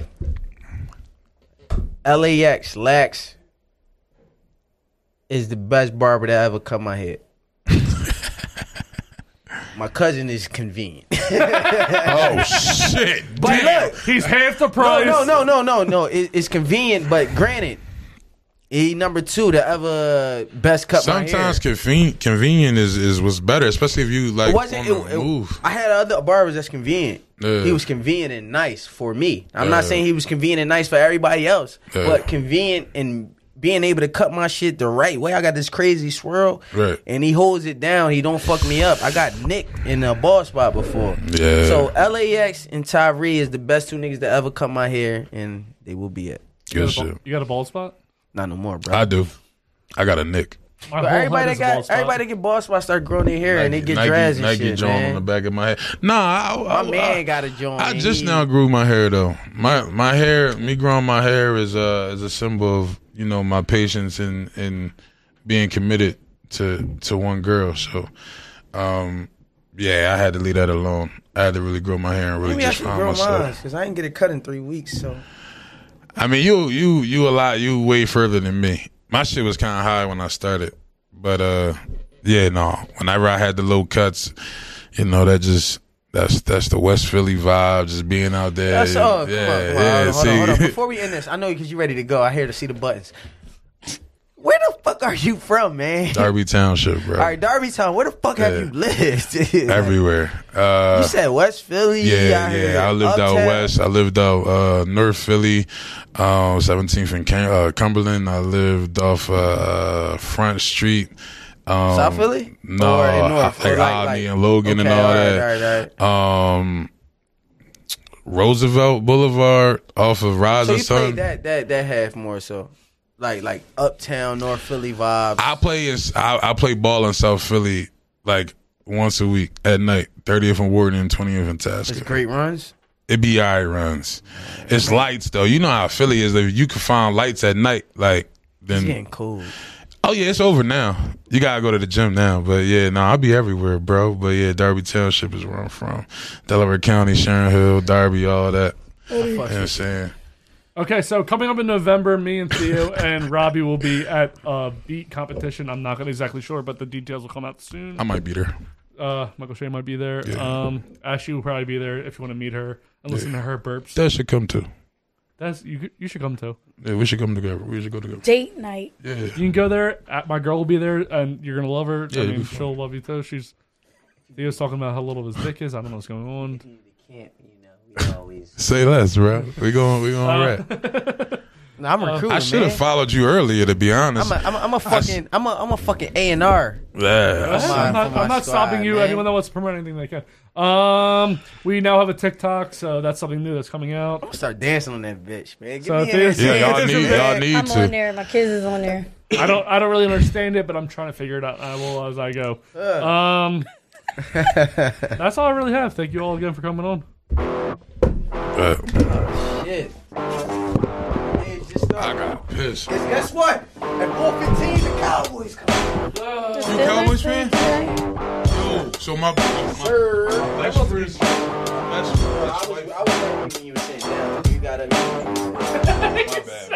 S2: LAX, Lax is the best barber that ever cut my head. my cousin is convenient.
S1: oh shit!
S2: But look,
S4: he's half the
S2: Oh, No,
S4: price.
S2: no, no, no, no, no. It, it's convenient, but granted, he number two to ever best cut my hair.
S1: Sometimes conven- convenient is, is what's better, especially if you like
S2: it wasn't.
S1: on
S2: It,
S1: the
S2: it-
S1: move.
S2: I had other barbers that's convenient.
S1: Yeah.
S2: He was convenient and nice for me. I'm not
S1: Yeah.
S2: saying he was convenient and nice for everybody else,
S1: Yeah.
S2: but convenient and being able to cut my shit the right way. I got this crazy swirl,
S1: Right.
S2: and he holds it down. He don't fuck me up. I got Nick in a ball spot before.
S1: Yeah.
S2: So LAX and Tyree is the best two niggas to ever cut my hair, and they will be it.
S1: Good
S4: You got a
S1: shit.
S4: ba- You got a bald spot?
S2: Not no more, bro.
S1: I do. I got a nick.
S2: But
S4: My whole head
S2: everybody
S4: is
S2: that
S4: a bald
S2: got
S4: spot.
S2: everybody that get ball spots start growing their hair and they get
S1: Nike,
S2: dreads and
S1: Nike
S2: shit,
S1: joint
S2: man.
S1: on the back of my head. Nah, I, I,
S2: My man
S1: I-
S2: got a joint.
S1: I just
S2: He-
S1: now grew my hair though. My my hair, me growing my hair is uh is a symbol of you know my patience and and being committed to to one girl. So, um, yeah, I had to leave that alone. I had to really grow my hair and really
S2: Maybe I
S1: just
S2: should
S1: find
S2: grow
S1: myself.
S2: mine because I didn't get it cut in three weeks. So
S1: I mean, you you you a lot. You way further than me. My shit was kind of high when I started, but uh, yeah, no. Whenever I had the low cuts, you know, that just that's that's the West Philly vibe. Just being out there.
S2: that's all.
S1: yeah,
S2: come on, come on.
S1: yeah.
S2: hold, on, hold on, hold on.
S1: see?
S2: Before we end this, I know because you're ready to go. I hear to see the buttons. Where the fuck are you from, man?
S1: Darby Township, bro.
S2: All right, Darbytown. Where the fuck
S1: Yeah.
S2: have you lived?
S1: Everywhere. Uh,
S2: you said West Philly.
S1: Yeah,
S2: out here,
S1: yeah. I lived out
S2: Uptown.
S1: west. I lived out uh, North Philly, um, 17th and Cam- uh, Cumberland. I lived off uh, Front Street. Um,
S2: South Philey?
S1: No,
S2: Or in
S1: I-
S2: North?
S1: like
S2: Or like-
S1: Albany
S2: like-
S1: and Logan and
S2: Okay,
S1: all
S2: alright,
S1: that. Um, Roosevelt Boulevard off of Rise
S2: So
S1: of
S2: you played
S1: Sun.
S2: that that that half more so, like like Uptown North Philly vibes.
S1: I play in, I, I play ball in South Philly like once a week at night. 30th and Warden and 20th and Tasker.
S2: It's great runs.
S1: It be alright runs. It's lights though. You know how Philly is. If you can find lights at night, like
S4: Mm.
S2: It's getting
S1: then
S2: cold.
S1: oh yeah, it's over now. You gotta go to the gym now. But yeah, no, I'll be everywhere, bro. But yeah, Derby Township is where I'm from. Delaware County, Sharon Hill, Derby, all that. You know what I'm saying?
S4: Okay, so coming up in November, me and Theo and Robbie will be at a beat competition. I'm not gonna exactly sure, but the details will come out soon.
S1: I might be there.
S4: Uh, Michael Shea might be there.
S1: Yeah.
S4: Um, Ashley will probably be there if you want to meet her and listen
S1: Yeah.
S4: to her burps.
S1: That should come too.
S4: That's you. You should come too.
S1: Yeah, we should come together. We should go together.
S6: Date night.
S1: Yeah.
S4: You can go there. At, my girl will be there, and you're gonna love her.
S1: Yeah,
S4: I
S1: it'd
S4: mean,
S1: be fun.
S4: she'll love you too. She's Theo's talking about how little his dick is. I don't know what's going on.
S1: Say less, bro. We going we going
S4: Uh,
S1: to rap.
S2: Nah, I'm recruiting.
S1: I should have
S2: man.
S1: followed you earlier to be honest.
S2: I'm a, I'm a, I'm a fucking I'm a I'm a fucking A and R.
S1: yeah.
S2: Come on,
S4: I'm not,
S2: come on,
S4: I'm not
S2: squad,
S4: stopping you.
S2: man.
S4: Anyone that wants to promote anything they can. Um, we now have a TikTok, so that's something new that's coming out.
S2: Start dancing on that bitch, man. Give
S4: So
S2: me
S4: if
S2: an
S4: there's-
S2: answer.
S1: Yeah, y'all need y'all
S6: I'm
S1: need
S6: on
S1: to.
S6: there. My kids is on there.
S4: I don't I don't really understand it, but I'm trying to figure it out. I will as I go. Um, that's all I really have. Thank you all again for coming on.
S1: Uh,
S2: Shit.
S1: I got pissed.
S2: Guess what? At 4:15, the Cowboys come.
S1: You Cowboys fan? No. So my, my, my
S2: Sir,
S1: best friend, best friend,
S2: I was I was like when you were sitting down. You got up.
S1: my bad.